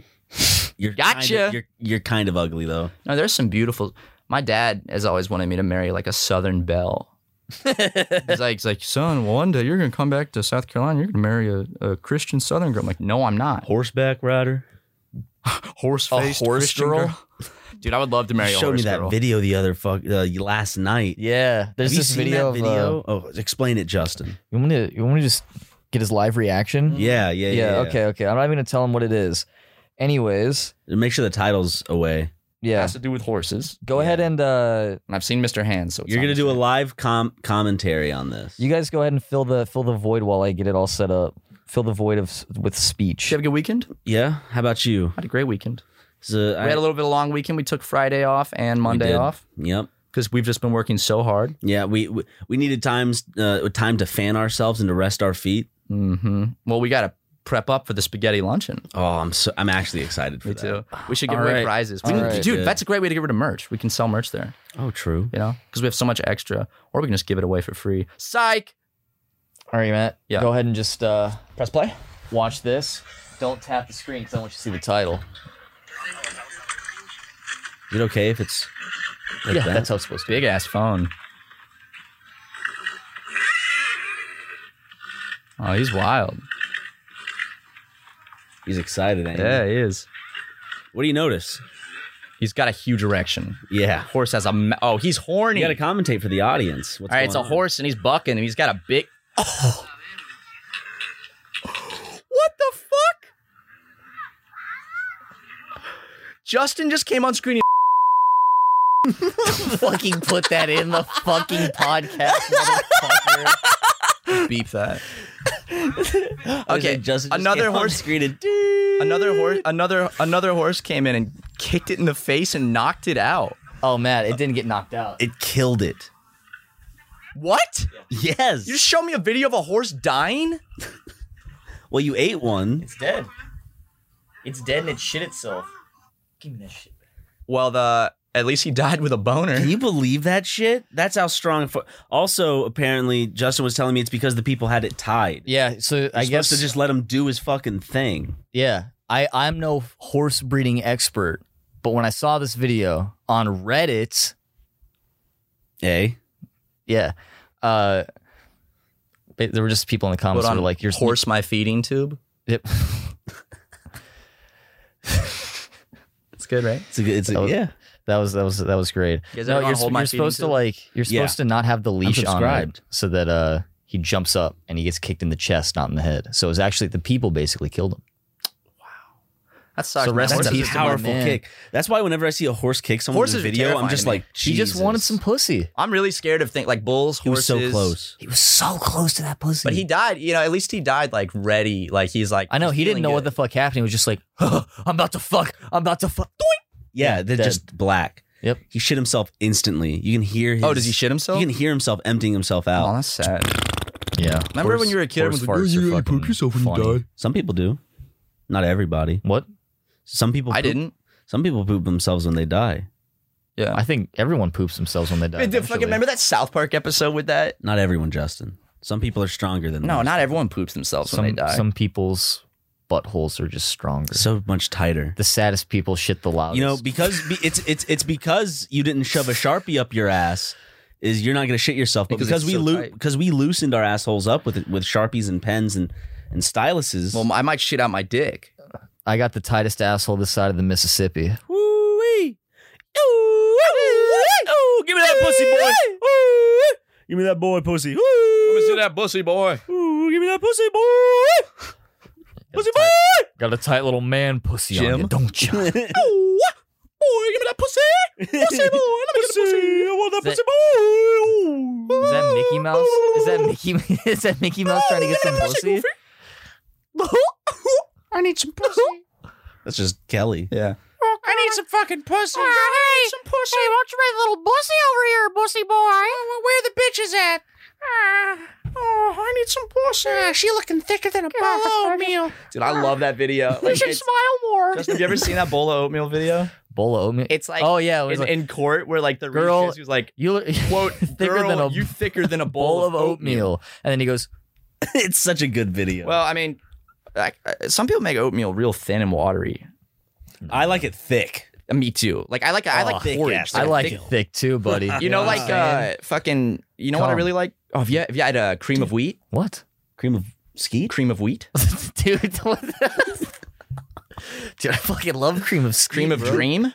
Speaker 4: You're
Speaker 2: Gotcha.
Speaker 4: Kind of, you're, you're kind of ugly, though.
Speaker 2: no, there's some beautiful. My dad has always wanted me to marry like a Southern belle. he's like, he's like, son, one day you're gonna come back to South Carolina. You're gonna marry a, a Christian Southern girl. I'm like, no, I'm not.
Speaker 4: Horseback rider.
Speaker 2: Horse
Speaker 3: A horse girl?
Speaker 2: Dude, I would love to
Speaker 4: You
Speaker 2: marry a
Speaker 4: showed
Speaker 2: horse
Speaker 4: me that
Speaker 2: girl.
Speaker 4: video the other fuck uh, last night.
Speaker 3: yeah, there's
Speaker 4: Have you
Speaker 3: this
Speaker 4: seen
Speaker 3: video.
Speaker 4: that
Speaker 3: of, uh,
Speaker 4: video? oh, explain it, Justin.
Speaker 3: you want me to? You want me to just get his live reaction?
Speaker 4: Yeah, yeah, yeah.
Speaker 3: Yeah.
Speaker 4: yeah.
Speaker 3: Okay. Okay. I'm not even gonna tell him what it is. Anyways.
Speaker 4: Make sure the title's away.
Speaker 3: Yeah.
Speaker 2: Has to do with horses.
Speaker 3: Go ahead and uh,
Speaker 2: And I've seen Mr. Hands, so it's
Speaker 4: You're
Speaker 2: not
Speaker 4: gonna
Speaker 2: his
Speaker 4: do a
Speaker 2: name.
Speaker 4: live com- commentary on this.
Speaker 3: you guys go ahead and fill the fill the void while I get it all set up. Fill the void of s- with
Speaker 2: Did
Speaker 3: speech.
Speaker 2: you have a good weekend?
Speaker 4: yeah. How about you?
Speaker 2: I had a great weekend.
Speaker 4: So
Speaker 2: we had a little bit of a long weekend. We took Friday off and Monday
Speaker 4: did.
Speaker 2: off
Speaker 4: Yep.
Speaker 2: because we've just been working so hard.
Speaker 4: Yeah. We we, we needed times uh, time to fan ourselves and to rest our feet. Mm-hmm.
Speaker 2: hmm Well, we got to prep up for the spaghetti luncheon.
Speaker 4: Oh, I'm so I'm actually excited for
Speaker 2: Me
Speaker 4: that.
Speaker 2: too. We should give
Speaker 4: All
Speaker 2: away
Speaker 4: right.
Speaker 2: prizes. We,
Speaker 3: All right.
Speaker 2: Dude,
Speaker 4: Good.
Speaker 2: that's a great way to get rid of merch. We can sell merch there,
Speaker 4: Oh, true.
Speaker 2: you know, because we have so much extra, or we can just give it away for free. Psych.
Speaker 3: All right, Matt.
Speaker 2: Yeah.
Speaker 3: Go ahead and just uh, press play. Watch this. Don't tap the screen because I want you to see the title.
Speaker 4: Is it okay if it's like
Speaker 3: yeah,
Speaker 4: that?
Speaker 3: that's how it's supposed to be.
Speaker 2: Big ass phone. Oh, he's wild.
Speaker 4: He's excited. Ain't he?
Speaker 2: Yeah, he is.
Speaker 4: What do you notice?
Speaker 2: He's got a huge erection.
Speaker 4: Yeah.
Speaker 2: Horse has a. ma- oh, he's horny.
Speaker 4: You got to commentate for the audience. What's
Speaker 2: All right, it's a
Speaker 4: going on?
Speaker 2: horse and he's bucking and he's got a big. Oh. What the fuck? Justin just came on screen.
Speaker 3: fucking put that in the fucking podcast, motherfucker.
Speaker 2: Beep that.
Speaker 4: I was
Speaker 2: Okay,
Speaker 4: like, Justin just
Speaker 2: another
Speaker 4: came on
Speaker 2: horse-
Speaker 4: screen and dee-
Speaker 2: Another horse. Another another horse came in and kicked it in the face and knocked it out.
Speaker 3: Oh, Matt, it didn't get knocked out.
Speaker 4: It killed it.
Speaker 2: What?
Speaker 4: Yes.
Speaker 2: You just show me a video of a horse dying?
Speaker 4: well, you ate one.
Speaker 3: It's dead. It's dead and it shit itself. Give me that shit.
Speaker 2: Well, the at least he died with a boner.
Speaker 4: Can you believe that shit? That's how strong. For- also, apparently, Justin was telling me it's because the people had it tied.
Speaker 3: Yeah, so
Speaker 4: You're
Speaker 3: I guess
Speaker 4: supposed to just let him do his fucking thing.
Speaker 3: yeah. I I'm no horse breeding expert, but when I saw this video on Reddit,
Speaker 4: Eh?
Speaker 3: yeah, uh, they- there were just people in the comments who
Speaker 2: Put on
Speaker 3: were like,
Speaker 2: like
Speaker 3: "You're
Speaker 2: horse my feeding tube.
Speaker 3: Yep. good, right?
Speaker 4: It's a, it's a,
Speaker 3: That was-
Speaker 4: yeah.
Speaker 3: That was that was that was great.
Speaker 2: You guys ever
Speaker 3: No,
Speaker 2: wanna
Speaker 3: you're,
Speaker 2: hold
Speaker 3: sp-
Speaker 2: my
Speaker 3: you're
Speaker 2: feet
Speaker 3: supposed
Speaker 2: into
Speaker 3: to
Speaker 2: it?
Speaker 3: like you're
Speaker 4: Yeah.
Speaker 3: supposed to not have the leash on it
Speaker 4: subscribed.
Speaker 3: so that uh he jumps up and he gets kicked in the chest, not in the head. So it was actually the people basically killed him.
Speaker 2: That sucks.
Speaker 3: So
Speaker 2: man.
Speaker 3: rest in
Speaker 4: That's
Speaker 2: Horses
Speaker 4: a
Speaker 3: peace.
Speaker 2: is-
Speaker 3: to my
Speaker 4: powerful
Speaker 3: man.
Speaker 4: kick. That's why whenever I see a horse kick someone
Speaker 2: Horses
Speaker 4: in
Speaker 2: are
Speaker 4: a video, I'm
Speaker 2: terrifying
Speaker 4: just
Speaker 2: to me.
Speaker 4: like,
Speaker 3: He just wanted some
Speaker 4: Jesus.
Speaker 3: pussy.
Speaker 2: I'm really scared of things like bulls,
Speaker 4: He was
Speaker 2: horses.
Speaker 4: so close.
Speaker 3: He was so close to that pussy.
Speaker 2: But he died, you know, at least he died like ready. Like he's like,
Speaker 3: I know
Speaker 2: he's
Speaker 3: he didn't
Speaker 2: feeling
Speaker 3: know what
Speaker 2: good.
Speaker 3: the fuck happened. He was just like, I'm about to fuck. I'm about to fuck.
Speaker 4: Yeah, they're
Speaker 3: dead.
Speaker 4: just black.
Speaker 3: Yep.
Speaker 4: He shit himself instantly. You can hear. His,
Speaker 2: Oh, does he shit himself?
Speaker 4: You can hear himself emptying himself
Speaker 2: Oh,
Speaker 4: out.
Speaker 2: that's sad.
Speaker 3: Yeah.
Speaker 2: Remember when you were a kid, everyone's like, "Oh, you really pooped yourself when you
Speaker 3: died.
Speaker 4: Some people do. Not everybody.
Speaker 3: What?
Speaker 4: Some people.
Speaker 2: I
Speaker 4: poop-
Speaker 2: didn't.
Speaker 4: Some people poop themselves when they die.
Speaker 2: Yeah.
Speaker 3: I think everyone poops themselves when they die.
Speaker 2: Dude, fucking
Speaker 3: eventually.
Speaker 2: remember that South Park episode with that?
Speaker 4: Not everyone, Justin. Some people are stronger than
Speaker 2: No,
Speaker 4: others.
Speaker 2: not everyone poops themselves
Speaker 3: some,
Speaker 2: when they die.
Speaker 3: some people's buttholes are just stronger.
Speaker 4: So much tighter.
Speaker 3: the saddest people shit the loudest.
Speaker 4: You know, because be, it's it's it's because you didn't shove a sharpie up your ass. Is you're not gonna shit yourself, but
Speaker 2: Because
Speaker 4: because,
Speaker 2: it's
Speaker 4: we
Speaker 2: so
Speaker 4: loo-
Speaker 2: tight.
Speaker 4: because we loosened our assholes up with with sharpies and pens and and styluses.
Speaker 2: well, I might shit out my dick.
Speaker 3: I got the tightest asshole this side of the Mississippi.
Speaker 4: Ooh-wee. Ooh, give me that pussy, boy. Ooh.
Speaker 6: Give me that boy pussy. Ooh,
Speaker 2: that pussy boy.
Speaker 6: ooh, give me that pussy, boy.
Speaker 3: Pussy boy! Got a tight little man pussy
Speaker 2: Jim?
Speaker 3: on you, don't you?
Speaker 2: Boy, give me that pussy. Pussy boy. Let me get a pussy.
Speaker 6: I want that
Speaker 3: Is
Speaker 6: pussy, boy. Ooh.
Speaker 3: Is that Mickey Mouse? Is that Mickey? Is that Mickey Mouse trying to get some pussy?
Speaker 7: I need some pussy.
Speaker 4: That's just Kelly.
Speaker 2: Yeah.
Speaker 7: I need some fucking pussy. I need some pussy. Ah, Hey, won't you bring a little pussy over here, pussy boy? Where the bitch is at? oh, I need some pussy. Ah, she looking thicker than a bowl of oatmeal.
Speaker 2: Dude, I love that video.
Speaker 7: You
Speaker 2: Like,
Speaker 7: should
Speaker 2: it's,
Speaker 7: smile more.
Speaker 2: Justin, have you ever seen that bowl of oatmeal video?
Speaker 3: Bowl of oatmeal.
Speaker 2: It's like
Speaker 3: oh yeah, it was
Speaker 2: in,
Speaker 3: like,
Speaker 2: in court where like the
Speaker 3: Girl-
Speaker 2: girl was like,
Speaker 3: you look
Speaker 2: quote,
Speaker 3: thicker
Speaker 2: girl,
Speaker 3: than a
Speaker 2: you thicker than a bowl,
Speaker 3: bowl of oatmeal, and then he goes,
Speaker 4: it's such a good video.
Speaker 2: Well, I mean, like, uh, some people make oatmeal real thin and watery.
Speaker 4: I like it thick.
Speaker 2: Uh,
Speaker 4: Oh,
Speaker 2: Me too. Like I like I like
Speaker 4: thick
Speaker 2: porridge.
Speaker 4: ass.
Speaker 3: "I
Speaker 2: a
Speaker 3: like
Speaker 2: thick-
Speaker 3: it thick too, buddy."
Speaker 2: You know,
Speaker 3: what
Speaker 2: like
Speaker 3: I'm saying?
Speaker 2: uh, fucking. You know what I
Speaker 3: Come.
Speaker 2: really like? Oh, have you, have you had uh, cream of wheat?
Speaker 3: what,
Speaker 4: Cream of skeet?
Speaker 2: Cream of wheat?
Speaker 3: dude? what the- dude, I fucking love cream of skeet,
Speaker 2: Cream of
Speaker 3: bro.
Speaker 2: dream?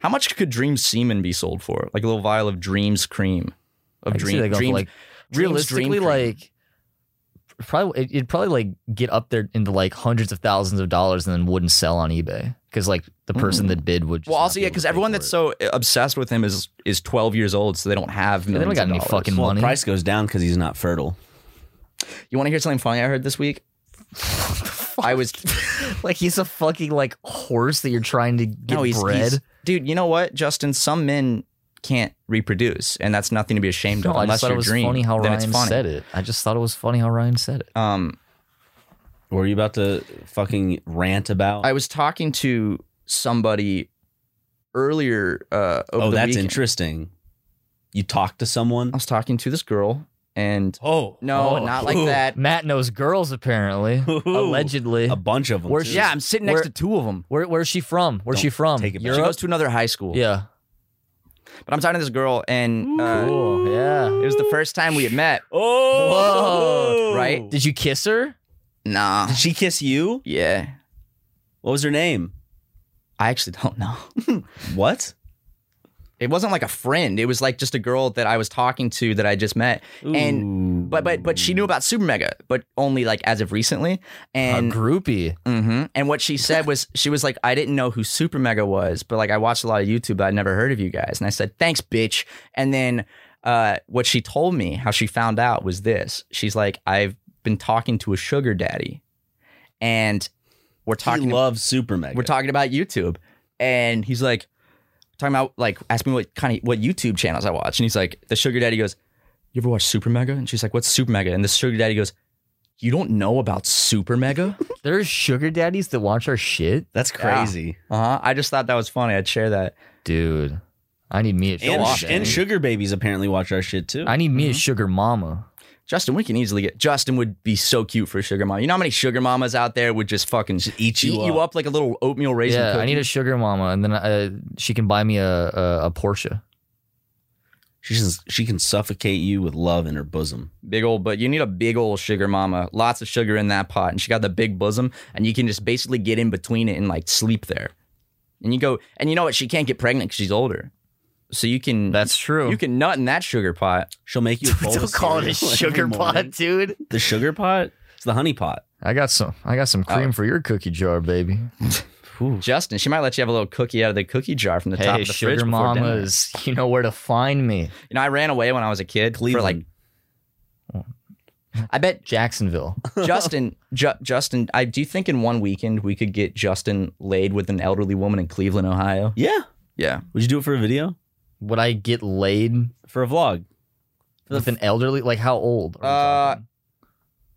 Speaker 2: How much could Dream semen be sold for? Like a little vial of Dreams cream, of
Speaker 3: I can see
Speaker 2: Dream
Speaker 3: that going for,
Speaker 2: Dreams-
Speaker 3: like
Speaker 2: Dreams Dream
Speaker 3: realistically,
Speaker 2: cream.
Speaker 3: like probably it, it'd probably like get up there into like hundreds of thousands of dollars and then wouldn't sell on eBay because like the person
Speaker 2: Mm.
Speaker 3: that bid would. Just
Speaker 2: Well,
Speaker 3: not
Speaker 2: also
Speaker 3: be
Speaker 2: yeah,
Speaker 3: able to
Speaker 2: because
Speaker 3: pay
Speaker 2: everyone
Speaker 3: for
Speaker 2: that's
Speaker 3: it.
Speaker 2: so uh, obsessed with him is is twelve years old, so they don't have.
Speaker 3: they don't
Speaker 2: millions
Speaker 3: got
Speaker 2: of
Speaker 3: any
Speaker 2: dollars.
Speaker 3: fucking
Speaker 4: Well,
Speaker 3: money.
Speaker 4: price goes down because he's not fertile.
Speaker 2: You want to hear something funny I heard this week? I was
Speaker 3: like he's a fucking like horse that you're trying to get
Speaker 2: no, he's,
Speaker 3: bred.
Speaker 2: he's- dude. You know what, Justin? Some men can't reproduce, and that's nothing to be ashamed
Speaker 3: no,
Speaker 2: of.
Speaker 3: I
Speaker 2: Unless
Speaker 3: just thought
Speaker 2: you're
Speaker 3: it was
Speaker 2: dream,
Speaker 3: funny how
Speaker 2: then
Speaker 3: Ryan
Speaker 2: it's funny.
Speaker 3: said it. I just thought it was funny how Ryan said it.
Speaker 2: Um,
Speaker 4: What are you about to fucking rant about?
Speaker 2: I was talking to somebody earlier. Uh, over
Speaker 4: oh,
Speaker 2: the
Speaker 4: that's
Speaker 2: weekend.
Speaker 4: interesting. You talk to
Speaker 2: I
Speaker 4: someone?
Speaker 2: was talking to this girl, and
Speaker 4: Oh.
Speaker 2: no,
Speaker 3: Oh.
Speaker 2: not like that.
Speaker 3: Matt knows girls apparently,
Speaker 4: Ooh.
Speaker 3: allegedly.
Speaker 4: A bunch of them.
Speaker 3: Where's-
Speaker 4: too.
Speaker 2: Yeah, I'm sitting next
Speaker 3: Where-
Speaker 2: to two of them.
Speaker 3: Where, where's she from? Where's
Speaker 4: Don't
Speaker 3: she from?
Speaker 4: take it back.
Speaker 2: She
Speaker 3: Europe?
Speaker 2: goes to another high school.
Speaker 3: yeah.
Speaker 2: but I'm talking to this girl, and uh,
Speaker 3: Cool. Yeah.
Speaker 2: it was the first time we had met.
Speaker 4: Oh.
Speaker 3: Whoa.
Speaker 2: Right?
Speaker 3: Did you kiss her?
Speaker 2: Nah.
Speaker 4: Did she kiss you?
Speaker 2: Yeah,
Speaker 4: What was her name?
Speaker 2: I actually don't know.
Speaker 4: What?
Speaker 2: It wasn't like a friend. It was like just a girl that I was talking to that I just met. And
Speaker 4: Ooh.
Speaker 2: but but but she knew about Super Mega, but only like as of recently. And
Speaker 3: a groupie.
Speaker 2: Mhm. and what she said was she was like, I didn't know who Super Mega was, but like I watched a lot of YouTube, but I'd never heard of you guys. And I said, Thanks, bitch. And then uh, what she told me, how she found out was this. She's like, I've been talking to a sugar daddy, and we're
Speaker 4: he
Speaker 2: talking
Speaker 4: loves Super Mega.
Speaker 2: we're talking about YouTube, and he's like, talking about like, ask me what kind of what YouTube channels I watch, and he's like, the sugar daddy goes, you ever watch Super Mega? And she's like, what's Super Mega? And the sugar daddy goes, you don't know about Super Mega?
Speaker 3: There's sugar daddies that watch our shit,
Speaker 4: That's crazy.
Speaker 2: uh huh. I just thought that was funny. I'd share that.
Speaker 3: dude. I need me a sugar.
Speaker 4: And,
Speaker 3: daddy.
Speaker 4: and sugar Mm-hmm. babies apparently watch our shit too.
Speaker 3: I need me a sugar mama.
Speaker 2: Justin, we can easily get Justin would be so cute for a sugar mom. You know how many sugar mamas out there would just fucking eat
Speaker 4: eat
Speaker 2: you,
Speaker 4: you
Speaker 2: up. like a little oatmeal raisin.
Speaker 3: Yeah,
Speaker 2: cookie?
Speaker 3: I need a sugar mama, and then uh, she can buy me a a, a Porsche.
Speaker 4: She says she can suffocate you with love in her bosom.
Speaker 2: big old, but you need a big old sugar mama. Lots of sugar in that pot, and she got the big bosom, and you can just basically get in between it and like sleep there. And you go, and you know what? She can't get pregnant because she's older. So you can
Speaker 8: That's true.
Speaker 2: you can nut in that sugar pot.
Speaker 4: She'll make you a bowl
Speaker 8: Don't
Speaker 4: of
Speaker 8: call it a
Speaker 4: cereal every
Speaker 8: sugar pot,
Speaker 4: morning.
Speaker 8: dude.
Speaker 4: The sugar pot? It's the honey pot.
Speaker 3: I got some. I got some
Speaker 2: Oh.
Speaker 3: cream for your cookie jar, baby.
Speaker 2: Justin, she might let you have a little cookie out of the cookie jar from the top
Speaker 8: Hey,
Speaker 2: of the fridge
Speaker 3: Sugar
Speaker 2: before dinner.
Speaker 3: mamas, you know where to find me.
Speaker 2: You know, I ran away when I was a kid
Speaker 4: Cleveland.
Speaker 2: for like I bet
Speaker 3: Jacksonville.
Speaker 2: Justin, Ju- Justin, I do you think in one weekend we could get Justin laid with an elderly woman in Cleveland, Ohio?
Speaker 4: yeah.
Speaker 2: Yeah.
Speaker 4: Would you do it for a video?
Speaker 3: Would I get laid
Speaker 4: For a vlog?
Speaker 3: with an elderly? Like how old?
Speaker 2: Uh,
Speaker 3: Are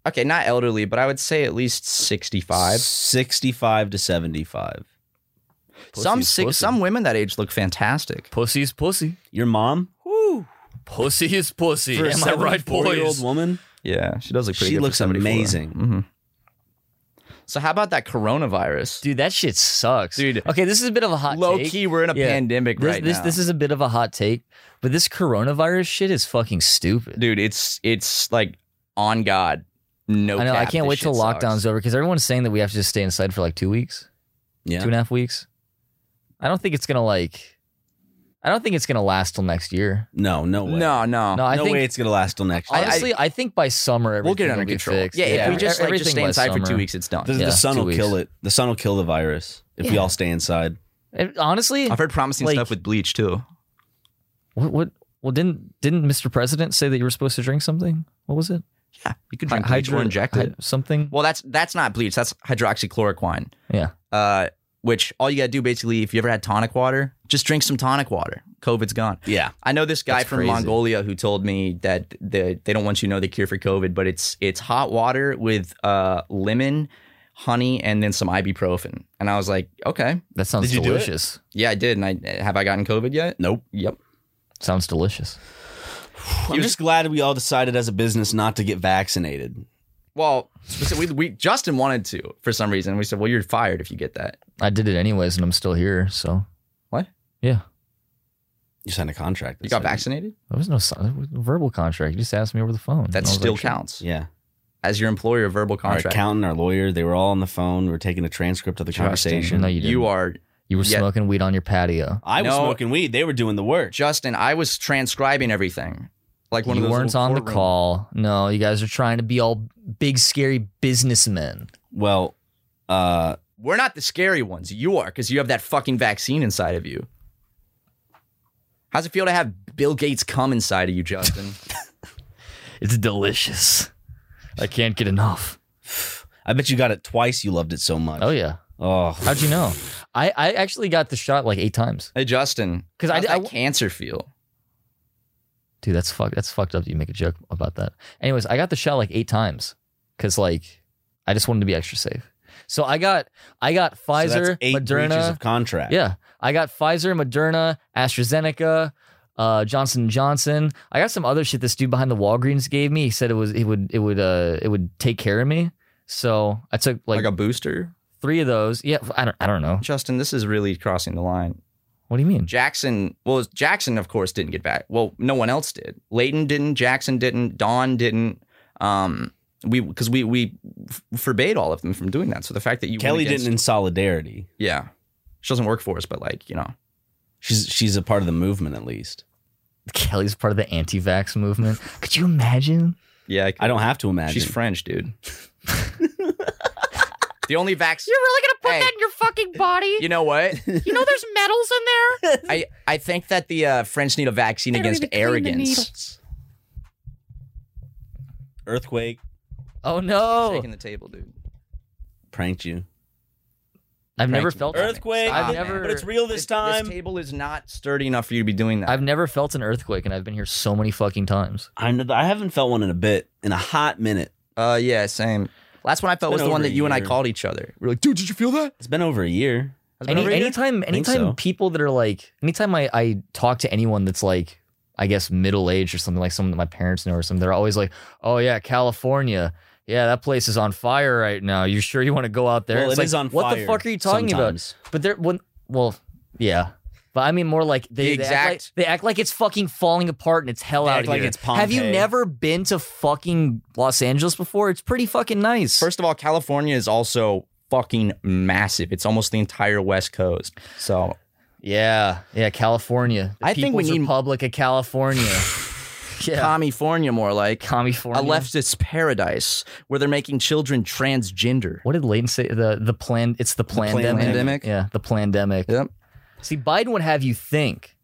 Speaker 2: Okay, not elderly, but I would say at least sixty-five.
Speaker 4: 65 to 75.
Speaker 2: some
Speaker 3: Pussy's
Speaker 2: six,
Speaker 3: pussy.
Speaker 2: some women that age look fantastic.
Speaker 3: pussy's pussy.
Speaker 4: Your mom?
Speaker 3: Pussy is pussy.
Speaker 4: For a
Speaker 3: Am I right,
Speaker 4: 74-year-old
Speaker 3: boys?
Speaker 4: woman?
Speaker 2: Yeah, she does look pretty.
Speaker 4: She
Speaker 2: good for
Speaker 4: looks
Speaker 2: 74.
Speaker 4: amazing.
Speaker 3: Mm-hmm.
Speaker 2: Mhm. So how about that coronavirus,
Speaker 3: Dude, that shit sucks.
Speaker 2: Dude.
Speaker 3: okay, this is a bit of a hot
Speaker 2: Low
Speaker 3: take.
Speaker 2: key, we're in a
Speaker 3: Yeah.
Speaker 2: pandemic
Speaker 3: This,
Speaker 2: right
Speaker 3: this
Speaker 2: now.
Speaker 3: this is a bit of a hot take, but this coronavirus shit is fucking stupid.
Speaker 2: dude. It's it's like on God. No,
Speaker 3: I know. I
Speaker 2: cap,
Speaker 3: can't
Speaker 2: this
Speaker 3: wait till
Speaker 2: shit sucks.
Speaker 3: lockdown's over because everyone's saying that we have to just stay inside for like two weeks,
Speaker 4: Yeah.
Speaker 3: two and a half weeks. I don't think it's gonna like. I don't think it's gonna last till next year.
Speaker 4: No, no way.
Speaker 2: No, no,
Speaker 3: No, I
Speaker 4: no
Speaker 3: think
Speaker 4: way it's going to last till next year.
Speaker 3: honestly, I, think by summer everything
Speaker 2: We'll get
Speaker 3: will
Speaker 2: it under
Speaker 3: be
Speaker 2: control.
Speaker 3: fixed.
Speaker 2: Yeah, if we just like just
Speaker 3: everything
Speaker 2: stay
Speaker 3: by
Speaker 2: inside for two
Speaker 3: summer.
Speaker 2: weeks, it's done.
Speaker 4: the, the
Speaker 3: yeah,
Speaker 4: sun
Speaker 3: two
Speaker 4: will kill
Speaker 3: weeks.
Speaker 4: it. The sun will kill the virus if we
Speaker 3: Yeah.
Speaker 4: all stay inside.
Speaker 3: It- Eh, honestly,
Speaker 2: I've heard promising
Speaker 3: Like-
Speaker 2: stuff with bleach too.
Speaker 3: what, what? Well, didn't didn't Mr. President say that you were supposed to drink something? What was it?
Speaker 2: Yeah, you could
Speaker 3: Hy-
Speaker 2: drink bleach or
Speaker 3: hydro-
Speaker 2: inject
Speaker 3: hy-
Speaker 2: it.
Speaker 3: something.
Speaker 2: Well, that's that's not bleach. That's hydroxychloroquine.
Speaker 3: Yeah.
Speaker 2: Uh, which all you gotta do basically, if you ever had tonic water, just drink some tonic water. COVID's gone.
Speaker 4: Yeah.
Speaker 2: I know this guy
Speaker 3: That's
Speaker 2: from
Speaker 3: crazy.
Speaker 2: Mongolia who told me that the, they don't want you to know the cure for COVID, but it's it's hot water with uh, lemon, honey, and then some ibuprofen. And I was like, okay,
Speaker 3: That sounds
Speaker 4: Did you do it?
Speaker 3: delicious.
Speaker 2: yeah, I did. And I have I gotten COVID yet?
Speaker 4: Nope.
Speaker 2: Yep.
Speaker 3: Sounds delicious.
Speaker 4: I'm just glad we all decided as a business not to get vaccinated.
Speaker 2: Well, so we, we Justin wanted to for some reason. We said, well, you're fired if you get that.
Speaker 3: I did it anyways, and I'm still here. So
Speaker 2: What?
Speaker 3: Yeah,
Speaker 4: You signed a contract. that
Speaker 2: You got
Speaker 4: said-
Speaker 2: vaccinated.
Speaker 3: there was no si- there was no verbal contract. You just asked me over the phone.
Speaker 2: That
Speaker 3: And Mm-hmm. I was
Speaker 2: still
Speaker 3: like, sure.
Speaker 2: counts
Speaker 4: Yeah.
Speaker 2: as your employer. a Verbal
Speaker 4: Our
Speaker 2: contract.
Speaker 4: accountant, our lawyer, they were all on the phone. We were taking a transcript of the
Speaker 3: Justin,
Speaker 4: conversation.
Speaker 3: No, you
Speaker 2: you,
Speaker 3: didn't.
Speaker 2: are
Speaker 3: you were
Speaker 2: yeah.
Speaker 3: smoking weed on your patio.
Speaker 4: I was
Speaker 2: No.
Speaker 4: smoking weed. They were doing the work.
Speaker 2: Justin. I was transcribing everything. Like one
Speaker 3: you
Speaker 2: of those
Speaker 3: weren't
Speaker 2: little
Speaker 3: on the
Speaker 2: courtroom-
Speaker 3: call. No, you guys are trying to be all big, scary businessmen.
Speaker 4: Well, uh,
Speaker 2: We're not the scary ones. You are because you have that fucking vaccine inside of you. How's it feel to have Bill Gates come inside of you, Justin?
Speaker 3: It's delicious. I can't get enough.
Speaker 4: I bet you got it twice. You loved it so much.
Speaker 3: Oh yeah.
Speaker 4: Oh,
Speaker 3: How'd you know? I, I actually got the shot like eight times.
Speaker 2: hey, Justin.
Speaker 3: 'Cause I
Speaker 2: how's
Speaker 3: did- I
Speaker 2: that
Speaker 3: w-
Speaker 2: cancer feel.
Speaker 3: Dude, that's fuck. That's fucked up. that You make a joke about that. Anyways, I got the shot like eight times because like I just wanted to be extra safe. So I got I got
Speaker 4: So
Speaker 3: Pfizer,
Speaker 4: that's eight breaches
Speaker 3: Moderna.
Speaker 4: of contract.
Speaker 3: yeah, I got Pfizer, Moderna, AstraZeneca, uh, Johnson Johnson. I got some other shit this dude behind the Walgreens gave me. He said it was it would it would uh it would take care of me. So I took like,
Speaker 2: Like, a booster,
Speaker 3: three of those. Yeah, I don't I don't know.
Speaker 2: Justin. This is really crossing the line.
Speaker 3: What do you mean?
Speaker 2: Jackson, well, Jackson, of course, didn't get back. Well, no one else did. Leighton didn't. Jackson didn't. Don didn't. Um, we because we we f- forbade all of them from doing that. So the fact that you went
Speaker 4: Kelly
Speaker 2: against-
Speaker 4: didn't in solidarity.
Speaker 2: yeah, she doesn't work for us, but like you know,
Speaker 4: She's she's a part of the movement at least.
Speaker 3: Kelly's part of the anti-vax movement. Could you imagine?
Speaker 2: yeah, I could-
Speaker 4: I don't have to imagine.
Speaker 2: she's French, dude. the only vaccine.
Speaker 7: You're really gonna put
Speaker 2: Hey.
Speaker 7: that in your fucking body?
Speaker 2: You know what?
Speaker 7: You know there's metals in there?
Speaker 2: I I think that the uh, French need a vaccine
Speaker 7: They don't
Speaker 2: against
Speaker 7: even clean the
Speaker 2: arrogance.
Speaker 4: Earthquake
Speaker 3: Oh no.
Speaker 2: Shaking the table, dude.
Speaker 4: pranked you.
Speaker 3: I've never
Speaker 2: Cranky.
Speaker 3: felt
Speaker 2: Earth-
Speaker 4: Earthquake.
Speaker 2: Stop,
Speaker 3: I've
Speaker 2: man.
Speaker 3: never
Speaker 4: but it's real this time.
Speaker 2: This table is not sturdy enough for you to be doing that.
Speaker 3: I've never felt an earthquake and I've been here so many fucking times.
Speaker 4: I know that- I haven't felt one in a bit, in a hot minute.
Speaker 2: Uh, yeah, same. Last one I felt was
Speaker 4: It's been
Speaker 2: the one
Speaker 4: over
Speaker 2: that
Speaker 4: a
Speaker 2: you and I
Speaker 4: year.
Speaker 2: called each other. We were like, dude, did you feel that?
Speaker 4: It's been over a year.
Speaker 2: Has it been
Speaker 3: Any,
Speaker 2: over a year?
Speaker 3: anytime
Speaker 4: think
Speaker 3: anytime
Speaker 4: so.
Speaker 3: people that are like anytime I, I talk to anyone that's like I guess middle aged or something like someone that my parents know or something, they're always like, Oh yeah, California. Yeah, that place is on fire right now. You sure you want to go out there?
Speaker 4: Well,
Speaker 3: It's
Speaker 4: it
Speaker 3: like,
Speaker 4: is on
Speaker 3: What the
Speaker 4: fire
Speaker 3: fuck are you talking
Speaker 4: sometimes.
Speaker 3: about? But they're when well, yeah. But I mean more like they,
Speaker 2: The
Speaker 3: they act like,
Speaker 2: exact-
Speaker 3: they act like it's fucking falling apart and it's hell
Speaker 4: They
Speaker 3: out
Speaker 4: act
Speaker 3: here.
Speaker 4: like it's
Speaker 3: Have you
Speaker 4: Pompeii.
Speaker 3: never been to fucking Los Angeles before? It's pretty fucking nice.
Speaker 2: First of all, California is also fucking massive. It's almost the entire West Coast. So
Speaker 3: Yeah, yeah, California. The
Speaker 2: I think we
Speaker 3: People's
Speaker 2: need-
Speaker 3: Republic of California. yeah,
Speaker 2: California, more like a
Speaker 3: California.
Speaker 2: leftist paradise where they're making children transgender.
Speaker 3: What did Layton say? The the plan. It's the pandemic.
Speaker 2: Plandemic.
Speaker 3: Yeah, the pandemic.
Speaker 2: Yep.
Speaker 3: See, Biden would have you think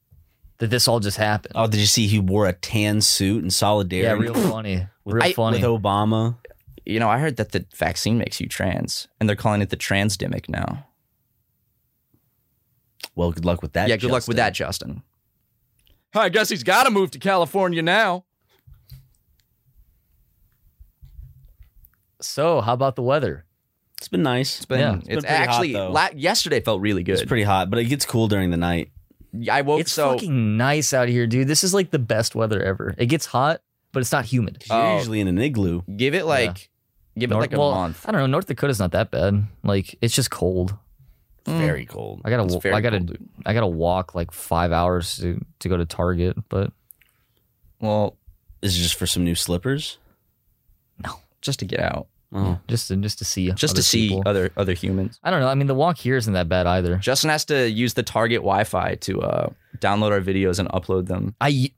Speaker 3: that this all just happened.
Speaker 4: Oh, did you see he wore a tan suit in solidarity
Speaker 3: yeah, real funny. Real
Speaker 2: I-
Speaker 3: funny.
Speaker 4: with Obama?
Speaker 2: You know, I heard that the vaccine makes you trans, and they're calling it the transdemic now.
Speaker 4: Well, good luck with that.
Speaker 2: yeah, good luck with that,
Speaker 4: Justin.
Speaker 2: Justin. I guess he's got to move to California now.
Speaker 3: so, how about the weather?
Speaker 4: It's been nice.
Speaker 2: It's been,
Speaker 3: Yeah.
Speaker 2: it's,
Speaker 4: been pretty hot,
Speaker 2: actually
Speaker 4: though.
Speaker 2: la- yesterday felt really good.
Speaker 4: It's pretty hot, but it gets cool during the night.
Speaker 2: I woke
Speaker 3: It's
Speaker 2: so
Speaker 3: fucking nice out here, dude. This is like the best weather ever. It gets hot, but it's not humid.
Speaker 4: 'Cause You're
Speaker 2: Oh.
Speaker 4: usually in an igloo.
Speaker 2: give it like give it
Speaker 3: North-
Speaker 2: like a
Speaker 3: well,
Speaker 2: month.
Speaker 3: I don't know. North Dakota's not that bad. Like it's just cold.
Speaker 2: Mm.
Speaker 4: Very cold.
Speaker 3: I gotta.
Speaker 2: It's
Speaker 3: wa-
Speaker 2: very
Speaker 3: I gotta.
Speaker 2: cold, dude.
Speaker 3: I gotta walk like five hours to, to go to Target, but
Speaker 2: Well,
Speaker 4: This is just for some new slippers.
Speaker 2: just to get out,
Speaker 4: Oh,
Speaker 3: just to, just to see
Speaker 2: Hmm.
Speaker 3: other
Speaker 2: just to see
Speaker 3: people.
Speaker 2: other other humans.
Speaker 3: I don't know. I mean, the walk here isn't that bad either.
Speaker 2: Justin has to use the Target Wi-Fi to uh, download our videos and upload them.
Speaker 3: I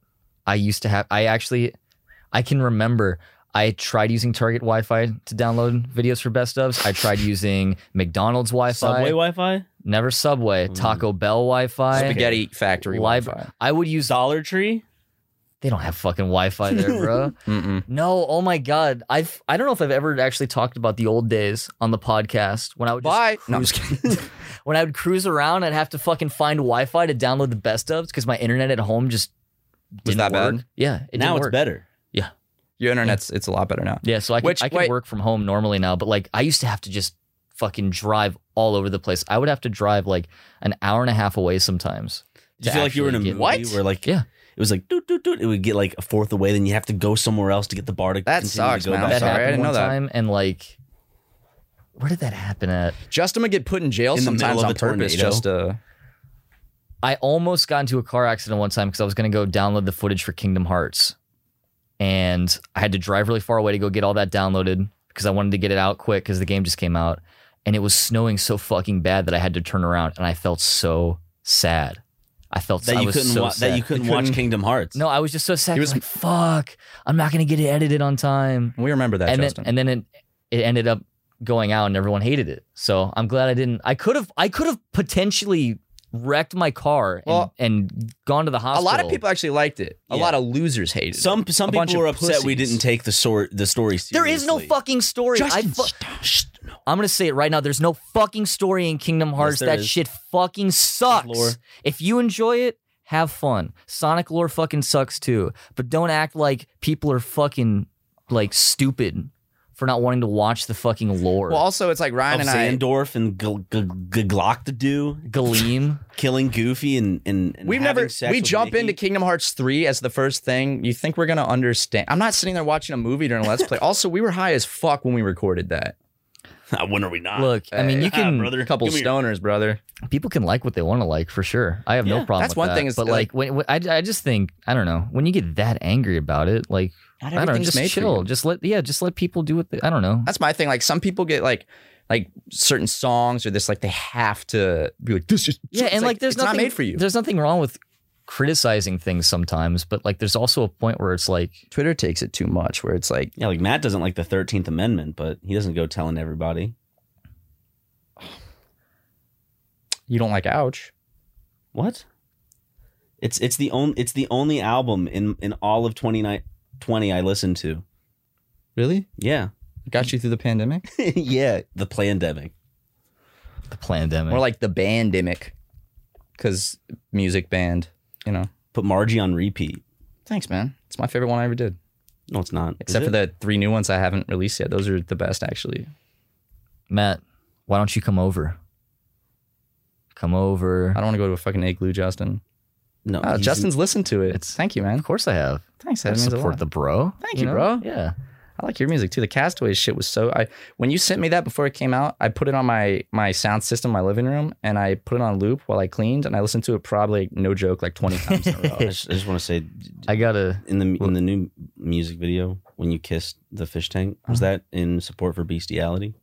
Speaker 3: I used to have I actually I can remember I tried using Target Wi-Fi to download videos for best ofs. I tried using McDonald's Wi-Fi,
Speaker 4: subway Wi-Fi,
Speaker 3: never Subway, Taco Bell Wi-Fi,
Speaker 2: Spaghetti Factory
Speaker 3: Libra-
Speaker 2: Wi-Fi.
Speaker 3: I would use.
Speaker 4: Dollar Tree.
Speaker 3: They don't have fucking Wi-Fi there, bro.
Speaker 2: Mm-mm.
Speaker 3: no, oh my god. I've I don't know if I've ever actually talked about the old days on the podcast when I would just
Speaker 2: Bye. No, I'm
Speaker 3: cruise-
Speaker 2: just kidding.
Speaker 3: when I would cruise around, I'd have to fucking find Wi-Fi to download the best ofs because my internet at home just
Speaker 2: Was
Speaker 3: didn't
Speaker 2: that bad?
Speaker 3: work. Yeah, it
Speaker 4: now
Speaker 3: didn't
Speaker 4: it's
Speaker 3: work.
Speaker 4: better.
Speaker 2: Your internet's it's a lot better now.
Speaker 3: Yeah, so I could,
Speaker 2: Which-
Speaker 3: I could
Speaker 2: wait.
Speaker 3: work from home normally now, but like I used to have to just fucking drive all over the place. I would have to drive like an hour and a half away sometimes.
Speaker 4: Do you
Speaker 3: to
Speaker 4: feel like you were in a
Speaker 3: actually
Speaker 4: movie
Speaker 3: get-
Speaker 4: where like
Speaker 3: Yeah.
Speaker 4: it was like doot doot doot? It would get like a fourth away, then you have to go somewhere else to get the bar to.
Speaker 2: That
Speaker 4: continue
Speaker 2: sucks,
Speaker 4: to go
Speaker 2: man. I'm
Speaker 4: back.
Speaker 3: That
Speaker 2: sorry, I
Speaker 3: happened
Speaker 2: didn't
Speaker 3: one
Speaker 2: know that.
Speaker 3: time, and like, where did that happen at?
Speaker 2: Justin would get put in jail
Speaker 4: In the middle
Speaker 2: sometimes
Speaker 4: of
Speaker 2: on
Speaker 4: a
Speaker 2: purpose
Speaker 4: tornado.
Speaker 2: just uh
Speaker 3: I almost got into a car accident one time because I was going to go download the footage for Kingdom Hearts, and I had to drive really far away to go get all that downloaded because I wanted to get it out quick because the game just came out, and it was snowing so fucking bad that I had to turn around, and I felt so sad. I felt
Speaker 4: That
Speaker 3: I
Speaker 4: you
Speaker 3: was
Speaker 4: couldn't
Speaker 3: so
Speaker 4: wa-
Speaker 3: sad.
Speaker 4: that you couldn't watch Kingdom Hearts.
Speaker 3: No, I was just so sad. He was like, "Fuck, I'm not gonna get it edited on time."
Speaker 2: we remember that,
Speaker 3: and then,
Speaker 2: Justin.
Speaker 3: and then it, it ended up going out, and everyone hated it. So I'm glad I didn't. I could have, I could have potentially wrecked my car and,
Speaker 2: Well,
Speaker 3: and gone to the
Speaker 2: a
Speaker 3: hospital.
Speaker 2: lot of people actually liked it. A
Speaker 4: Yeah.
Speaker 2: lot of losers hated it.
Speaker 4: some some
Speaker 2: A bunch
Speaker 4: people were
Speaker 2: of
Speaker 4: upset we
Speaker 2: pussies.
Speaker 4: didn't take the sort the story.
Speaker 3: There is no
Speaker 4: seriously.
Speaker 3: fucking story.
Speaker 2: Justin,
Speaker 3: I fu- I'm gonna say it right now. There's no fucking story in Kingdom Hearts.
Speaker 4: there
Speaker 3: that
Speaker 4: is.
Speaker 3: shit fucking sucks.
Speaker 4: lore.
Speaker 3: If you enjoy it, have fun. Sonic lore fucking sucks too. But don't act like people are fucking like stupid for not wanting to watch the fucking lore.
Speaker 2: Well, also it's like Ryan
Speaker 4: Of
Speaker 2: and I.
Speaker 4: Sandorf and Gl- Gl- Gl- Gloctadoo
Speaker 3: Gleam.
Speaker 4: killing Goofy and and, and
Speaker 2: We've
Speaker 4: having
Speaker 2: never
Speaker 4: sex
Speaker 2: we
Speaker 4: with
Speaker 2: jump
Speaker 4: Mickey.
Speaker 2: into Kingdom Hearts 3 as the first thing. You think we're going to understand. I'm not sitting there watching a movie during a let's play. Also, we were high as fuck when we recorded that.
Speaker 4: when are we not?
Speaker 3: Look, I mean, you
Speaker 4: Ah,
Speaker 3: can
Speaker 4: brother,
Speaker 2: A couple
Speaker 4: come here.
Speaker 2: stoners, brother.
Speaker 3: people can like what they want to like for sure. I have no
Speaker 4: Yeah,
Speaker 3: problem.
Speaker 2: that's
Speaker 3: with
Speaker 2: one
Speaker 3: that.
Speaker 2: thing is
Speaker 3: but
Speaker 2: that,
Speaker 3: like, when, when- I, I just think I don't know when you get that angry about it, like
Speaker 2: Not
Speaker 3: I don't know,
Speaker 2: everything's
Speaker 3: just
Speaker 2: made for
Speaker 3: chill,
Speaker 2: you.
Speaker 3: just let yeah, just let people do what they, I don't know.
Speaker 2: That's my thing. Like some people get like like certain songs or this like they have to be like this is
Speaker 3: yeah,
Speaker 2: it's
Speaker 3: and like, there's
Speaker 2: it's
Speaker 3: nothing
Speaker 2: not made for you.
Speaker 3: There's nothing wrong with criticizing things sometimes, but like there's also a point where it's like
Speaker 2: Twitter takes it too much where it's like
Speaker 4: Yeah, like Matt doesn't like the Thirteenth Amendment, but he doesn't go telling everybody.
Speaker 2: you don't like ouch.
Speaker 4: What? It's it's the only it's the only album in in all of 2020 I listened to.
Speaker 2: Really?
Speaker 4: Yeah,
Speaker 2: Got you through the pandemic?
Speaker 4: yeah, the pandemic.
Speaker 3: the pandemic.
Speaker 2: More like the bandemic. Cuz music band, you know.
Speaker 4: Put Margie on repeat.
Speaker 2: Thanks, man. It's my favorite one I ever did.
Speaker 4: No, it's not.
Speaker 2: Except for the three new ones I haven't released yet. Those are the best, actually.
Speaker 3: Matt, why don't you come over? Come over.
Speaker 2: I don't want to go to a fucking igloo, Justin.
Speaker 4: the no.
Speaker 2: Oh,
Speaker 4: he's-
Speaker 2: Justin's listened to it.
Speaker 3: It's-
Speaker 2: Thank you,
Speaker 3: Of
Speaker 2: man.
Speaker 3: course, I have.
Speaker 2: Thanks.
Speaker 3: I
Speaker 2: That means a
Speaker 3: support
Speaker 2: lot.
Speaker 3: the bro.
Speaker 2: Thank you, bro.
Speaker 3: Yeah,
Speaker 2: I like your music too. The Castaway shit was so. I when you sent me that before it came out, I put it on my my sound system, my living room, and I put it on loop while I cleaned, and I listened to it probably no joke like twenty times in a row.
Speaker 4: I just, want to say
Speaker 3: I gotta.
Speaker 4: in the in the new music
Speaker 2: Uh-huh.
Speaker 4: video when you kissed the fish tank was that in support for bestiality?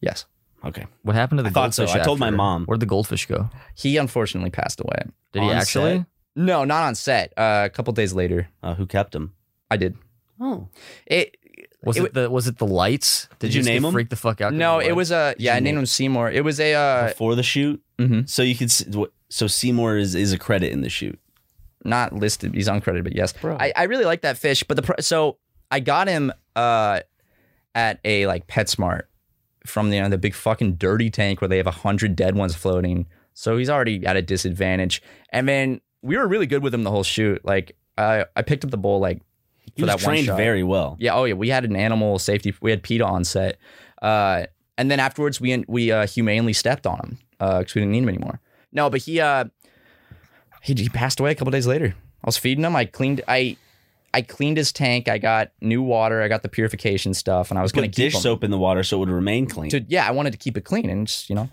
Speaker 2: yes.
Speaker 4: Okay.
Speaker 3: What happened to the
Speaker 4: I thought
Speaker 3: goldfish?
Speaker 4: so. I told my
Speaker 3: after?
Speaker 4: mom.
Speaker 3: Where'd the goldfish go?
Speaker 2: He unfortunately passed away.
Speaker 3: Did he
Speaker 4: On
Speaker 3: actually?
Speaker 4: set?
Speaker 2: No, not on set. Uh, a couple days later,
Speaker 4: Uh, who kept him?
Speaker 2: I did.
Speaker 4: Oh.
Speaker 2: It
Speaker 3: Was
Speaker 2: It
Speaker 3: it, the was it the lights? Did,
Speaker 4: you
Speaker 3: just get
Speaker 4: name 'em?
Speaker 3: Freak the fuck out. 'cause
Speaker 2: no,
Speaker 3: of the
Speaker 2: it
Speaker 3: lights?
Speaker 2: was a yeah. I
Speaker 4: you
Speaker 2: named him Seymour. It was a uh,
Speaker 4: Before the shoot,
Speaker 3: Mm-hmm.
Speaker 2: mhm.
Speaker 4: so you could. s- what- So Seymour is is a credit in the shoot.
Speaker 2: not listed. He's uncredited, but yes,
Speaker 3: Bro.
Speaker 2: I, I really like that fish. But the pr- so I got him uh, at a like PetSmart from the you know, the big fucking dirty tank where they have a hundred dead ones floating. So he's already at a disadvantage. And then we were really good with him the whole shoot. Like I I picked up the bowl like
Speaker 4: He
Speaker 2: for
Speaker 4: was
Speaker 2: that one
Speaker 4: trained
Speaker 2: shot.
Speaker 4: very well.
Speaker 2: Yeah. Oh yeah. We had an animal safety. We had PETA on set, uh, and then afterwards we we uh, humanely stepped on him because we didn't need him anymore. No, but he uh, he he passed away a couple days later. I was feeding him. I cleaned I I cleaned his tank. I got new water. I got the purification stuff, and I was going
Speaker 4: Put
Speaker 2: to keep
Speaker 4: dish
Speaker 2: him.
Speaker 4: soap in the water so it would remain clean.
Speaker 2: To- yeah, I wanted to keep it clean, and just, you know.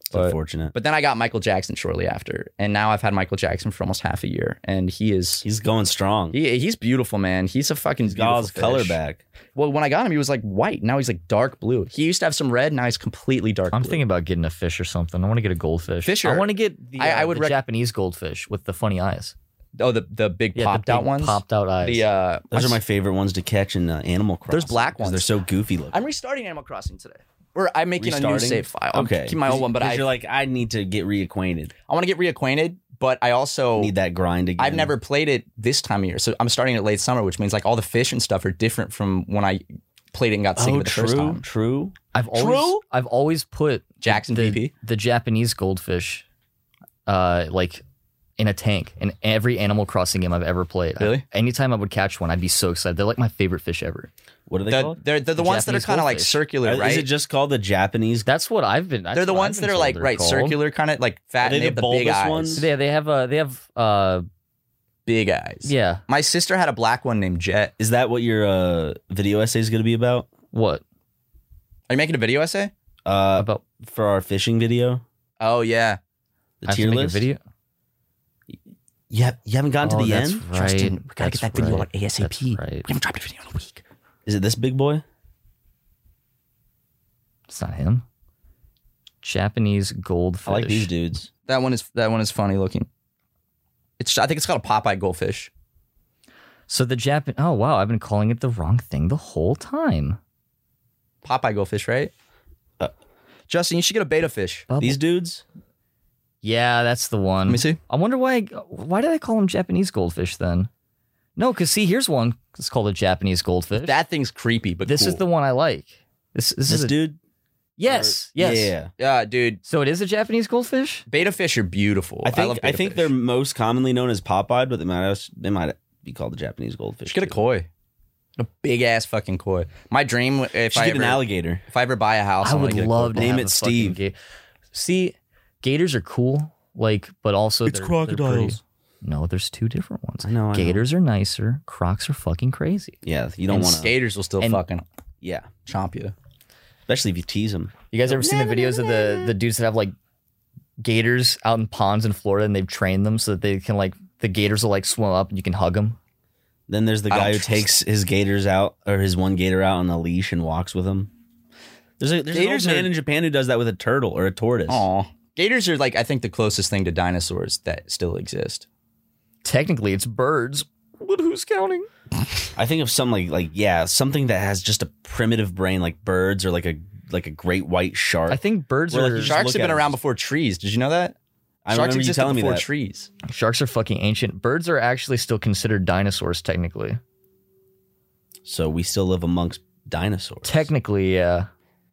Speaker 4: it's
Speaker 2: but-
Speaker 4: unfortunate.
Speaker 2: But then I got Michael Jackson shortly after, and now I've had Michael Jackson for almost half a year, and he is.
Speaker 4: He's going strong.
Speaker 2: He, he's beautiful, man. He's a fucking
Speaker 4: He's got all his
Speaker 2: beautiful
Speaker 4: color
Speaker 2: fish.
Speaker 4: back.
Speaker 2: Well, when I got him, he was like white. Now he's like dark blue. He used to have some red. Now he's completely dark.
Speaker 3: I'm
Speaker 2: blue.
Speaker 3: thinking about getting a fish or something. I want to get a goldfish.
Speaker 2: Fisher.
Speaker 3: I want to get the,
Speaker 2: I-
Speaker 3: uh,
Speaker 2: I would
Speaker 3: the
Speaker 2: rec-
Speaker 3: Japanese goldfish with the funny eyes.
Speaker 2: Oh, the the big
Speaker 3: Yeah, the
Speaker 2: popped out
Speaker 3: big
Speaker 2: ones.
Speaker 3: Popped out eyes.
Speaker 2: The uh,
Speaker 4: Those are my favorite ones to catch in uh, Animal Crossing.
Speaker 2: There's black
Speaker 4: 'cause
Speaker 2: ones.
Speaker 4: They're so goofy looking.
Speaker 2: I'm restarting Animal Crossing today. Or I'm making a new
Speaker 4: Restarting?
Speaker 2: save file. I'm keeping my old one, but
Speaker 4: 'Cause
Speaker 2: I
Speaker 4: you're like, I need to get reacquainted.
Speaker 2: I want to get reacquainted. But I also
Speaker 4: Need that grind again.
Speaker 2: Oh. I've never played it this time of year, so I'm starting it late summer, which means like all the fish and stuff are different from when I played it and got sick of
Speaker 4: Oh,
Speaker 2: it the first
Speaker 4: true,
Speaker 2: time.
Speaker 4: true.
Speaker 3: I've always
Speaker 2: True?
Speaker 3: I've always put
Speaker 2: Jackson
Speaker 3: the,
Speaker 2: PP.
Speaker 3: the Japanese goldfish, uh, like in a tank in every Animal Crossing game I've ever played.
Speaker 4: uh,
Speaker 2: Really?
Speaker 3: I- anytime I would catch one, I'd be so excited. They're like my favorite fish ever.
Speaker 4: What are they
Speaker 2: The,
Speaker 4: called?
Speaker 2: they're they're the,
Speaker 3: The
Speaker 2: ones that are
Speaker 3: Japanese
Speaker 2: kind of like
Speaker 3: goldfish.
Speaker 2: circular,
Speaker 4: Are-
Speaker 2: right?
Speaker 4: Is it just called the Japanese?
Speaker 3: That's what I've been. that's
Speaker 2: they're the
Speaker 3: what I've
Speaker 2: ones
Speaker 3: been
Speaker 2: that are
Speaker 3: told
Speaker 2: like
Speaker 3: they're
Speaker 2: right
Speaker 3: called.
Speaker 2: circular, kind of like fat.
Speaker 4: Are they
Speaker 2: and they have
Speaker 4: the
Speaker 2: the big
Speaker 4: bulbous
Speaker 2: eyes.
Speaker 4: ones?
Speaker 3: Yeah, they have uh, they have uh,
Speaker 2: Big eyes.
Speaker 3: yeah.
Speaker 2: My sister had a black one named Jet.
Speaker 4: Is that what your uh, video essay is going to be about?
Speaker 3: What
Speaker 2: Are you making a video essay?
Speaker 4: Uh,
Speaker 3: about
Speaker 4: for our fishing video,
Speaker 2: Oh yeah.
Speaker 4: the
Speaker 3: I have to
Speaker 4: tier
Speaker 3: make a
Speaker 4: list.
Speaker 3: video?
Speaker 4: You, ha- you haven't gotten
Speaker 3: Oh,
Speaker 4: to the
Speaker 3: that's
Speaker 4: end.
Speaker 3: Right. That's right. That's right.
Speaker 2: haven't dropped a video in a week.
Speaker 4: Is it this big boy?
Speaker 3: It's not him. Japanese goldfish.
Speaker 4: I like these dudes.
Speaker 2: That one is that one is funny looking. It's I think it's called a Popeye goldfish.
Speaker 3: So the Japan. Oh wow, I've been calling it the wrong thing the whole time.
Speaker 2: Popeye goldfish, right?
Speaker 4: Uh.
Speaker 2: Justin, you should get a beta fish.
Speaker 3: Bubble-
Speaker 4: These dudes.
Speaker 3: Yeah, that's the one.
Speaker 2: Let me see.
Speaker 3: I wonder why. Why did I call them Japanese goldfish then? No, because see, here's one. It's called a Japanese goldfish.
Speaker 2: That thing's creepy, but
Speaker 3: this is the
Speaker 2: cool.
Speaker 3: one I like. This, this,
Speaker 4: This
Speaker 3: is a,
Speaker 4: dude.
Speaker 3: yes, yes.
Speaker 4: Yeah.
Speaker 2: yeah, dude.
Speaker 3: So it is a Japanese goldfish.
Speaker 2: Beta fish are beautiful.
Speaker 4: I think
Speaker 2: love
Speaker 4: I,
Speaker 2: beta
Speaker 4: think
Speaker 2: fish.
Speaker 4: they're most commonly known as Popeye, but they might als- they might be called the Japanese goldfish.
Speaker 2: Just get a
Speaker 4: too.
Speaker 2: koi. A big ass fucking koi. My dream if
Speaker 4: Should
Speaker 2: I
Speaker 4: get an
Speaker 2: ever,
Speaker 4: alligator.
Speaker 2: if I ever buy a house,
Speaker 3: I
Speaker 2: I
Speaker 3: would
Speaker 2: wanna get a
Speaker 3: love to
Speaker 2: koi.
Speaker 4: Name
Speaker 3: have
Speaker 4: it
Speaker 3: a fucking
Speaker 4: Steve.
Speaker 3: ga- see, gators are cool, like, but also
Speaker 6: It's
Speaker 3: they're- they're pretty-
Speaker 6: crocodiles.
Speaker 3: no, there's two different ones.
Speaker 4: I know, I know.
Speaker 3: gators are nicer. Crocs are fucking crazy.
Speaker 4: Yeah, you don't
Speaker 2: And
Speaker 4: want to.
Speaker 2: skaters will still
Speaker 3: And-
Speaker 2: fucking
Speaker 4: Yeah,
Speaker 2: chomp you.
Speaker 4: especially if you tease them.
Speaker 3: You guys ever seen the videos of the the dudes that have like gators out in ponds in Florida and they've trained them so that they can like the gators will like swim up and you can hug them.
Speaker 4: Then there's the
Speaker 2: I
Speaker 4: guy
Speaker 2: don't
Speaker 4: who
Speaker 2: trust
Speaker 4: takes his gators out or his one gator out on a leash and walks with him. There's a there's
Speaker 2: Gators
Speaker 4: an old
Speaker 2: are- Oh.
Speaker 4: man in Japan who does that with a turtle or a tortoise.
Speaker 2: Aw. Gators are like I think the closest thing to dinosaurs that still exist.
Speaker 3: Technically, it's birds, but who's counting?
Speaker 4: I think of some like like yeah something that has just a primitive brain like birds or like a like a great white shark.
Speaker 3: I think birds
Speaker 4: We're like
Speaker 3: are
Speaker 4: Just
Speaker 2: Sharks
Speaker 4: look
Speaker 2: have
Speaker 4: at
Speaker 2: been
Speaker 4: them.
Speaker 2: around before trees. Did you know that?
Speaker 4: I
Speaker 2: Sharks
Speaker 4: remember you
Speaker 2: existed
Speaker 4: telling me
Speaker 2: before
Speaker 4: that.
Speaker 2: trees.
Speaker 3: sharks are fucking ancient. Birds are actually still considered dinosaurs technically.
Speaker 4: so we still live amongst dinosaurs.
Speaker 3: Technically, yeah.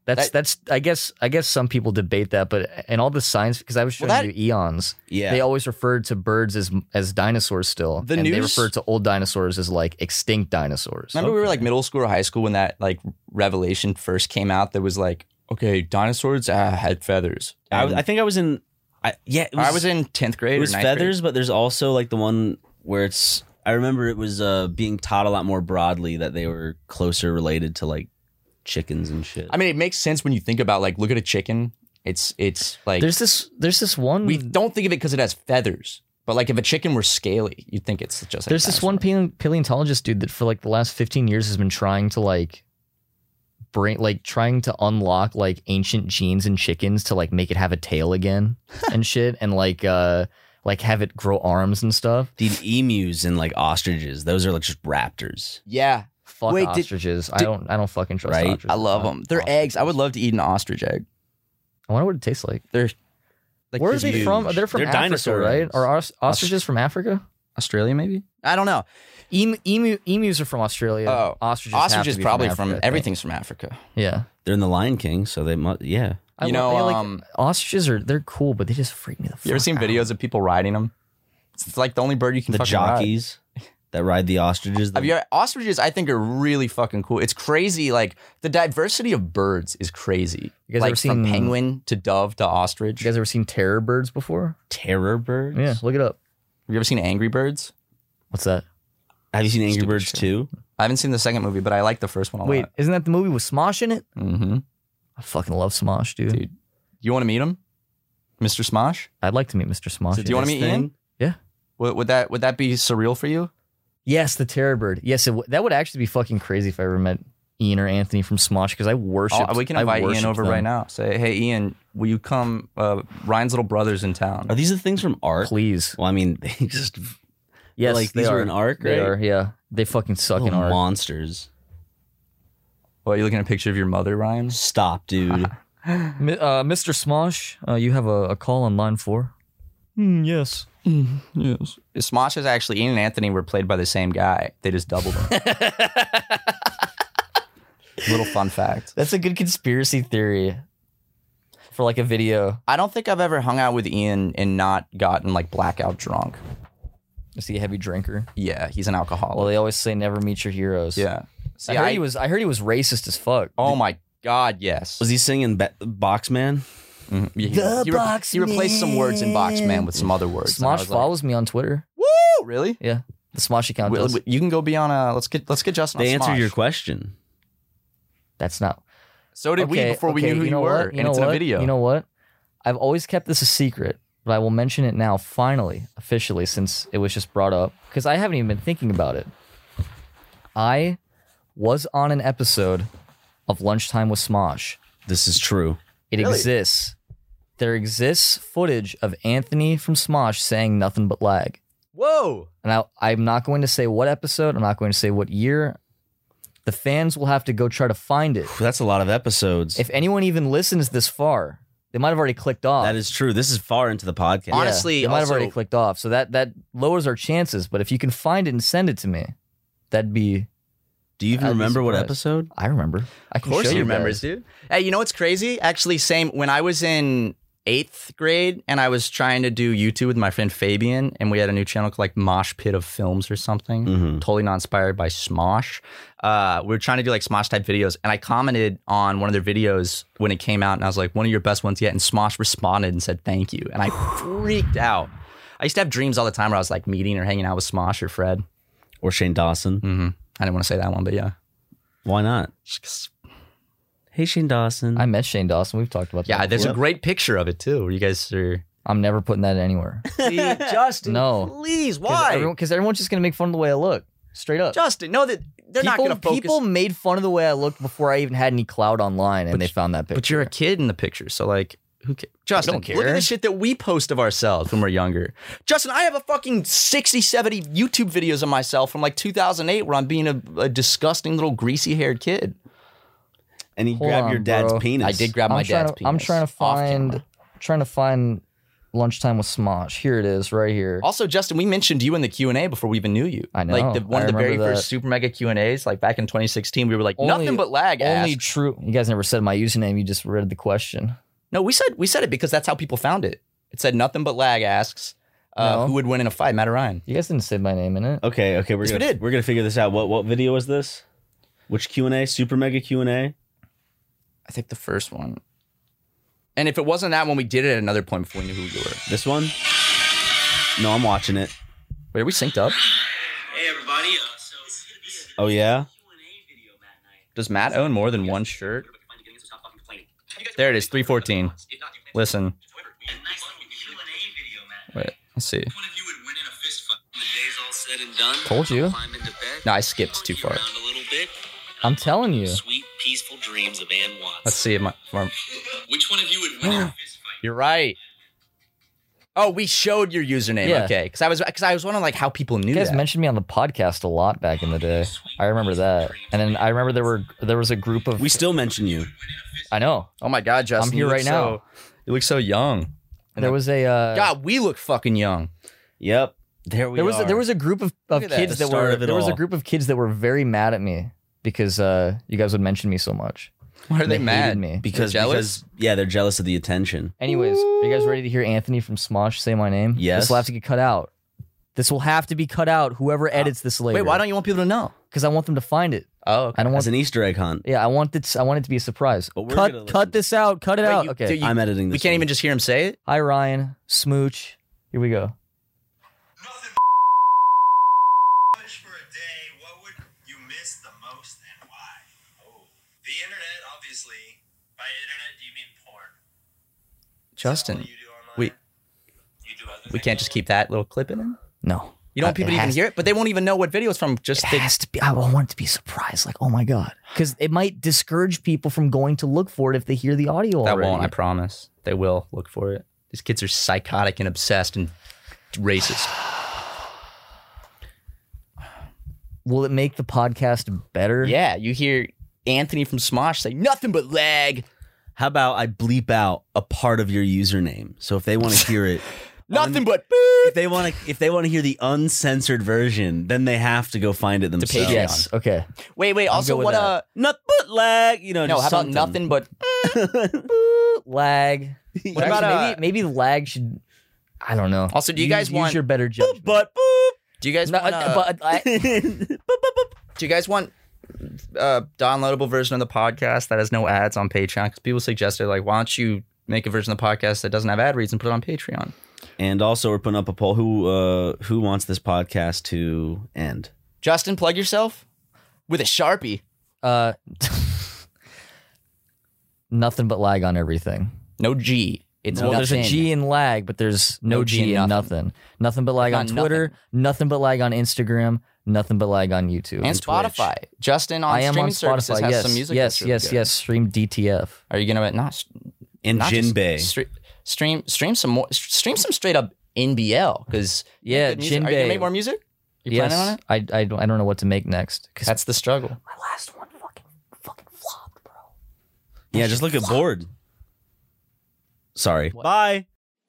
Speaker 3: That's
Speaker 2: That-
Speaker 3: that's I guess I guess some people debate that, but and all the science because I was showing
Speaker 2: Well, that-
Speaker 3: you eons.
Speaker 4: yeah.
Speaker 3: They always referred to birds as as dinosaurs still.
Speaker 2: The
Speaker 3: and they
Speaker 2: news-
Speaker 3: refer to old dinosaurs as like extinct dinosaurs.
Speaker 2: Remember we were like middle school or high school when that like revelation first came out that was like, okay, dinosaurs ah, had feathers.
Speaker 4: I, was-
Speaker 2: And
Speaker 4: I think I was in. I, yeah, it
Speaker 2: I was in 10th grade
Speaker 4: It
Speaker 2: or
Speaker 4: was
Speaker 2: 9th
Speaker 4: feathers,
Speaker 2: grade.
Speaker 4: but there's also like the one where it's. I remember it was uh, being taught a lot more broadly that they were closer related to like chickens and shit.
Speaker 2: I mean, it makes sense when you think about like, look at a chicken. It's it's like
Speaker 3: there's this there's this one
Speaker 2: we don't think of it because it has feathers, but like if a chicken were scaly, you'd think it's just like
Speaker 3: There's this
Speaker 2: dinosaur.
Speaker 3: one paleon- paleontologist dude that for like the last 15 years has been trying to like brain, like trying to unlock like ancient genes and chickens to like make it have a tail again and shit, and like uh like have it grow arms and stuff.
Speaker 4: Dude, emus and like ostriches, those are like just raptors.
Speaker 2: Yeah,
Speaker 3: Fuck
Speaker 2: Wait, did-
Speaker 3: ostriches. I
Speaker 2: did-
Speaker 3: don't. I don't fucking trust
Speaker 4: Right?
Speaker 3: ostriches.
Speaker 2: I love them. They're
Speaker 3: Ostriches.
Speaker 2: eggs. I would love to eat an ostrich egg.
Speaker 3: I wonder what it tastes like.
Speaker 2: Like
Speaker 3: Where are
Speaker 2: just
Speaker 3: they
Speaker 4: huge.
Speaker 3: from? They're from
Speaker 4: They're
Speaker 3: Africa,
Speaker 4: dinosaur
Speaker 3: right?
Speaker 4: eggs.
Speaker 3: Are os- ostriches from Africa?
Speaker 2: Australia, maybe. I don't know.
Speaker 3: Emu, emu, emus are from Australia.
Speaker 2: Oh.
Speaker 3: ostriches. have
Speaker 2: Ostrich
Speaker 3: to
Speaker 2: is
Speaker 3: be
Speaker 2: probably
Speaker 3: Africa,
Speaker 2: from,
Speaker 3: I think.
Speaker 2: everything's from Africa.
Speaker 3: Yeah,
Speaker 4: They're in the Lion King, so they must, yeah.
Speaker 3: I
Speaker 2: You
Speaker 3: lo-
Speaker 2: know,
Speaker 3: I like-
Speaker 2: um,
Speaker 3: ostriches are they're cool, but they just freak me the.
Speaker 2: You ever
Speaker 3: fuck
Speaker 2: seen
Speaker 3: out.
Speaker 2: videos of people riding them? It's like the only bird you can
Speaker 4: The
Speaker 2: fucking ride.
Speaker 4: jockeys that ride the ostriches.
Speaker 2: Have you ostriches? I think are really fucking cool. It's crazy. Like the diversity of birds is crazy.
Speaker 3: You guys
Speaker 2: like
Speaker 3: ever
Speaker 2: from
Speaker 3: seen-
Speaker 2: penguin to dove to ostrich.
Speaker 3: You guys ever seen terror birds before?
Speaker 2: e-,
Speaker 4: terror birds?
Speaker 3: Yeah, look it up.
Speaker 2: Have you ever seen Angry Birds?
Speaker 3: What's that?
Speaker 4: Have you seen Angry
Speaker 2: Stupid
Speaker 4: Birds
Speaker 2: shit.
Speaker 4: too?
Speaker 2: I haven't seen the second movie, but Oh, I like the first one a
Speaker 3: Wait,
Speaker 2: lot.
Speaker 3: isn't that the movie with Smosh in it?
Speaker 2: Mm-hmm.
Speaker 3: I fucking love Smosh, dude.
Speaker 2: Dude. You want to meet him, Mr. Smosh?
Speaker 3: I'd like to meet Mr. Smosh.
Speaker 2: So do you wanna
Speaker 3: yes.
Speaker 2: meet Ian?
Speaker 3: Yeah.
Speaker 2: Would, would that would that be surreal for you?
Speaker 3: Yes, the terror bird. Yes, it w- that would actually be fucking crazy if I ever met Ian or Anthony from Smosh because I worship.
Speaker 2: Oh, we can invite Ian over right now. Say, hey, Ian, will you come? Uh, Ryan's little brother's in town.
Speaker 4: Are these the things from Ark?
Speaker 3: Please.
Speaker 4: Well, I mean, they just
Speaker 3: Yes,
Speaker 4: like
Speaker 3: they
Speaker 4: these
Speaker 3: are.
Speaker 4: are in Ark,
Speaker 3: They
Speaker 4: right?
Speaker 3: are. Yeah, they fucking suck in
Speaker 4: Little
Speaker 3: art.
Speaker 4: monsters.
Speaker 2: Well, you looking at a picture of your mother, Ryan?
Speaker 4: Stop, dude.
Speaker 3: Mi- uh, Mr. Smosh, uh, you have a, a call on line four. Hmm. Yes.
Speaker 2: Yes. Smosh is actually Ian and Anthony were played by the same guy. They just doubled him. Little fun fact.
Speaker 3: That's a good conspiracy theory for like a video.
Speaker 2: I don't think I've ever hung out with Ian and not gotten like blackout drunk.
Speaker 3: Is he a heavy drinker?
Speaker 2: Yeah, he's an
Speaker 3: Well,
Speaker 2: alcoholic.
Speaker 3: they always say never meet your heroes.
Speaker 2: Yeah. See,
Speaker 3: I heard
Speaker 2: I-
Speaker 3: he was. I heard he was racist as fuck.
Speaker 2: oh my God, yes.
Speaker 4: Was he singing Ba- Boxman?
Speaker 2: Mhm. Yeah, he,
Speaker 3: The
Speaker 2: he, re-
Speaker 3: Box
Speaker 2: he replaced some words in Boxman with some other words. and I
Speaker 3: Smosh
Speaker 2: was like,
Speaker 3: follows me on Twitter.
Speaker 2: "Woo, really?
Speaker 3: Yeah, the Smosh account
Speaker 2: Wait,
Speaker 3: does.
Speaker 2: wait, you can go be on a. Let's get let's get Justin.
Speaker 4: They
Speaker 2: on
Speaker 4: answered
Speaker 2: Smosh.
Speaker 4: your question.
Speaker 3: That's not.
Speaker 2: So did
Speaker 3: Okay,
Speaker 2: we before we
Speaker 3: okay,
Speaker 2: knew who you,
Speaker 3: know
Speaker 2: were,
Speaker 3: what?
Speaker 2: and
Speaker 3: know
Speaker 2: it's in
Speaker 3: what?
Speaker 2: a video.
Speaker 3: You know what? I've always kept this a secret, but I will mention it now, finally, officially, since it was just brought up because I haven't even been thinking about it. I was on an episode of Lunchtime with Smosh.
Speaker 4: This is true.
Speaker 3: It
Speaker 2: Really?
Speaker 3: exists. There exists footage of Anthony from Smosh saying nothing but lag.
Speaker 2: Whoa!
Speaker 3: And I, I'm not going to say what episode, I'm not going to say what year. The fans will have to go try to find it.
Speaker 4: That's a lot of episodes.
Speaker 3: If anyone even listens this far, they might have already clicked off.
Speaker 4: that is true. This is far into the podcast.
Speaker 3: Yeah,
Speaker 2: Honestly,
Speaker 3: they might have
Speaker 2: also-
Speaker 3: already clicked off. So that that lowers our chances. But if you can find it and send it to me, that'd be.
Speaker 4: Do you even
Speaker 3: I'd be
Speaker 4: remember what
Speaker 3: surprised.
Speaker 4: episode?
Speaker 3: I remember. I can
Speaker 2: Of course
Speaker 3: show
Speaker 2: he
Speaker 3: you
Speaker 2: remembers,
Speaker 3: guys.
Speaker 2: dude. Hey, you know what's crazy? Actually, same when I was in eighth grade and I was trying to do YouTube with my friend Fabian, and we had a new channel called like Mosh Pit of Films or something.
Speaker 4: Mm-hmm.
Speaker 2: Totally not inspired by Smosh. Uh, we were trying to do like Smosh type videos, and I commented on one of their videos when it came out, and I was like, "One of your best ones yet." And Smosh responded and said, "Thank you," and I freaked out. I used to have dreams all the time where I was like meeting or hanging out with Smosh or Fred.
Speaker 4: Or Shane Dawson.
Speaker 2: hmm I didn't want to say that one, but yeah.
Speaker 4: Why not?
Speaker 2: Just 'cause-
Speaker 4: Hey, Shane Dawson.
Speaker 3: I met Shane Dawson. We've talked about
Speaker 2: Yeah,
Speaker 3: that.
Speaker 2: there's a
Speaker 4: Yep.
Speaker 2: great picture of it too, where you guys are.
Speaker 3: I'm never putting that anywhere.
Speaker 2: See, Justin,
Speaker 3: No.
Speaker 2: please,
Speaker 3: Because
Speaker 2: why?
Speaker 3: everyone's just gonna make fun of the way I look. Straight up.
Speaker 2: Justin, no, that they're not
Speaker 3: people,
Speaker 2: going to focus.
Speaker 3: people made fun of the way I looked before I even had any cloud online, and they found that picture.
Speaker 2: but you're a kid in the picture, so like, who cares? Justin,
Speaker 3: don't
Speaker 2: look at
Speaker 3: care.
Speaker 2: the shit that we post of ourselves when we're younger. Justin, I have a fucking 60, 70 YouTube videos of myself from like 2008 where I'm being a, a disgusting little greasy haired kid.
Speaker 4: and he
Speaker 3: Hold
Speaker 4: grabbed your
Speaker 3: on,
Speaker 4: dad's
Speaker 3: bro.
Speaker 4: penis.
Speaker 2: I did grab
Speaker 3: I'm
Speaker 2: my
Speaker 3: trying
Speaker 2: dad's
Speaker 3: to,
Speaker 2: penis.
Speaker 3: I'm trying to
Speaker 2: off camera.
Speaker 3: find, trying to find lunchtime with Smosh. Here it is, right here.
Speaker 2: Also, Justin, we mentioned you in the Q and A before we even knew you.
Speaker 3: I know.
Speaker 2: Like the,
Speaker 3: I
Speaker 2: one of the very
Speaker 3: remember that.
Speaker 2: first super mega Q and As, like back in 2016, we were like
Speaker 3: Only-
Speaker 2: nothing but lag.
Speaker 3: Only
Speaker 2: ass."
Speaker 3: true. You guys never said my username. You just read the question.
Speaker 2: No, we said we said it because that's how people found it. It said nothing but lag asks uh,
Speaker 3: No.
Speaker 2: who would win in a fight, Matt or Ryan.
Speaker 3: You guys didn't say my name in it.
Speaker 4: Okay, okay, we're
Speaker 2: Yes, we
Speaker 4: gonna
Speaker 2: did.
Speaker 4: we are gonna figure this out. What what video was this? Which Q and A? Super mega Q and A.
Speaker 2: I think the first one. And if it wasn't that one, we did it at another point before we knew who you were.
Speaker 4: This one. No, I'm watching it.
Speaker 2: Wait, are we synced up?
Speaker 8: Hey everybody, uh, so this is a
Speaker 4: Oh yeah.
Speaker 8: Q&A video Matt and I
Speaker 2: Does Matt own more than one shirt?
Speaker 8: are finally getting us to stop fucking complaining.
Speaker 2: There it is, 314. Listen,
Speaker 8: Twitter, we nice little Q&A video Matt.
Speaker 2: wait, let's see.
Speaker 8: One of you would win in a fist fight. When the day's all said and done.
Speaker 3: Told you.
Speaker 8: Climb into bed.
Speaker 2: No, I skipped too
Speaker 8: you
Speaker 2: far.
Speaker 8: Around a little bit.
Speaker 3: I'm telling you.
Speaker 8: Sweet pea peaceful dreams of Anne Watts.
Speaker 2: Let's see if my. my-
Speaker 8: Which one of you would win in a fist fight?
Speaker 2: You're right. Oh, we showed your username.
Speaker 3: Yeah.
Speaker 2: Okay, because I was because I was wondering like how people knew
Speaker 3: You guys
Speaker 2: that.
Speaker 3: mentioned me on the podcast a lot back in the day. I remember that, and then I remember there were there was a group of
Speaker 4: We still mention you.
Speaker 3: I know
Speaker 2: oh my God, Justin!
Speaker 3: I'm here
Speaker 2: you look
Speaker 3: right now.
Speaker 2: so- you look so young.
Speaker 3: there was a uh,
Speaker 2: God, we look fucking young.
Speaker 4: Yep. There we
Speaker 3: there was
Speaker 4: are.
Speaker 3: a, there was a group of, of
Speaker 2: Look at that,
Speaker 3: kids
Speaker 4: the
Speaker 3: that
Speaker 4: start
Speaker 3: were
Speaker 4: of it
Speaker 3: there was a
Speaker 4: all.
Speaker 3: group of kids that were very mad at me because uh, you guys would mention me so much.
Speaker 2: Why are
Speaker 3: They
Speaker 2: they,
Speaker 3: hated
Speaker 2: mad?
Speaker 3: me.
Speaker 4: because,
Speaker 2: They're
Speaker 4: because yeah, they're jealous of the attention.
Speaker 3: Anyways, are you guys ready to hear Anthony from Smosh say my name?
Speaker 4: Yes.
Speaker 3: This will have to get cut out. This will have to be cut out. Whoever edits this later.
Speaker 2: Wait, why don't you want people to know?
Speaker 3: Because I want them to find it.
Speaker 2: Oh, okay.
Speaker 3: I don't
Speaker 4: As
Speaker 3: want.
Speaker 4: an Easter egg hunt.
Speaker 3: yeah, I want this. I want it to be a surprise.
Speaker 4: But we're gonna
Speaker 3: Cut,
Speaker 4: listen.
Speaker 3: cut this out. Cut it
Speaker 2: Wait,
Speaker 3: out.
Speaker 2: you-
Speaker 3: okay.
Speaker 2: do you-
Speaker 4: I'm editing this.
Speaker 2: we can't
Speaker 4: one.
Speaker 2: even just hear him say it.
Speaker 3: Hi Ryan, smooch. Here we go.
Speaker 8: Nothing for a day. What would you miss the most and why? Oh, the internet, obviously. By internet, do you mean porn?
Speaker 2: Justin,
Speaker 8: do online?
Speaker 2: we
Speaker 8: You do other
Speaker 2: we can't just keep that little clip in. Him?
Speaker 3: No.
Speaker 2: You don't
Speaker 3: Uh,
Speaker 2: want people
Speaker 3: it
Speaker 2: to even
Speaker 3: has-
Speaker 2: hear it, but they won't even know what video it's from. Just
Speaker 3: It
Speaker 2: they,
Speaker 3: has to be. I want it to be a surprise. Like, oh my god, because it might discourage people from going to look for it if they hear the audio.
Speaker 2: that
Speaker 3: already.
Speaker 2: won't. I promise. They will look for it. These kids are psychotic and obsessed and racist.
Speaker 3: Will it make the podcast better?
Speaker 2: Yeah, you hear Anthony from Smosh say nothing but lag,
Speaker 4: How about I bleep out a part of your username? So if they want to hear it,
Speaker 2: nothing but
Speaker 4: if they want to, if they want to hear the uncensored version, then they have to go find it themselves.
Speaker 2: Patreon.
Speaker 3: Yes. Okay.
Speaker 2: Wait, wait. Also,
Speaker 3: good with
Speaker 2: what
Speaker 3: that.
Speaker 2: uh
Speaker 4: Not bootleg, you know.
Speaker 2: no? How
Speaker 4: just
Speaker 2: about nothing
Speaker 4: something.
Speaker 2: but
Speaker 3: Lag.
Speaker 2: What about,
Speaker 3: Actually,
Speaker 2: uh,
Speaker 3: maybe? Maybe lag should. I don't know.
Speaker 2: Also, do you
Speaker 3: Use-
Speaker 2: guys want-
Speaker 3: use your better judgment?
Speaker 4: But boop.
Speaker 2: do you guys
Speaker 3: No,
Speaker 2: want?
Speaker 3: uh,
Speaker 2: Uh,
Speaker 3: but I,
Speaker 2: do you guys want a downloadable version of the podcast that has no ads on Patreon? Because people suggested like, why don't you make a version of the podcast that doesn't have ad reads and put it on Patreon?
Speaker 4: And also, we're putting up a poll: who uh, who wants this podcast to end?
Speaker 2: Justin, plug yourself with a sharpie.
Speaker 3: uh, nothing but lag on everything.
Speaker 2: No G. It's
Speaker 3: Well, there's a
Speaker 2: nothing.
Speaker 3: G in lag, but there's no,
Speaker 2: No
Speaker 3: G,
Speaker 2: G
Speaker 3: in
Speaker 2: in
Speaker 3: nothing. nothing. but lag on
Speaker 2: Not
Speaker 3: Twitter. Nothing.
Speaker 2: nothing.
Speaker 3: but lag on Instagram. Nothing but lag on YouTube.
Speaker 2: and Spotify. Justin on
Speaker 3: I am
Speaker 2: streaming
Speaker 3: on
Speaker 2: services
Speaker 3: Spotify.
Speaker 2: has
Speaker 3: yes,
Speaker 2: some music.
Speaker 3: yes,
Speaker 2: that's really
Speaker 3: yes,
Speaker 2: good.
Speaker 3: yes. Stream DTF.
Speaker 2: Are you gonna not
Speaker 4: And
Speaker 2: not just
Speaker 4: Jinbei.
Speaker 2: stre- stream stream some more stream some straight up NBL because
Speaker 3: Yeah,
Speaker 2: Are you
Speaker 3: Jinbei.
Speaker 2: gonna make more music? You
Speaker 3: yes,
Speaker 2: planning on it?
Speaker 3: I, I, don't- I don't know what to make next. 'cause
Speaker 2: That's the struggle.
Speaker 3: my last one fucking fucking flopped, bro.
Speaker 4: Yeah, just look at board. Sorry. Bye.